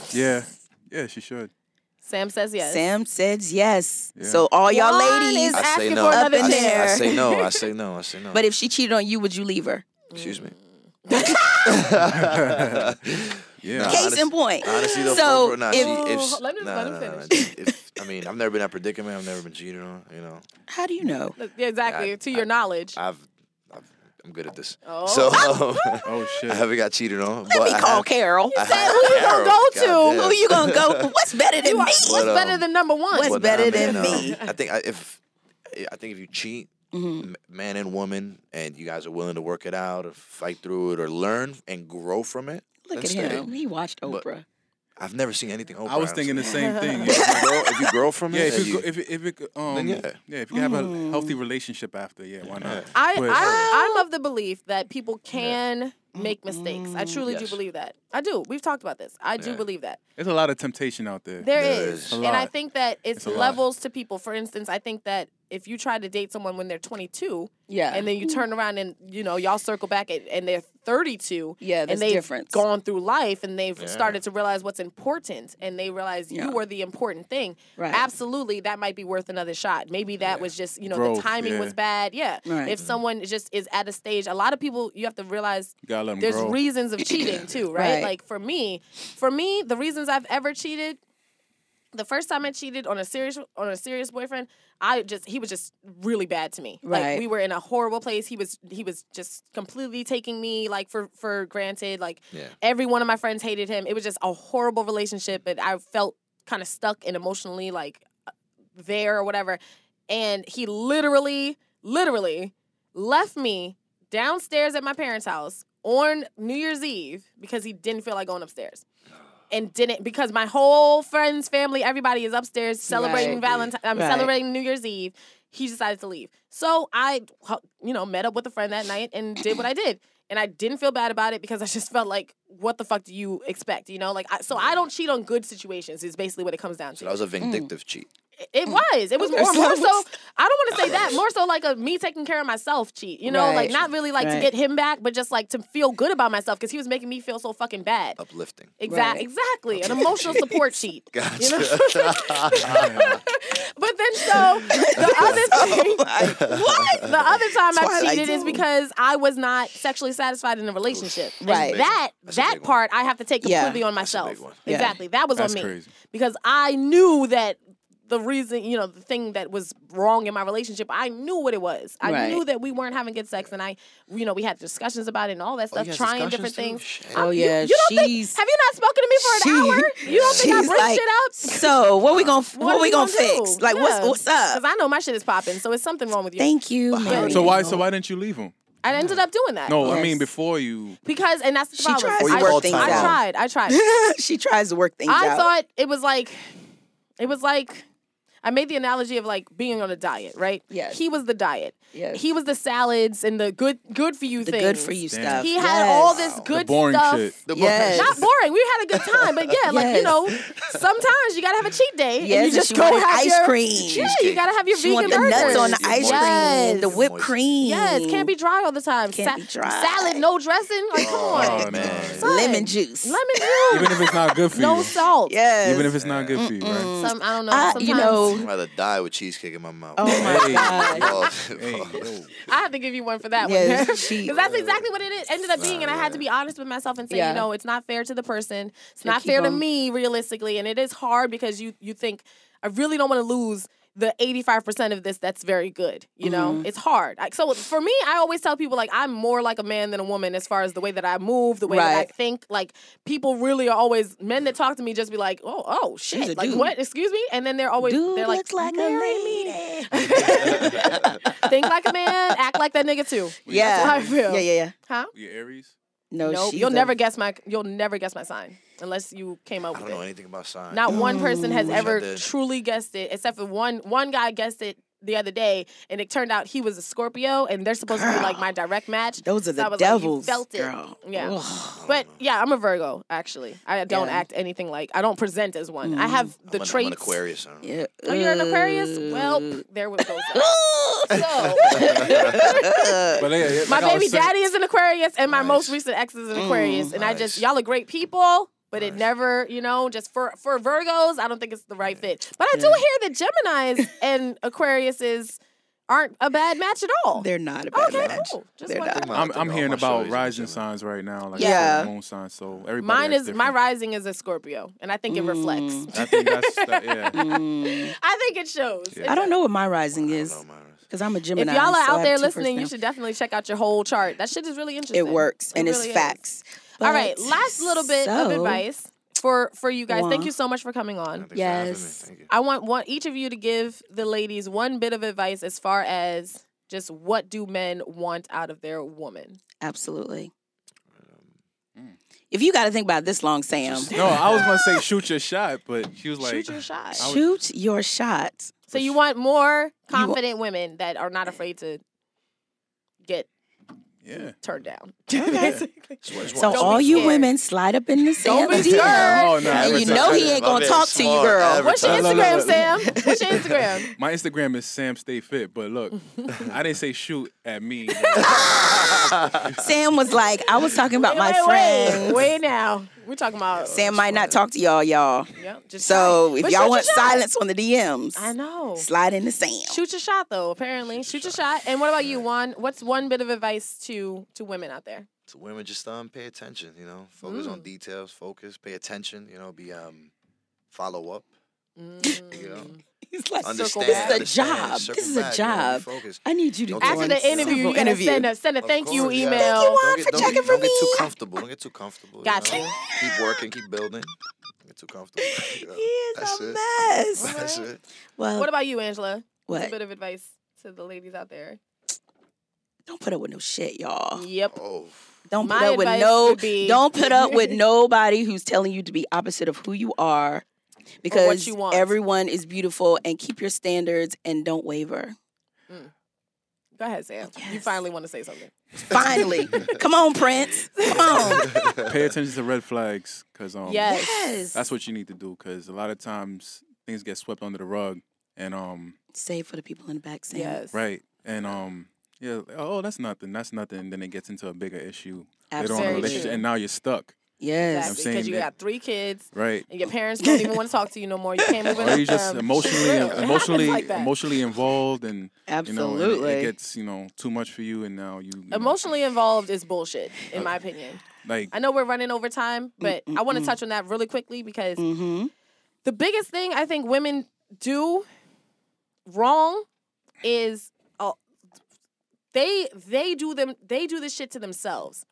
B: <laughs>
D: yeah, yeah, she
A: <laughs>
D: should. <laughs>
B: Sam says yes.
A: Sam says yes.
D: Yeah.
A: So all y'all
B: Juan
A: ladies,
B: is-
C: I say
B: asking
C: no.
B: for
C: I
A: another
C: say- I
A: chair.
C: say no. I say no. I say no.
A: but if she cheated on you, would you leave her?
C: Excuse
A: <laughs>
C: me.
D: Yeah,
C: Nah,
A: Case
C: honest-
A: in point.
C: Honestly, though,
A: So
C: for, for, nah,
A: if-
C: she-
B: Oh,
C: if,
B: let me-
C: nah,
B: let him
C: nah, nah, nah,
B: finish.
C: if- I mean, I've never been in that predicament. I've never been cheated on. You know,
A: How do you know?
B: Yeah, exactly.
C: I-
B: to your knowledge.
C: I've, I've I'm good at this.
B: Oh. <laughs>
C: So <laughs>
D: oh shit.
C: I haven't got cheated on.
A: Let me call
C: Carol.
A: Carol.
B: who you gonna go to?
A: Who you
C: <laughs>
A: gonna go? What's better than
B: You are-
A: me?
B: what's
C: But,
B: better
C: um,
B: than number one?
A: what's-
C: But
A: better
C: nah,
A: than
C: man,
A: me.
C: <laughs> um, I think I, if I think if you cheat,
A: Mm-hmm.
C: m- man and woman, and you guys are willing to work it out or fight through it or learn and grow from it.
A: Look
C: then
A: at
C: stay.
A: him. He watched
C: But-
A: Oprah.
C: I've never seen anything. Oprah,
D: I was thinking the
C: honestly.
D: same
A: <laughs>
D: thing.
C: <laughs> If you grow, if you grow from it,
D: Yeah, if
C: and
D: you,
C: you-
D: go- if it, if it, um,
C: Then
D: yeah.
C: yeah.
D: if you have a
B: Hmm.
D: healthy relationship after, yeah, why not?
B: I,
D: But-
B: I I'm of the belief that people can make mistakes. I truly do
C: Yes.
B: believe that. I do. We've talked about this. I do
C: Yeah.
B: believe that.
D: There's a lot of temptation out there.
B: There
C: There
B: is.
C: is.
D: A
B: And I
D: lot.
B: think that it's,
D: a lot.
B: levels to people. For instance, I think that if you try to date someone when they're 22
A: yeah,
B: and then you turn around and you know y'all circle back and, and they're 32
A: yeah,
B: and
A: there's
B: they've
A: difference.
B: gone through life and they've
C: Yeah.
B: started to realize what's important and they realize
A: Yeah.
B: you are the important thing
A: right.
B: absolutely that might be worth another shot maybe that was just you know the
D: Growth,
B: timing
D: yeah. Mm-hmm.
B: was bad yeah
A: Right.
B: if someone just is at a stage a lot of people you have to realize
D: You gotta let 'em
B: there's
D: grow.
B: reasons of cheating too, right?
A: Right.
B: Like for me, for me, the reasons I've ever cheated. The first time I cheated on a serious on a serious boyfriend, I just he was just really bad to me.
A: Right.
B: Like we were in a horrible place. He was he was just completely taking me like for for granted. Like
C: Yeah.
B: every one of my friends hated him. It was just a horrible relationship, but I felt kind of stuck and emotionally like uh, there or whatever. And he literally, literally left me downstairs at my parents' house on New Year's Eve because he didn't feel like going upstairs.
A: <sighs>
B: And didn't because my whole friends, family, everybody is upstairs celebrating
A: Right.
B: Valentine. I'm
A: Right.
B: celebrating New Year's Eve. He decided to leave. So I, you know, met up with a friend that night and did what I did and I didn't feel bad about it because I just <laughs> felt like, what the fuck do you expect? You know, like I, so I don't cheat on good situations. Is basically what it comes down to.
C: So that was
A: Mm.
C: a vindictive cheat.
B: It- it was. It was more,
A: Okay.
B: more so. <laughs> I don't want to say that. More so like a me taking care of myself cheat. You know,
A: Right.
B: like not really like to
A: Right.
B: get him back, but just like to feel good about myself because he was making me feel so fucking bad.
A: <laughs>
C: Uplifting.
B: Exactly.
A: Right.
B: Exactly. An emotional support cheat.
C: Gotcha. <laughs>
B: You But then so the other
A: <laughs> Oh
C: <laughs>
B: thing.
A: what?
B: the other time I
A: Twilight
B: cheated is
A: Zone.
B: because I was not sexually satisfied in a relationship. And
A: Right.
B: That
C: That's a
B: that
C: big one.
B: part I have to take
A: Yeah.
B: completely on
C: That's a
B: myself.
C: big one.
A: Yeah.
B: Exactly. That was
D: That's
B: on me
D: crazy.
B: because I knew that the reason, you know, the thing that was wrong in my relationship, I knew what it was. I
A: Right.
B: knew that we weren't having good sex, and I, you know, we had discussions about it and all that
C: Oh, you
B: stuff,
C: guys
B: trying
C: discussions
B: different
C: too?
B: things.
C: Shit.
A: Oh
B: You-
A: yeah,
B: you, don't
A: she's.
B: think? Have you not spoken to me for an
A: she-
B: hour? You don't think I
A: she's
B: bring
A: like,
B: shit up?
A: so what we gonna what,
B: are
A: we
B: you
A: gonna,
B: gonna
A: fix?
B: do?
A: Like
B: Yeah.
A: what's what's
B: Because
A: up?
B: I know my shit is popping, so it's something wrong with you.
A: Thank you. Mary.
D: So why so why didn't you leave him?
B: I ended up doing that.
D: No, I
A: Yes.
D: mean before you.
B: Because and that's the
A: She
B: problem.
A: tries
C: Or you
B: I,
C: to work things
B: I
C: out.
B: tried.
A: <laughs>
B: I tried.
A: she tries to work things
B: I
A: out.
B: thought it was like, it was like, I made the analogy of like being on a diet, right?
A: Yes.
B: He was the diet.
A: Yes.
B: He was the salads and the good, good for you
A: the
B: things.
A: good for you
D: Damn.
A: stuff.
B: He had all
A: Yes.
B: this good
D: boring
B: stuff.
D: shit.
C: The
A: Yes.
B: Not boring. We had a good time, but yeah, like
A: Yes.
B: you know, sometimes you gotta have a cheat day
A: Yes,
B: and you just
A: she
B: go
A: wanted
B: have
A: ice
B: your,
A: cream.
B: Yeah, you
C: Cheesecake.
B: gotta have your
A: She
B: vegan
A: wanted the
B: burgers.
A: nuts on the
C: Get
A: ice
B: Yes.
A: cream, the whipped
C: Moist.
A: cream.
B: Yes, can't be dry all the time.
A: Can't be dry.
B: Salad, no dressing. Like, come
C: Oh,
B: on.
D: Oh, no.
B: Son,
A: lemon juice.
B: Lemon juice.
D: Even if it's not good for
B: no
D: you.
B: salt.
A: Yes.
D: Even if it's not good for you, right?
B: Some I don't know.
A: I-
B: sometimes
A: you know.
C: I'd rather die with cheesecake in my mouth.
A: Oh my
D: Hey.
C: <laughs>
A: god.
C: Balls.
D: Hey,
C: Balls.
D: <laughs> yo.
B: I have to give you one for that
A: Yes,
B: <laughs> one.
A: she-
B: Because that's exactly what it is- ended up being, and I had to be honest with myself and say,
A: Yeah.
B: you know, it's not fair to the person. It's not
A: keep
B: fair to
A: on-
B: me, realistically, and it is hard because you you think I really don't want to lose the eighty five percent of this that's very good. You know,
A: Mm-hmm.
B: it's hard. Like, so for me, I always tell people like I'm more like a man than a woman as far as the way that I move, the way that I
A: Right.
B: think. Like people really are always men that talk to me just be like, oh oh shit,
A: a
B: like
A: dude.
B: what? Excuse me, and then they're always
A: Dude
B: they're
A: looks like a
B: marry me. <laughs>
A: lady.
B: Think like a man, act like that nigga too.
A: Yeah.
B: how I feel.
A: Yeah, yeah, yeah.
B: Huh?
D: You Aries?
A: No,
B: Nope.
A: she's
B: You'll
A: a-
B: never guess my you'll never guess my sign unless you came
C: I
B: up
C: don't
B: with
C: know
B: it.
C: anything about signs.
B: Not one person has
C: Wish I
B: ever
C: did.
B: truly guessed it, except for one one guy guessed it the other day, and it turned out he was a Scorpio, and they're supposed to be like my direct match.
A: Those are
B: So I
A: the
B: was like, you
A: devils.
B: felt it.
A: Girl.
B: Yeah.
A: Ugh.
B: But yeah, I'm a Virgo actually. I don't
A: Yeah. Mm.
B: act anything like I don't present as one. I have the
C: I'm an, I'm
B: traits.
C: an Aquarius. huh?
A: Yeah.
B: Oh, you're an Aquarius. Well,
A: Ugh.
B: there we
A: <laughs>
B: go. <laughs> So
C: <laughs>
D: <laughs> But yeah, yeah,
B: my
D: like I
B: baby
D: was saying-
B: daddy is an Aquarius, and my
C: Nice.
B: most recent ex is an Aquarius, and I just
C: Nice.
B: y'all are great people. But it
C: Nice.
B: never, you know, just for for Virgos, I don't think it's the right fit. But I do hear that Gemini's and Aquariuses aren't a bad match at all.
A: They're not a bad
B: Oh. okay,
A: match. <laughs>
B: cool. Just
A: They're
B: want
A: not.
B: that.
C: Well, I
D: I'm,
C: think
D: I'm
C: all
D: hearing
C: my
D: about
C: shorties are
D: rising
C: Gemini.
D: signs right now, like
A: Yeah.
D: yeah. moon signs. So everybody,
B: Mine
D: acts
B: is my
D: different. Mm.
B: rising is a Scorpio, and I think it reflects.
D: I think that's that, yeah.
A: Mm.
B: <laughs> I think it shows.
D: Yeah.
B: It
A: I don't know what my rising
C: I
A: is
C: don't know, Mars.
A: because I'm a
B: If
A: Gemini.
B: y'all are
A: so I
B: out
A: have
B: there
A: two
B: listening, you
A: personalities.
B: should definitely check out your whole chart. That shit is really interesting.
A: It works and it's
B: really is.
A: facts.
B: All right,
A: But-
B: last little bit of
A: so-
B: advice for for you guys. Thank
A: Wah.
B: you so much for coming on.
C: Thanks for having me.
A: Yes.
C: Thank you.
B: I want one each of you to give the ladies one bit of advice as far as just what do men want out of their woman.
A: Absolutely.
D: Mm.
A: If you got to think about this long, Sam,
D: No, I was gonna say shoot your shot, but she was like,
B: Shoot your shot.
D: I would-
A: shoot your shot.
B: So
A: Eh.
B: you want more confident women that are not afraid to get
D: Yeah.
B: turned down. <laughs> Basically.
C: Just want- just
A: So
C: want-
A: all
B: be
A: you
B: scared.
A: women slide up in the Sam
B: Don't be
A: DM.
B: scared.
D: Oh, no,
A: And you
D: advertising.
A: know he ain't
C: My
A: gonna
C: bad,
A: talk to you,
C: small
A: girl.
B: What's your
D: Look, look,
B: Instagram,
D: look.
A: <laughs>
B: Sam? What's your Instagram?
D: My Instagram is Sam Stay Fit, but look, I didn't say shoot at me.
A: <laughs>
C: <laughs>
A: Sam was like, I was talking about my
B: Wait, wait, wait.
A: friends.
B: Wait now. We're talking about
A: Sam might not talk to y'all, y'all.
B: Yeah, just
A: So
B: try.
A: if
B: But shoot
A: y'all want
B: your shot.
A: silence on the DMs,
B: I know.
A: slide into Sam.
B: Shoot your shot though. Apparently, shoot your shot. And what about you, Juan? What's one bit of advice to to women out there?
C: to women just um pay attention you know focus
A: Mm.
C: on details focus pay attention you know be um follow up
B: Mm.
C: you know
A: <laughs> He's like,
C: understand
A: this is a
C: understand,
A: job.
C: circle
A: This is a
C: back, you know, be
A: job.
C: focused.
A: I need you to
C: Don't get
A: go
B: After
A: on
C: one
B: the
C: separate
B: interview, you
A: several
B: gotta
A: interviews.
B: send a send a
C: Of
B: thank you
C: course, yeah.
B: email.
A: Juan,
C: Don't
A: for
C: get- don't
A: checking
C: get-
A: for
C: don't get
A: me.
C: too comfortable. Don't get too comfortable. you
B: Got
C: know?
B: you.
C: Keep working. Keep building. Don't get too comfortable. <laughs> you know?
A: <laughs> He is
C: That's
A: a
C: it.
A: mess.
C: That's
B: Alright.
C: it.
A: Well,
B: What about you, Angela? What's a
A: what?
B: bit of advice to the ladies out there?
A: Don't put up with no shit, y'all.
B: Yep.
C: Oh,
A: Don't put
B: My
A: up with
B: advice
A: no.
B: would
A: <laughs>
B: be-
A: Don't put up
B: <laughs>
A: with nobody who's telling you to be opposite of who you are, because
B: you want.
A: everyone is beautiful. And keep your standards and don't waver.
B: Go ahead, Sam. You
A: Oh, Yes.
B: finally want to say something.
C: <laughs>
A: Finally, come on, Prince. Come on.
D: <laughs> Pay attention to red flags, cause um,
B: Yes.
A: Yes.
D: that's what you need to do. Cause a lot of times things get swept under the rug, and um,
A: Save for the people in the back, Sam.
B: Yes.
D: right, and um, yeah, oh, that's nothing, that's nothing. Then it gets into a bigger issue later on in
A: Absolutely.
D: the
B: Very
D: relationship,
B: true.
D: and now you're stuck,
A: Yes.
D: I'm
B: Exactly.
D: saying
B: Because you
D: that-
B: got three kids
D: right?
B: and your parents don't even want to talk to you no more. You can't move in.
D: Or
B: with
D: you just
B: them.
D: emotionally,
B: Real. Um, <laughs> It happens
D: emotionally,
B: like that.
D: emotionally involved, and you know, and it-
A: Absolutely.
D: it, gets you know too much for you, and now you, you know,
B: Emotionally involved is bullshit, in
D: Uh,
B: my opinion.
D: like
B: I know we're running over time, but
A: Mm,
B: I want to touch on that really quickly because
A: mm-hmm.
B: the biggest thing I think women do wrong is uh, they they do them they do this shit to themselves.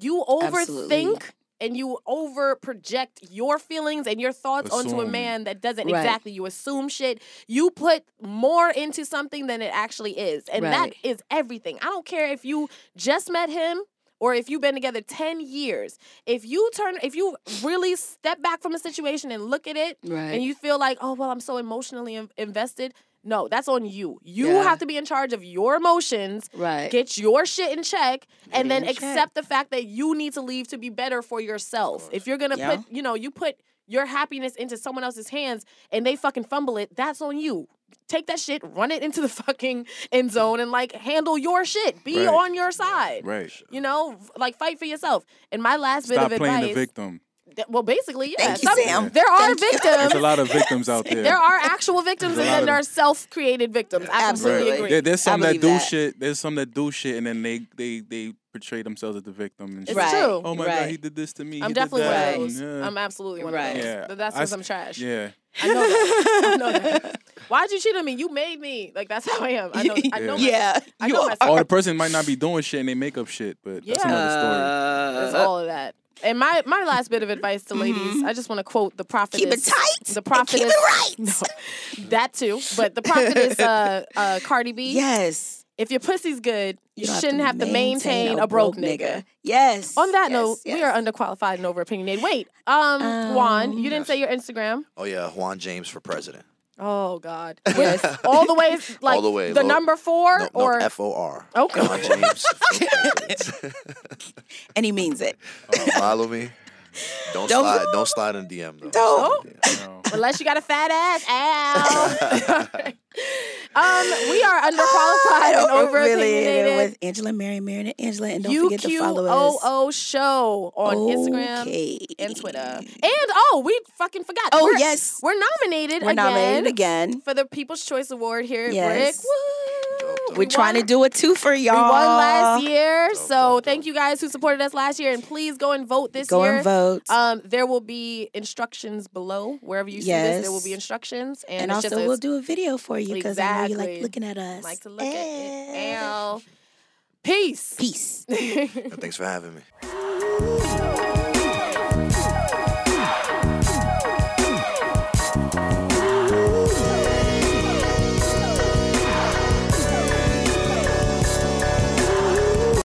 B: You overthink
A: Absolutely.
B: and you over project your feelings and your thoughts onto a
D: Assume.
B: man that doesn't
A: Right.
B: exactly you assume shit. You put more into something than it actually is. And
A: Right.
B: that is everything. I don't care if you just met him or if you've been together 10 years. If you turn if you really step back from a situation and look at it
A: Right.
B: and you feel like, oh, well, I'm so emotionally in- invested. No, that's on you. You
A: Yeah.
B: have to be in charge of your emotions,
A: Right.
B: get your shit in check, and
A: it
B: then
A: in check.
B: accept the fact that you need to leave to be better for yourself. If you're gonna
A: Yeah.
B: put, you know, you put your happiness into someone else's hands and they fucking fumble it, that's on you. Take that shit, run it into the <laughs> fucking end zone, and like handle your shit. Be
D: Right.
B: on your side.
D: right,
B: You know, like fight for yourself. And my last
D: stop
B: bit of
D: playing
B: advice.
D: the victim.
B: th- well, basically, yeah.
A: Thank you,
B: some-
A: Sam.
B: There are
A: Thank you.
B: victims.
D: There's a lot of victims out there.
B: There are actual victims and
D: There's a lot
B: then
D: of-
B: there are self-created victims. I completely
A: Absolutely.
B: agree.
D: There, there's
A: I
D: some that
A: believe
D: do
A: that.
D: shit. There's some that do shit, and then they they they portray themselves as the victim. And
B: It's
D: shit.
A: Right.
B: true.
D: Oh my god,
A: Right.
D: he did this to me.
B: I'm
D: he did
B: definitely one
D: that,
B: of those.
D: and, yeah.
B: I'm absolutely one
A: Right.
B: of those.
D: Yeah.
B: But That's
D: I
B: because
D: s-
B: I'm trash.
D: yeah.
B: I know that. I know that. Why'd you cheat on me? You made me. Like that's how I am. I know. I know. my-
A: yeah.
B: I
A: you
B: know
A: are.
B: myself.
D: Or the person might not be doing shit and they make up shit, but that's
B: Yeah.
D: another
B: It's
A: Uh,
B: all of that. And my my last bit of advice to ladies, I just want to quote the prophetess.
A: uh, keep it tight.
B: The
A: and
B: prophetess.
A: Keep it right.
B: <laughs> No, that too. But the prophetess, uh, uh,
A: <laughs>
B: Cardi B.
A: Yes.
B: If your pussy's good, you, shouldn't have to maintain, a, broke nigga.
A: Yes.
B: On
A: yes,
B: that note, we
A: yes. Oh,
B: are underqualified and overopinionated. Wait, um, Juan, you didn't
C: Yes.
B: say your Instagram.
C: oh yeah, Juan James for president.
B: Oh God, <laughs>
A: <laughs>
B: With all the way, like
C: the way, low-
B: number four,
C: No,
B: or
C: no F O R.
B: Okay.
C: Juan James for president. Uh,
A: and he means
B: <laughs>
A: it.
C: Follow me. Don't,
A: Don't-
C: slide. Don't slide in DM though.
A: Don't.
C: Slide in DM.
D: story. No.
B: Oh, unless you got a
A: <laughs>
B: fat ass. Ow. <laughs> um,
A: <laughs>
B: we are underqualified and
A: Overrated
B: overopinionated.
A: with Angela, Mary, Mary, and Angela, and don't forget to follow us
B: UQOO show on Instagram
A: Okay.
B: and Twitter. And oh, we fucking forgot.
A: Oh,
B: We're-
A: yes.
B: we're nominated.
A: We're nominated again.
B: for the People's Choice Award here at
A: Yes.
B: Brick. Woo!
C: Dope, dope.
A: We're trying to
B: won-
A: do a two for y'all.
B: We won last year,
C: Dope,
B: so
C: dope,
B: thank
C: dope.
B: you guys who supported us last year, and please go and vote this
A: Go
B: year.
A: and vote.
B: Um, there will be instructions below wherever you see this. There will be
A: Yes.
B: instructions, and,
A: and
B: it's just
A: also,
B: a-
A: we'll do a video for you because I know you
B: Exactly.
A: like looking at us.
B: like to look
A: Eh.
B: at it. Ow. Peace.
A: Peace.
B: <laughs>
C: Thanks for having me.
A: Ooh,